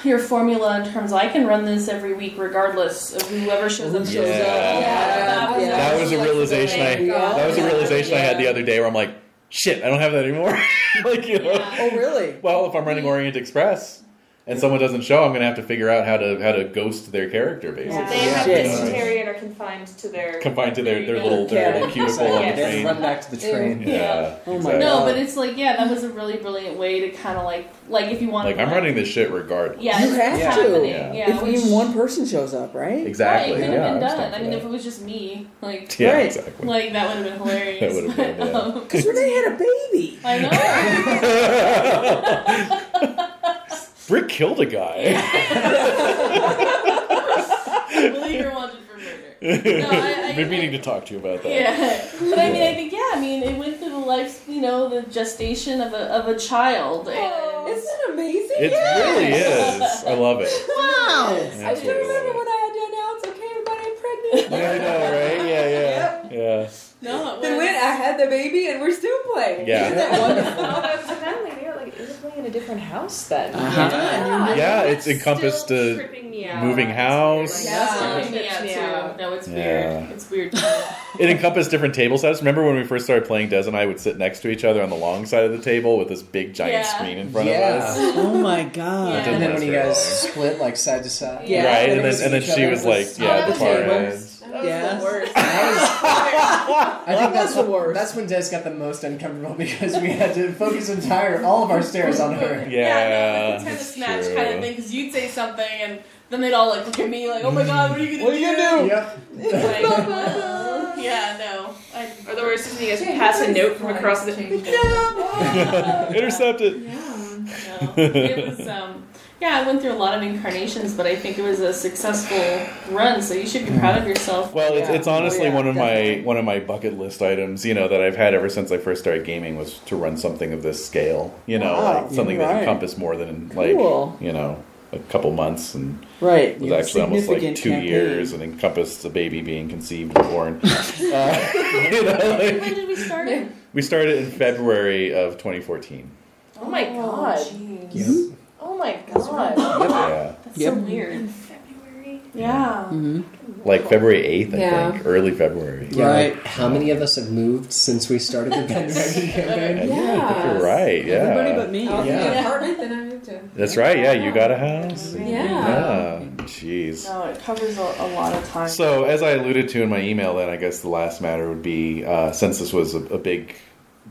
Speaker 3: your formula in terms, of, I can run this every week regardless of whoever shows up.
Speaker 9: Yeah.
Speaker 3: Shows up.
Speaker 8: Yeah.
Speaker 3: Yeah.
Speaker 9: That was a realization
Speaker 3: Oh
Speaker 9: I
Speaker 8: Yeah.
Speaker 9: that was a
Speaker 4: Oh,
Speaker 9: realization I had the
Speaker 3: Yeah.
Speaker 9: other day where I'm like, shit, I don't have that anymore. like you know
Speaker 3: Yeah.
Speaker 4: Oh, really?
Speaker 9: Well, if I'm running Orient Express and someone doesn't show, I'm gonna have to figure out how to how to ghost their character basically.
Speaker 6: They have
Speaker 4: Shit.
Speaker 6: this carry and are confined to their.
Speaker 9: Confined to their, their
Speaker 3: Yeah.
Speaker 9: little their little cubicle on the
Speaker 6: Yes.
Speaker 7: Then
Speaker 9: train.
Speaker 7: run back to the train.
Speaker 9: Yeah.
Speaker 4: Oh my
Speaker 9: exactly.
Speaker 3: No, but it's like yeah, that was a really brilliant way to kind of like like if you want
Speaker 9: Like I'm running this shit regardless.
Speaker 3: Yeah,
Speaker 4: You
Speaker 3: it's
Speaker 4: have to.
Speaker 3: happening.
Speaker 9: Yeah.
Speaker 3: Yeah,
Speaker 4: if
Speaker 3: which-
Speaker 4: even one person shows up, right?
Speaker 9: Exactly.
Speaker 3: Right, it could
Speaker 9: yeah.
Speaker 3: have been
Speaker 9: I'm just
Speaker 3: done. I
Speaker 9: down for
Speaker 3: mean,
Speaker 9: that.
Speaker 3: if it was just me, like,
Speaker 9: yeah,
Speaker 4: Right.
Speaker 9: exactly.
Speaker 3: like that would have been hilarious.
Speaker 9: That would've been, yeah.
Speaker 3: Um,
Speaker 4: Because Renee had a baby.
Speaker 3: I know.
Speaker 9: Brick killed a guy.
Speaker 3: Well, you're wanted for murder. No, I, I,
Speaker 9: I've been meaning to talk to you about that.
Speaker 3: Yeah, but I mean, I think yeah. I mean, it went through the life, you know, the gestation of a of a child. And
Speaker 8: Isn't it amazing?
Speaker 9: It really is. I love it.
Speaker 4: Wow.
Speaker 8: I just
Speaker 9: Absolutely
Speaker 8: remember
Speaker 9: love
Speaker 8: when I had to announce, okay, everybody, I'm pregnant.
Speaker 9: it. Yeah, I know, right? Yeah, yeah. Yeah.
Speaker 3: no, it
Speaker 8: Then when I
Speaker 3: was.
Speaker 8: had the baby and we're still playing.
Speaker 9: Yeah.
Speaker 8: Isn't that wonderful?
Speaker 6: so now we knew, like, is it playing in a different house then?
Speaker 4: Uh-huh.
Speaker 3: Yeah,
Speaker 9: Yeah,
Speaker 3: like,
Speaker 9: it's
Speaker 3: that's
Speaker 9: encompassed
Speaker 3: still
Speaker 9: the
Speaker 3: tripping me out.
Speaker 9: moving house.
Speaker 3: Like,
Speaker 8: Yeah.
Speaker 3: that's tripping me
Speaker 6: Trips
Speaker 3: out
Speaker 6: me
Speaker 3: too.
Speaker 6: out.
Speaker 3: No, it's
Speaker 9: Yeah.
Speaker 3: weird. It's weird. too.
Speaker 9: It encompassed different table sets. Remember when we first started playing, Des and I would sit next to each other on the long side of the table with this big giant
Speaker 3: Yeah.
Speaker 9: screen in front
Speaker 7: Yeah.
Speaker 9: of us.
Speaker 4: Oh my god.
Speaker 3: Yeah.
Speaker 7: And then when you
Speaker 9: That's
Speaker 7: guys
Speaker 9: very
Speaker 7: split like side to side.
Speaker 8: Yeah.
Speaker 9: right? And
Speaker 7: everybody
Speaker 9: then, and then
Speaker 7: sees each
Speaker 9: she
Speaker 7: other
Speaker 9: was
Speaker 7: at the
Speaker 9: like, yeah,
Speaker 8: side
Speaker 9: the
Speaker 8: of the
Speaker 9: far
Speaker 8: table.
Speaker 9: end.
Speaker 8: That was
Speaker 4: Yes.
Speaker 8: the worst.
Speaker 7: I think that's
Speaker 4: the
Speaker 7: what-
Speaker 4: worst.
Speaker 7: That's when Des got the most uncomfortable because we had to focus entire all of our stares on her.
Speaker 9: Yeah,
Speaker 3: no, it's a tennis
Speaker 9: that's
Speaker 3: match
Speaker 9: true.
Speaker 3: kind of thing because you'd say something and then they'd all like look at me like, oh my god, what are you gonna do?
Speaker 7: Yep.
Speaker 3: Like, uh, yeah, no. I,
Speaker 8: Or the worst is when you guys
Speaker 3: pass a note from across the-
Speaker 9: Intercepted.
Speaker 3: no. It was, um, yeah, I went through a lot of incarnations, but I think it was a successful run, so you should be proud of yourself.
Speaker 9: Well, it's,
Speaker 8: Yeah.
Speaker 9: it's honestly
Speaker 8: Oh, yeah,
Speaker 9: one of
Speaker 8: definitely.
Speaker 9: my one of my bucket list items, you know, that I've had ever since I first started gaming was to run something of this scale, you know,
Speaker 4: Wow,
Speaker 9: like something
Speaker 4: right.
Speaker 9: that encompassed more than like
Speaker 4: Cool.
Speaker 9: you know a couple months and
Speaker 4: Right.
Speaker 9: It was
Speaker 4: you have
Speaker 9: actually almost like
Speaker 4: significant
Speaker 9: two
Speaker 4: campaign.
Speaker 9: years and encompassed the baby being conceived and born. Uh, you know,
Speaker 3: When
Speaker 9: like,
Speaker 3: did we start it?
Speaker 9: we started in February of 2014.
Speaker 6: Oh my god.
Speaker 3: jeez.
Speaker 6: Oh my god.
Speaker 9: Yeah.
Speaker 3: That's
Speaker 4: Yep.
Speaker 3: so weird.
Speaker 6: February.
Speaker 3: Yeah.
Speaker 4: Mm-hmm.
Speaker 9: Like February 8th, I
Speaker 8: Yeah.
Speaker 9: think, early February.
Speaker 4: Yeah. Right.
Speaker 7: like, how many of us have moved since we started the Pendragon campaign?
Speaker 9: Yeah, I think you're right. Yeah.
Speaker 4: Everybody but me.
Speaker 8: I was in an
Speaker 7: Yeah.
Speaker 8: apartment, then I moved to.
Speaker 9: That's right. Yeah, you got a house.
Speaker 8: Yeah.
Speaker 9: Yeah. Jeez.
Speaker 3: No, it covers a, a lot of time.
Speaker 9: So, as I alluded to in my email, then I guess the last matter would be uh, since this was a, a big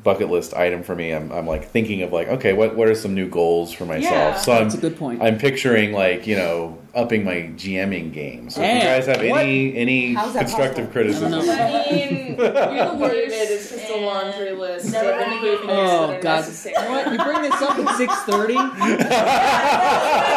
Speaker 9: bucket list item for me, I'm, I'm like thinking of like, okay, what, what are some new goals for myself?
Speaker 3: Yeah.
Speaker 9: so, I'm,
Speaker 4: That's a good point.
Speaker 9: I'm picturing like, you know, upping my GMing game. So, if you
Speaker 4: Hey,
Speaker 9: guys have
Speaker 4: what?
Speaker 9: any any
Speaker 8: How's that
Speaker 9: constructive
Speaker 8: possible?
Speaker 9: criticism,
Speaker 4: I don't know.
Speaker 3: I mean, you're the worst.
Speaker 8: It is just a
Speaker 3: and-
Speaker 8: laundry list.
Speaker 3: Never
Speaker 8: of
Speaker 3: mind.
Speaker 8: improvements
Speaker 4: Oh,
Speaker 8: that are
Speaker 4: God.
Speaker 8: necessary.
Speaker 4: what? You bring this up at six thirty?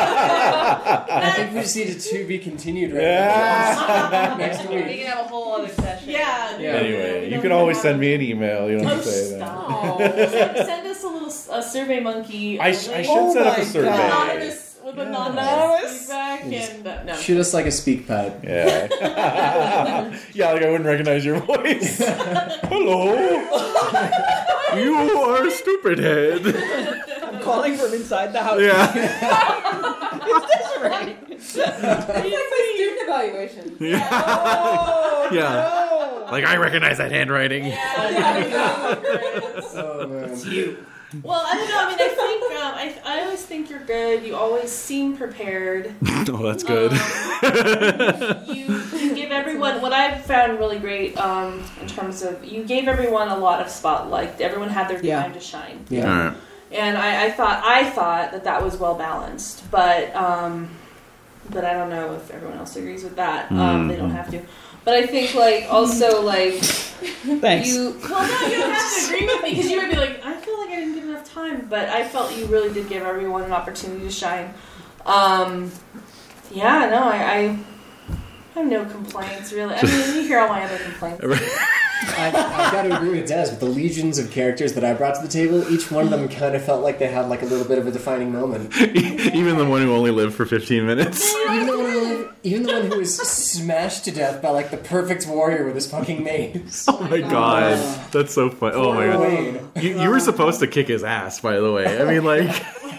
Speaker 7: I think we just need a to be continued right
Speaker 9: Yeah.
Speaker 7: now. next
Speaker 8: We
Speaker 7: week.
Speaker 8: can have a whole other session.
Speaker 3: Yeah.
Speaker 7: Yeah.
Speaker 9: Anyway, you can always send me an email. You don't have
Speaker 3: Oh,
Speaker 9: to say that.
Speaker 3: stop. send, send us a little uh, survey monkey.
Speaker 9: I,
Speaker 3: a
Speaker 9: sh- I
Speaker 3: link
Speaker 9: should set up a
Speaker 4: my
Speaker 9: survey.
Speaker 3: with
Speaker 4: God.
Speaker 3: anonymous with anonymous feedback and uh, no.
Speaker 7: Shoot us like a speak pipe.
Speaker 9: Yeah. yeah, like I wouldn't recognize your voice. Hello. you are a stupid head.
Speaker 4: I'm calling from inside the house.
Speaker 9: Yeah.
Speaker 8: It's like my student evaluation.
Speaker 9: Yeah. Like I recognize that handwriting.
Speaker 7: Oh, man.
Speaker 3: Well, I don't know. I mean, I think um, I, I always think you're good. You always seem prepared.
Speaker 9: oh, that's good.
Speaker 3: You, you give everyone what I've found really great um, in terms of you gave everyone a lot of spotlight. Everyone had their
Speaker 4: Yeah.
Speaker 3: time to shine.
Speaker 9: All
Speaker 7: Yeah.
Speaker 9: right.
Speaker 3: and I, I thought I thought that that was well balanced, but um, but I don't know if everyone else agrees with that. Um, they don't have to. But I think like also like
Speaker 4: Thanks.
Speaker 3: you well no you don't have to agree with me because you would be like I feel like I didn't give enough time, but I felt you really did give everyone an opportunity to shine. Um, yeah, no, I. I I have no complaints, really. I mean, you hear all my other complaints.
Speaker 7: I, I've got to agree with Des. With the legions of characters that I brought to the table, each one of them kind of felt like they had like a little bit of a defining moment.
Speaker 9: Even the one who only lived for 15 minutes.
Speaker 7: Even the one who, even the one who was smashed to death by like the perfect warrior with his fucking mace.
Speaker 9: Oh my god. That's so funny. Oh my god.
Speaker 7: Wayne.
Speaker 9: You, you were supposed to kick his ass, by the way. I mean, like,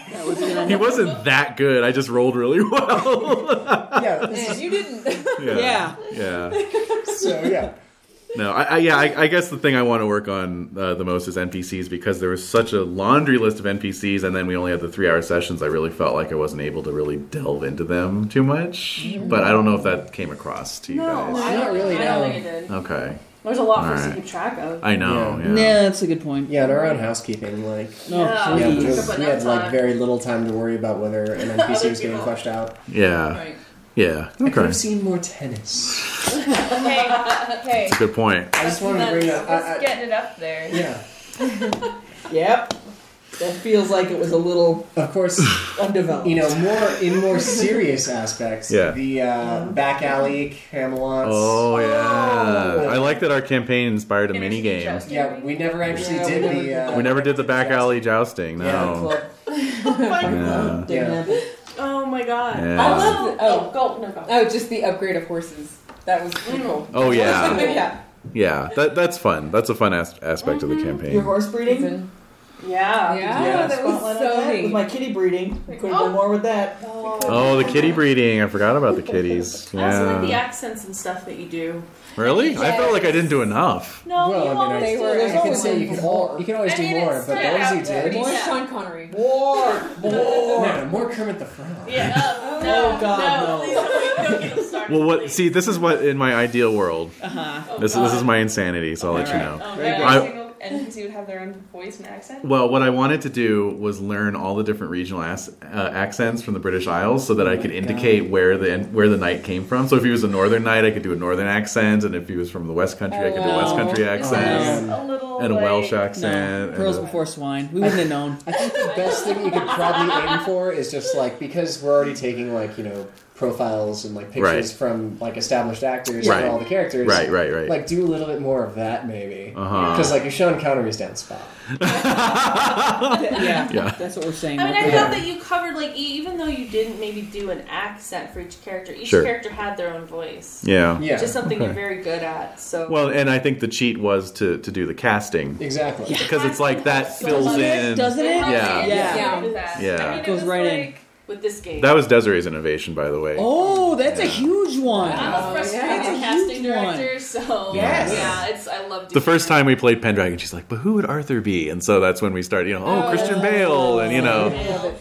Speaker 9: he wasn't that good. I just rolled really well.
Speaker 7: Yeah. this
Speaker 8: And
Speaker 7: is-
Speaker 8: you didn't.
Speaker 4: Yeah.
Speaker 9: Yeah.
Speaker 7: So yeah.
Speaker 9: No, I, I yeah, I, I guess the thing I want to work on uh, the most is NPCs because there was such a laundry list of NPCs, and then we only had the three-hour sessions. I really felt like I wasn't able to really delve into them too much, but I don't know if that came across to you guys.
Speaker 3: I
Speaker 7: Not really,
Speaker 3: I don't
Speaker 7: no.
Speaker 3: think it did.
Speaker 9: Okay,
Speaker 3: There's a lot for us to
Speaker 9: Alright.
Speaker 3: keep track of.
Speaker 9: I know.
Speaker 7: Yeah.
Speaker 9: Yeah.
Speaker 4: Yeah. that's a good point.
Speaker 7: Yeah, in our own housekeeping, like
Speaker 4: No,
Speaker 3: Yeah.
Speaker 7: yeah,
Speaker 4: please.
Speaker 7: we,
Speaker 3: But
Speaker 7: we
Speaker 3: not
Speaker 7: had like
Speaker 3: time.
Speaker 7: very little time to worry about whether an NPC was getting
Speaker 3: people.
Speaker 7: flushed out.
Speaker 9: Yeah.
Speaker 8: Right.
Speaker 9: Yeah.
Speaker 7: I could
Speaker 9: Okay.
Speaker 7: have seen more tennis.
Speaker 6: Okay. okay.
Speaker 9: Good point.
Speaker 7: I just wanted to bring up. I, I,
Speaker 6: Getting it up there.
Speaker 7: yeah,
Speaker 4: Yep. That feels like it was a little
Speaker 7: of course.
Speaker 4: undeveloped.
Speaker 7: You know, more in more serious aspects.
Speaker 9: Yeah.
Speaker 7: The uh, back alley Camelots.
Speaker 9: Oh yeah, I like that our campaign inspired a
Speaker 6: Inner
Speaker 9: mini
Speaker 6: city
Speaker 9: game.
Speaker 6: joust.
Speaker 7: Yeah, we never actually
Speaker 4: Yeah,
Speaker 7: did
Speaker 4: we
Speaker 7: the. Uh,
Speaker 9: We never did the back alley jousting. No.
Speaker 4: Club
Speaker 9: Yeah.
Speaker 4: didn't
Speaker 7: Yeah.
Speaker 4: happen.
Speaker 3: Oh my god.
Speaker 9: Yeah.
Speaker 3: I love Oh,
Speaker 8: Oh.
Speaker 3: go, no, go.
Speaker 8: Oh, just the upgrade of horses. That was pretty cool.
Speaker 9: Oh yeah.
Speaker 8: yeah.
Speaker 9: Yeah, that that's fun. That's a fun as- aspect of the campaign.
Speaker 4: Your horse breeding?
Speaker 8: Season.
Speaker 4: Yeah.
Speaker 8: Mm-hmm.
Speaker 4: Did
Speaker 8: Yeah,
Speaker 4: you get a
Speaker 8: that was
Speaker 4: spotlight on
Speaker 8: so
Speaker 4: that?
Speaker 8: neat.
Speaker 4: With my kitty breeding. Could have done more with that.
Speaker 9: Oh, the kitty breeding. I forgot about the kitties.
Speaker 3: I also like the
Speaker 9: Oh, Yeah.
Speaker 3: accents and stuff that you do.
Speaker 9: Really? I felt like I didn't do enough.
Speaker 3: No,
Speaker 7: Well,
Speaker 3: you
Speaker 7: I mean,
Speaker 3: always
Speaker 7: I-
Speaker 3: do.
Speaker 8: were-
Speaker 7: I
Speaker 8: There's
Speaker 7: can
Speaker 8: always
Speaker 7: say you can, all, you can always
Speaker 3: I
Speaker 7: do
Speaker 3: mean, it's
Speaker 7: more, but
Speaker 3: straight
Speaker 7: those
Speaker 3: out
Speaker 7: you
Speaker 3: there.
Speaker 7: did.
Speaker 8: More
Speaker 3: Yeah.
Speaker 8: Sean Connery.
Speaker 4: More! More!
Speaker 7: No, more Kermit the Frog.
Speaker 3: Yeah. Oh, no,
Speaker 4: Oh, God, no.
Speaker 3: please don't- don't get us started,
Speaker 9: Well, what?
Speaker 3: please.
Speaker 9: See, this is what in my ideal world.
Speaker 4: Uh-huh.
Speaker 3: Oh,
Speaker 9: This this is
Speaker 3: God.
Speaker 9: my insanity. So I'll let you
Speaker 4: Alright.
Speaker 9: know.
Speaker 3: Oh,
Speaker 4: Very
Speaker 3: God.
Speaker 9: good. I-
Speaker 6: single NPC would have their own voice and accent.
Speaker 9: Well, what I wanted to do was learn all the different regional as- uh, accents from the British Isles, so that I could indicate where the where the knight came from. So if he was a northern knight, I could do a northern accent, and if he was from the West Country, I could do a West
Speaker 4: No.
Speaker 9: Country accent
Speaker 7: Um,
Speaker 6: a little
Speaker 9: and a
Speaker 6: Oh, like,
Speaker 9: Welsh accent.
Speaker 4: No.
Speaker 9: and
Speaker 4: Pearls
Speaker 9: a-
Speaker 4: before swine. We wouldn't have known.
Speaker 7: I think the best thing you could probably aim for is just like because we're already taking like you know profiles and like pictures
Speaker 9: Right.
Speaker 7: from like established actors
Speaker 9: Right.
Speaker 7: for all the characters.
Speaker 9: Right, right, right.
Speaker 7: Like do a little bit more of that maybe.
Speaker 9: Uh-huh.
Speaker 7: Because like your Sean Connery's down spot.
Speaker 4: yeah.
Speaker 9: Yeah.
Speaker 4: That's what we're saying.
Speaker 3: I mean, I
Speaker 4: Michael.
Speaker 3: felt that you covered like e- even though you didn't maybe do an accent for each character, each
Speaker 9: Sure.
Speaker 3: character had their own voice.
Speaker 9: yeah.
Speaker 7: Yeah.
Speaker 3: Which is something you're
Speaker 9: Okay.
Speaker 3: very good at. So
Speaker 9: Well, and I think the cheat was to to do the casting
Speaker 7: exactly.
Speaker 4: Yeah.
Speaker 9: because it's like that
Speaker 3: So
Speaker 9: fills
Speaker 3: much.
Speaker 9: in.
Speaker 4: Doesn't it?
Speaker 9: Yeah.
Speaker 4: Yeah.
Speaker 3: Yeah. With that.
Speaker 9: Yeah.
Speaker 3: I mean, it
Speaker 4: Goes
Speaker 3: was
Speaker 4: right in.
Speaker 3: like, With this game.
Speaker 9: That was Desiree's innovation, by the way.
Speaker 4: Oh, that's a
Speaker 9: Yeah.
Speaker 4: huge one.
Speaker 3: I'm
Speaker 8: Oh,
Speaker 3: a frustrated
Speaker 8: yeah. That's
Speaker 4: a
Speaker 3: casting
Speaker 4: huge one.
Speaker 3: director, so
Speaker 9: Yes.
Speaker 3: yeah, it's I love doing
Speaker 9: The first
Speaker 3: that.
Speaker 9: time we played Pendragon, she's like, "But who would Arthur be?" And so that's when we started, you know, oh, Christian Bale, and you know,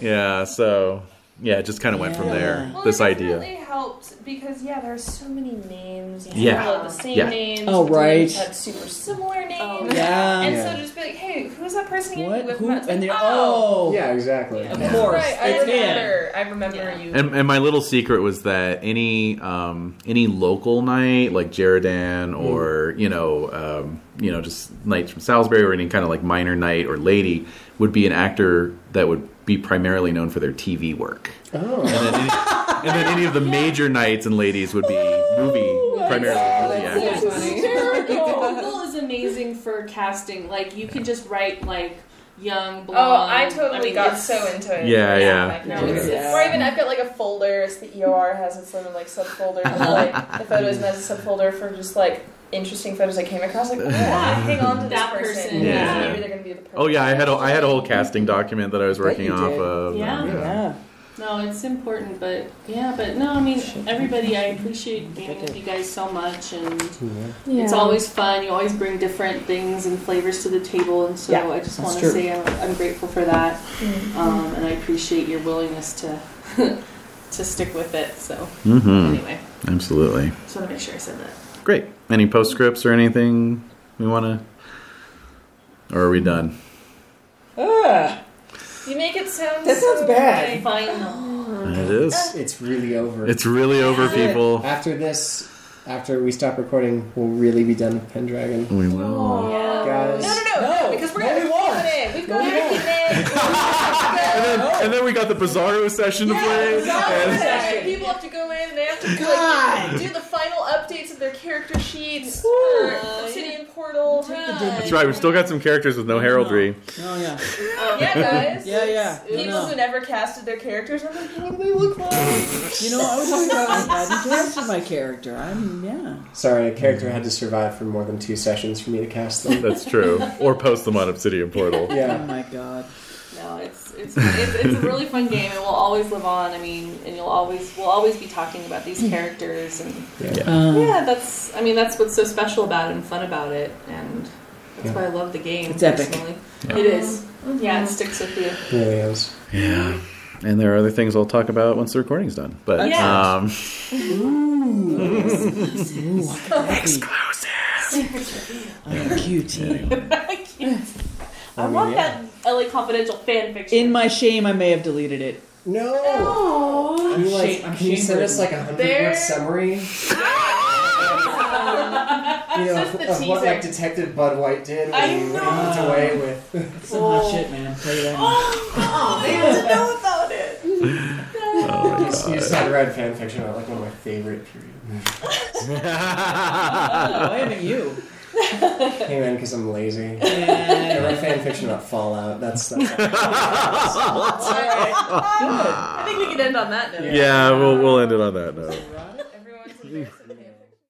Speaker 9: yeah. So yeah, it just kind of went from there.
Speaker 4: Yeah.
Speaker 6: Well,
Speaker 9: this
Speaker 6: it
Speaker 9: idea.
Speaker 6: definitely helped because yeah, there are so many names. You
Speaker 9: Yeah.
Speaker 6: all have the same
Speaker 9: Yeah.
Speaker 6: names.
Speaker 4: Oh, right.
Speaker 6: Had super similar names.
Speaker 3: Oh,
Speaker 4: yeah.
Speaker 6: And
Speaker 7: Yeah.
Speaker 6: so just be like, hey, who's that person you
Speaker 4: What?
Speaker 6: with?
Speaker 4: Who?
Speaker 6: That's
Speaker 4: And
Speaker 6: like,
Speaker 4: they're
Speaker 6: oh,
Speaker 4: oh,
Speaker 7: Yeah, exactly.
Speaker 4: of
Speaker 9: Yeah.
Speaker 4: course,
Speaker 6: right. I
Speaker 4: it's him.
Speaker 6: remember. I remember
Speaker 3: Yeah.
Speaker 6: you.
Speaker 9: And, and my little secret was that any um, any local knight like Jaredan or you know um, you know just knights from Salisbury or any kind of like minor knight or lady would be an actor that would be primarily known for their TV work.
Speaker 7: Oh.
Speaker 9: And then any, and then any of the major knights and ladies would be movie primarily movie
Speaker 8: that's
Speaker 9: actors.
Speaker 8: so funny.
Speaker 3: "Oh, Google is amazing for casting. Like you can just write like young blonde.
Speaker 6: Oh, I totally
Speaker 3: mean,
Speaker 6: got
Speaker 3: it's-
Speaker 6: so into it.
Speaker 9: Yeah, yeah.
Speaker 6: Like, no,
Speaker 9: Yeah.
Speaker 6: it's-
Speaker 4: Yeah.
Speaker 6: Or even I've got like a folder. It's the EOR has its own like subfolder for like the photos, and has a subfolder for just like interesting photos I came across. Like, oh, I hang on to this
Speaker 3: That
Speaker 6: person.
Speaker 3: person.
Speaker 9: Yeah.
Speaker 6: Maybe they're gonna be the person.
Speaker 9: Oh yeah, I had a, I had a whole casting document that I was
Speaker 4: Bet
Speaker 9: working
Speaker 4: you
Speaker 9: off
Speaker 4: did.
Speaker 9: of.
Speaker 3: Yeah.
Speaker 4: Yeah.
Speaker 3: No, it's important, but yeah, but no, I mean everybody. I appreciate being with you guys so much, and it's always fun. You always bring different things and flavors to the table, and so
Speaker 4: Yeah,
Speaker 3: I just
Speaker 4: that's
Speaker 3: want to
Speaker 4: true.
Speaker 3: say I'm, I'm grateful for that,
Speaker 6: Mm-hmm.
Speaker 3: um, and I appreciate your willingness to to stick with it. So
Speaker 4: Hmm.
Speaker 9: Mm-hmm.
Speaker 3: anyway,
Speaker 9: Absolutely.
Speaker 3: just want to make sure I said that.
Speaker 9: Great. Any postscripts or anything we want to, or are we done?
Speaker 4: Ah,
Speaker 6: You make it sound.
Speaker 4: that sounds
Speaker 6: so,
Speaker 4: bad.
Speaker 3: Final.
Speaker 9: It is.
Speaker 7: It's really over.
Speaker 9: It's really over, people.
Speaker 7: after this after we stop recording, we'll really be done with Pendragon.
Speaker 9: We will.
Speaker 7: Guys.
Speaker 6: No, no, no,
Speaker 4: No,
Speaker 6: because we're
Speaker 4: no,
Speaker 6: gonna
Speaker 4: we won't.
Speaker 6: keep it in. We've
Speaker 4: No,
Speaker 6: got
Speaker 4: we
Speaker 6: to
Speaker 4: won't.
Speaker 6: keep it in.
Speaker 9: And then, and then we got the Bizarro session to play. and-
Speaker 6: Sorry, people have to go in. They have to like, do the final updates of their character sheets for Obsidian Portal.
Speaker 9: that's right. We've still got some characters with no heraldry.
Speaker 4: Oh yeah.
Speaker 6: Yeah, guys.
Speaker 4: Yeah, yeah. No,
Speaker 6: People
Speaker 4: no.
Speaker 6: who never casted their characters are like, what do they look like?
Speaker 4: You know, I was talking about I hadn't casted my character. I'm yeah.
Speaker 7: Sorry, a character had to survive for more than two sessions for me to cast them.
Speaker 9: That's true. Or post them on Obsidian Portal.
Speaker 4: Oh
Speaker 7: Yeah.
Speaker 4: my god.
Speaker 3: No, it's it's it's, it's a really fun game. It will always live on. I mean, and you'll always we'll always be talking about these characters and
Speaker 4: Um,
Speaker 3: yeah, that's I mean that's what's so special about it and fun about it, and that's why I love the game.
Speaker 4: It's epic.
Speaker 3: personally.
Speaker 9: Yeah.
Speaker 3: It is.
Speaker 6: Mm-hmm.
Speaker 3: Yeah, it sticks with you.
Speaker 7: It really is.
Speaker 9: Yeah. And there are other things I'll talk about once the recording's done. But
Speaker 3: Yeah.
Speaker 9: um,
Speaker 4: I'm cutie.
Speaker 3: I want that LA Confidential fan fiction.
Speaker 4: In my shame, I may have deleted it.
Speaker 7: No!
Speaker 4: Oh,
Speaker 7: I'm like, can you send us like a hundred
Speaker 6: There-
Speaker 7: word summary? you know,
Speaker 3: Just
Speaker 7: of,
Speaker 3: the
Speaker 7: of what like
Speaker 3: teaser.
Speaker 7: Detective Bud White did
Speaker 3: I
Speaker 7: when he when he went
Speaker 4: know.
Speaker 7: away with.
Speaker 4: some hot shit, man. Tell you that. much.
Speaker 9: oh
Speaker 7: You
Speaker 9: my
Speaker 7: just, you just had to write fan fiction about like one of my favorite period movies.
Speaker 9: God.
Speaker 4: Oh, I haven't you.
Speaker 7: Hey man, because I'm lazy. I
Speaker 4: Yeah.
Speaker 7: write fan fiction about Fallout. That's that's.
Speaker 3: I think we can end on that note.
Speaker 9: Yeah, we'll, we'll end it on that note.
Speaker 6: Everyone's in there.